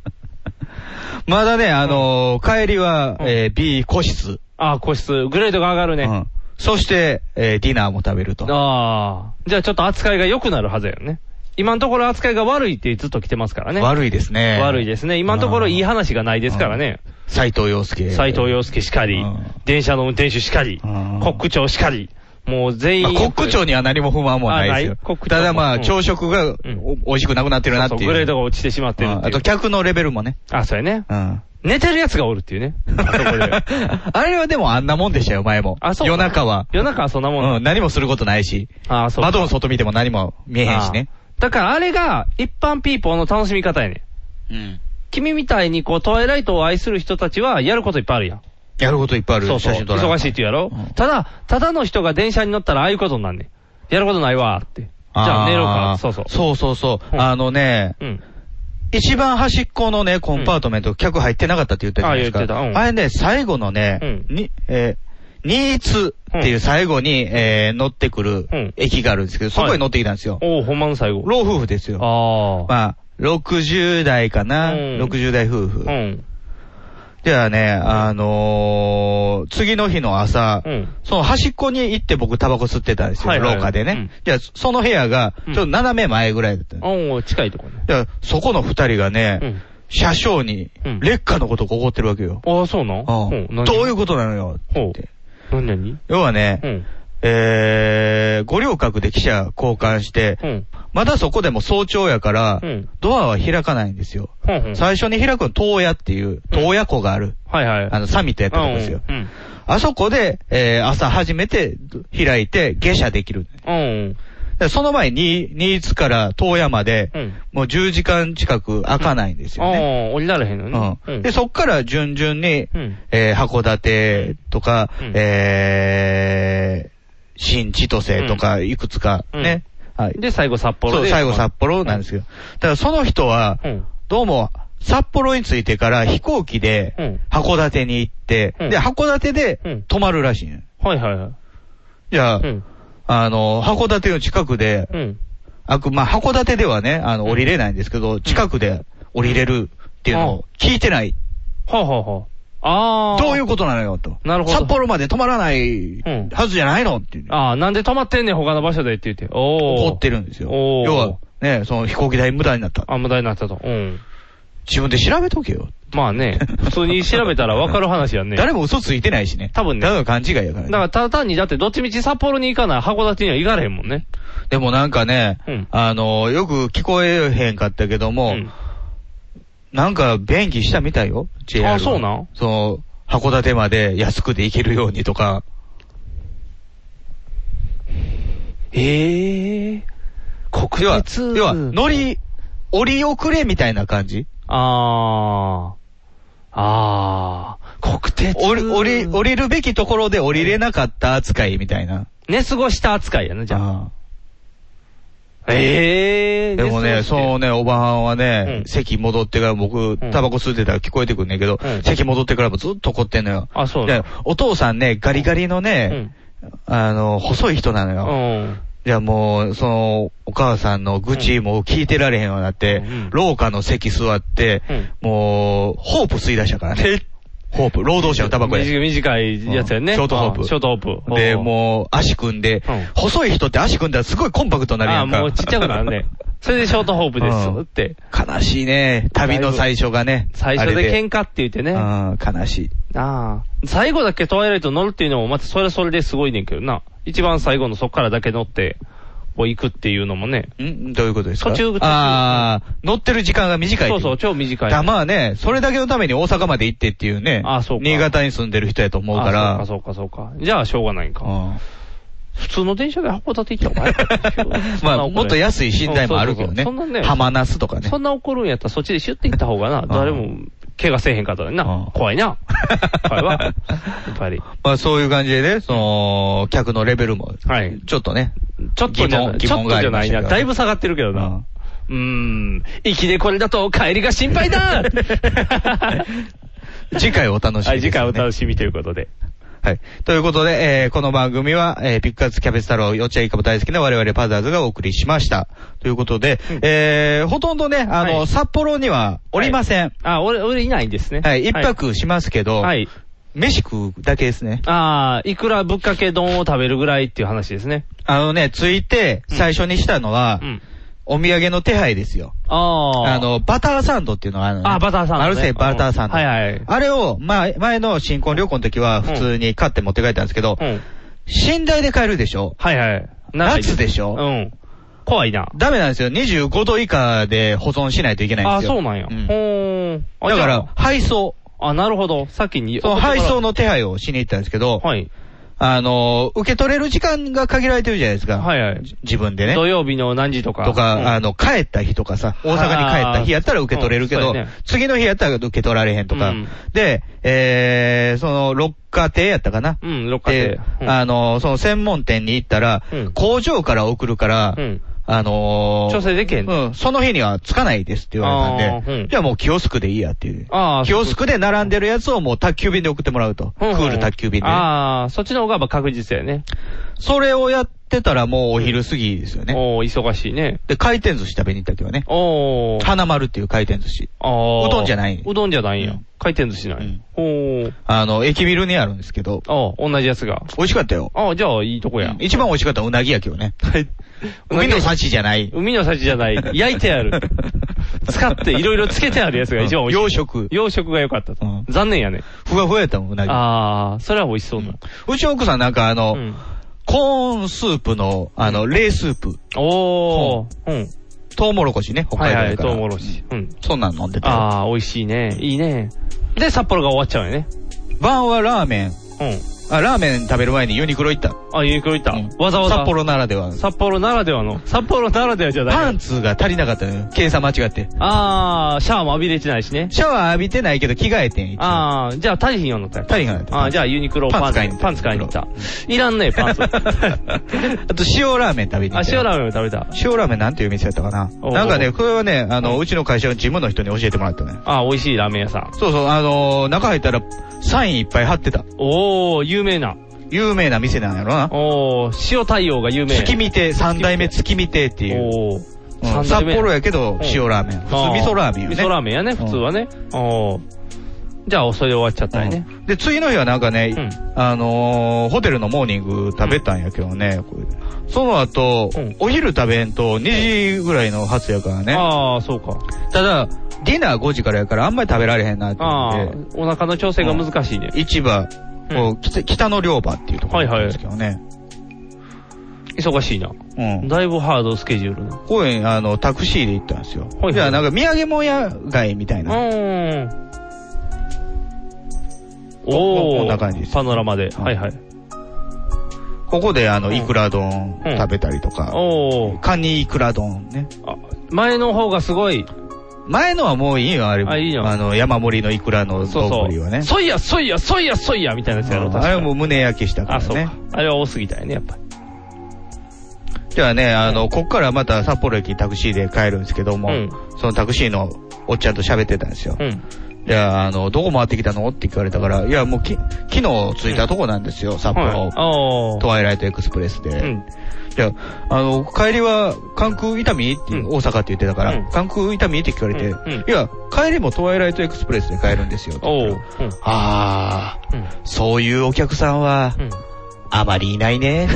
C: まだね、あのー帰りは、えー B 個室。
B: あー、個室。グレードが上がるね。
C: そして、えーディナーも食べると。
B: ああ。じゃあちょっと扱いが良くなるはずやよね。今のところ扱いが悪いってずっと来てますからね。
C: 悪いですね。
B: 悪いですね。今のところいい話がないですからね。
C: 斎藤洋介。
B: 斎藤洋介しかり、電車の運転手しかり、コック長しかり、もう全
C: まあ
B: 員。
C: コック長には何も不満もないです
B: あ
C: よ
B: ないコック。長
C: ただま
B: う
C: あ、
B: ん
C: 朝食がお美味しくなくなってるなって
B: そう
C: い。
B: そううグレードが落ちてしまってるっていう
C: あと客のレベルもね。
B: あ、そうやね。
C: うん。
B: 寝てる奴がおるっていうね。あそこで
C: [LAUGHS] あれはでもあんなもんでしたよ、前も。
B: あそう
C: 夜中は。
B: 夜中はそんなもんな
C: うん、何もすることないし。
B: あそうか
C: 窓の外見ても何も見えへんしね。
B: だからあれが一般ピーポーの楽しみ方やね。
C: うん。
B: 君みたいにこう、トワイライトを愛する人たちはやることいっぱいあるやん。
C: やることいっぱいある。
B: そうそう。
C: 写真撮られる
B: 忙しいって言うやろ、ただ、ただの人が電車に乗ったらああいうことになんねん。やることないわーって。じゃあ寝ろうか。そうそう。
C: そうそうそう。あのね、一番端っこのね、コンパートメント、客入ってなかったって言ったじゃないですか。
B: あ言ってたうん
C: あれね、最後のね、に、えー、ニーツっていう最後に、えー乗ってくる駅があるんですけど、そこに乗ってきたんですよ。
B: おおほんまの最後。
C: 老夫婦ですよ。
B: あ
C: まあ、60代かな、60代夫婦。ではね、あのー次の日の朝、その端っこに行って僕タバコ吸ってたんですよ、
B: はいはい
C: 廊下でね。じゃあ、その部屋が、ちょっと斜め前ぐらいだった。
B: おお近いとこね。
C: じゃあ、そこの二人がね、車掌に、劣化のことが起こってるわけよ。
B: ああ、そうなん
C: うんどういうことなのよって。
B: 何何
C: 要はね、えー、五稜郭で記者交換して、まだそこでも早朝やから、ドアは開かないんですよ。
B: ほんほん
C: 最初に開くの、東屋っていう、東屋湖がある。
B: はいはい。
C: あの、サミットやったとこですよ。
B: うん。
C: あそこで、えー朝初めて開いて、下車できる。
B: うん。
C: その前に、新津から東山まで、
B: うん。
C: もう10時間近く開かないんですよね。
B: 降りられへんのね。
C: う。
B: うんん
C: で、そっから順々に、
B: ん
C: えー函館とか、えー新千歳とか、いくつかね。はい。
B: で、最後札幌
C: そう、
B: で
C: 最後札幌なんですけど。だからその人は、どうも、札幌に着いてから飛行機で、函館に行って、で、函館で泊まるらしいのよ。
B: はいはいはい。
C: じゃあ、あの、函館の近くで、
B: うん。
C: あく、まあ、函館ではね、あの、降りれないんですけど、近くで降りれるっていうのを聞いてない。
B: はあ、はあはあ。あ
C: どういうことなのよ、と。
B: なるほど
C: 札幌まで止まらないはずじゃないのって
B: ああ、なんで止まってんねん、他の場所でって言って。おお。
C: 怒ってるんですよ。
B: おお。
C: 要は、ね、その飛行機代無駄になった。
B: あ、無駄になったと。うん。
C: 自分で調べとけよ。
B: まあね、 [LAUGHS] 普通に調べたら分かる話やね。
C: 誰も嘘ついてないしね。
B: 多分ね。
C: だから勘違いやからね。
B: だからただ単に、だってどっちみち札幌に行かない、函館には行かれへんもんね。
C: でもなんかね、あの、よく聞こえへんかったけども、なんか便宜したみたいよ、JR は。
B: あそうなん
C: その、函館まで安くで行けるようにとか。
B: ええ
C: 国鉄要は、要は乗り、降り遅れみたいな感じ
B: ああ。ああ。国鉄。
C: 降り、降り、降りるべきところで降りれなかった扱いみたいな。
B: 寝過ごした扱いやな、じゃ
C: あ。
B: ええ
C: でもね、そのね、おばはんはね、席戻ってから僕、タバコ吸ってたら聞こえてくるんだけど、席戻ってからもずっと怒ってんのよ。
B: あ、そう
C: で、お父さんね、ガリガリのね、あの、細い人なの
B: よ。
C: じゃあもう、その、お母さんの愚痴も聞いてられへんようになって、廊下の席座って、もう、ホープ吸い出したからね。ホープ、労働者のタバコや。
B: 短い短いやつやね。
C: うんショートホープ
B: あショートホープ。
C: で、もう、足組んで、細い人って足組んだらすごいコンパクトになる
B: あ
C: や
B: あ、
C: んか。
B: もうちっちゃくなるね。それでショートホープです。
C: うん
B: って。
C: [LAUGHS] 悲しいね。旅の最初がね。
B: 最初で喧嘩って言ってね。
C: あれでうん、悲しい。
B: ああ。最後だけトワイライト乗るっていうのも、またそれはそれですごいねんけどな。一番最後のそっからだけ乗って、こう行くっていうのもね。
C: んどういうことですか
B: 途中、途中
C: ああ、乗ってる時間が短い。
B: そうそう、超短い。
C: だまあね、それだけのために大阪まで行ってっていうね。新潟に住んでる人やと思うから。
B: あそうか、そうか、そうか。じゃあ、しょうがないんか。普通の電車で函館行った方が早い
C: [LAUGHS] まあ、もっと安い寝台もあるけどね。
B: そうそうそうそんなね
C: 浜那須とかね。
B: そんな怒るんやったらそっちでシュッて行った方がな、誰も怪我せえへんかったらな。怖いな。
C: [LAUGHS]
B: 怖いわ。やっぱり。
C: まあ、そういう感じでね、その、客のレベルも、ちょっとね、
B: ちょっとじゃない、
C: 疑
B: ちょ
C: 問
B: っとじゃないな。だいぶ
C: さ
B: 下がってるけどな。うーん。息でこれだと帰りが心
C: [LAUGHS]
B: 配だ
C: 次回お楽しみです、
B: はい、次回お楽しみということで。
C: はい。ということで、えーこの番組は、えーピックカツキャベツ太郎、よっちゃんいかも大好きな我々パザーズがお送りしました。ということで、えーほとんどね、あの、札幌にはおりません。
B: あ、俺、俺いないんですね。
C: はい、一泊しますけど、
B: はい。
C: 飯食うだけですね。
B: ああ、いくらぶっかけ丼を食べるぐらいっていう話ですね。
C: あのね、ついて最初にしたのは、お土産の手配ですよ。
B: あ
C: あの、バターサンドっていうのがあるの、ね。
B: あバターサンドね
C: あるせいバターサンド。
B: うんはいはい
C: あれを、まあ、前の新婚旅行の時は普通に買って持って帰ったんですけど、寝台で買えるでしょ
B: はいはい。
C: 夏でしょ
B: うん。怖いな。
C: ダメなんですよ。25度以下で保存しないといけないん
B: あ
C: ですよ。
B: そうなんや。
C: ん
B: ほーん。あ
C: だから、
B: じゃ
C: 配送。
B: あ、あなるほど。先に。
C: その配送の手配をしに行ったんですけど、あの、受け取れる時間が限られてるじゃないですか。じ自分でね。
B: 土曜日の何時とか。
C: と
B: う
C: か、
B: ん
C: あの、帰った日とかさ、大阪に帰った日やったら受け取れるけ
B: あーう
C: ど、
B: んそうやね
C: 次の日やったら受け取られへんとか。で、えー、その、六花亭やったかな。
B: うん、六花亭
C: であの、その専門店に行ったら、工場から送るから、あのー、
B: 調整できへんの
C: うん、その日にはつかないですって言われたんで、じゃあもうキオスクでいいやっていう。
B: ああ、
C: キオスクで並んでるやつをもう宅急便で送ってもらうと。クール宅急便でね。
B: ああ、そっちの方がまあ確実やね。
C: それをやってたらもうお昼過ぎですよね。
B: おお忙しいね。
C: で、回転寿司食べに行ったけどね。
B: お
C: 花丸っていう回転寿司。
B: ああ。
C: うどんじゃない
B: うどんじゃないんや。回転寿司なんや。お
C: あの、駅ビルにあるんですけど。
B: あ同じやつが。
C: 美味しかったよ。
B: ああ、じゃあいいとこや。
C: 一番美味しかったのはうなぎやけどね。海の幸じゃない。
B: 海の幸じゃない。焼いてあ
C: [LAUGHS]
B: る。使って、いろいろつけてあるやつが一番美味しい。
C: 洋食。
B: 洋食が良かったと。残念やね。
C: ふわふわやったもん、うなぎ。
B: ああ、それは美味しそうな。
C: うちの奥さんなんかあの、コーンスープの、あの、冷スープ。おー。うん。トウモロコシね、北海道やから。
B: はいはいトウモロシ。うん。
C: そんなん飲んでて。
B: ああ、美味しいね。いいね。で、札幌が終わっちゃうよね。
C: 晩はラーメン。うん。あ、ラーメン食べる前にユニクロ行った。
B: あ、ユニクロ行った。わざわざ。
C: 札幌ならではの。
B: 札幌ならではの。札幌ならではじゃない。
C: パンツが足りなかったのよ。計算間違って。
B: ああ、シャワーも浴びれてないしね。
C: シャワー浴びてないけど着替えてん。
B: ああ、じゃあ足りひんようになった
C: 足りひんようになった
B: ああ、じゃあユニクロ
C: パンツ買いに行った
B: パンツ買いに行った。いらんね、パ
C: [LAUGHS]
B: ンツ。あと
C: 塩ラーメン食べに行
B: あ
C: っ、たよ
B: 塩ラーメンも食べた。
C: 塩ラーメンなんていう店やったかな。
B: おう
C: なんかね、これはね、あの、うちの会社の事務の人に教えてもらったね。
B: ああ、美味しいラーメン屋さん。
C: そうそう、あのー、中入ったら、サインいっぱい貼ってた。
B: おー、有名な。
C: 有名な店なんやろな。
B: おー、塩対応が有名。
C: 月見亭、三代目月見亭っていう。
B: お
C: うん、札幌やけど、塩ラーメン。普通味噌ラーメンよね。
B: 味噌ラーメンやね、普通はね。おー。じゃあ、それで終わっちゃったよね。
C: で、次の日はなんかね、あのーホテルのモーニング食べたんやけどね、こうその後、お昼食べんと2時ぐらいの発やからね。
B: ああ、そうか。
C: ただ、ディナー5時からやからあんまり食べられへんなって思って、
B: お腹の調整が難しいね。
C: 市場、こう北北の両場っていうところなんですけどね。
B: 忙しいな。
C: うん。
B: だいぶハードスケジュールね。
C: こういうあの、タクシーで行ったんですよ。じゃあなんか土産物屋街みたいな。
B: うん。
C: こ
B: おー。
C: こんな感じです。
B: パノラマで。はいはい。
C: ここであの、イクラ丼食べたりとか、
B: おー。
C: カニイクラ丼ね。
B: 前の方がすごい。
C: 前のはもういいよ、あれ。あの、山盛りのイクラの
B: そうそ
C: 丼はね。
B: う。そいや、そいや、そいや、そいや、みたいなやつやろ。
C: あれはもう胸焼けしたか
B: あ、
C: ら
B: そう
C: ね
B: か。。あれは多すぎたよね、やっぱり。
C: じゃあね、あの、こっからまた札幌駅タクシーで帰るんですけども、そのタクシーのおっちゃんと喋ってたんですよ。じゃあ、あの、どこ回ってきたのって聞かれたから、いや、もうき、昨日着いたとこなんですよ、札幌。
B: お
C: トワイライトエクスプレスで。じゃあ、あの、帰りは、関空伊丹って、大阪って言ってたから、関空伊丹って聞かれて、いや、帰りもトワイライトエクスプレスで帰るんですよ。ああ、そういうお客さんは、あまりいない [LAUGHS] ね。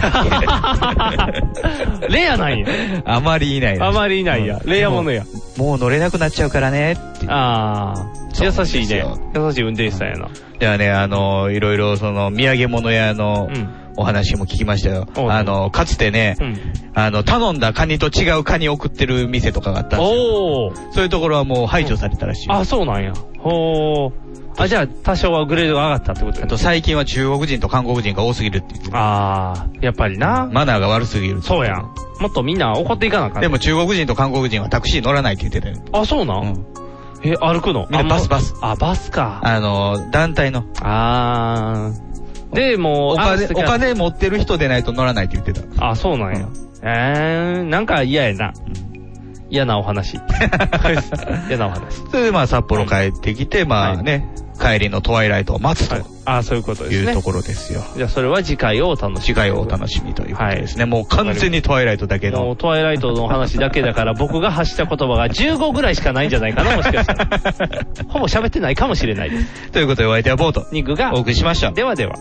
B: レアなんや。
C: あまりいないです。
B: あまりいないや
C: うん
B: レアものや
C: もう。もう乗れなくなっちゃうからね。
B: ああ。優しいね。優しい運転手さんやな。
C: ではね、あの、いろいろその、土産物屋の、お話も聞きましたよ。あの、かつてね、あの、頼んだカニと違うカニ送ってる店とかがあったんです
B: よ。
C: そういうところはもう排除されたらしい。
B: あ、そうなんや。ほー。あ、じゃあ、多少はグレードが上がったってことあ
C: と最近は中国人と韓国人が多すぎるって言って
B: ああ、やっぱりな。
C: マナーが悪すぎる。
B: そうやん。もっとみんな怒っていかなあかん。
C: でも中国人と韓国人はタクシー乗らないって言ってたよ。
B: あ、そうなん、え、歩くの
C: みんなバスバス。
B: あ、バスか。
C: あの、団体の。
B: あー。で、もう、
C: お金、
B: あ
C: お金持ってる人でないと乗らないって言ってた。
B: あ、そうなんや。えー、なんか嫌やな。嫌な
C: [LAUGHS]
B: お話。嫌なお話。
C: それ [LAUGHS] でまあ札幌帰ってきて、まあね、帰りのトワイライトを待つと
B: あー、そういうことです
C: い
B: ね。
C: うところですよ。
B: じゃあ、それは次回をお楽しみに。
C: 次回をお楽しみということですね。もう完全にトワイライトだけ
B: も
C: の。
B: うトワイライトの話だけだから、僕が発した言葉が15ぐらいしかないんじゃないかな、もしかしたら。
C: [LAUGHS]
B: ほぼ喋ってないかもしれないです。
C: ということでお相手はボート。
B: ニックが
C: お送りしました。
B: ではでは。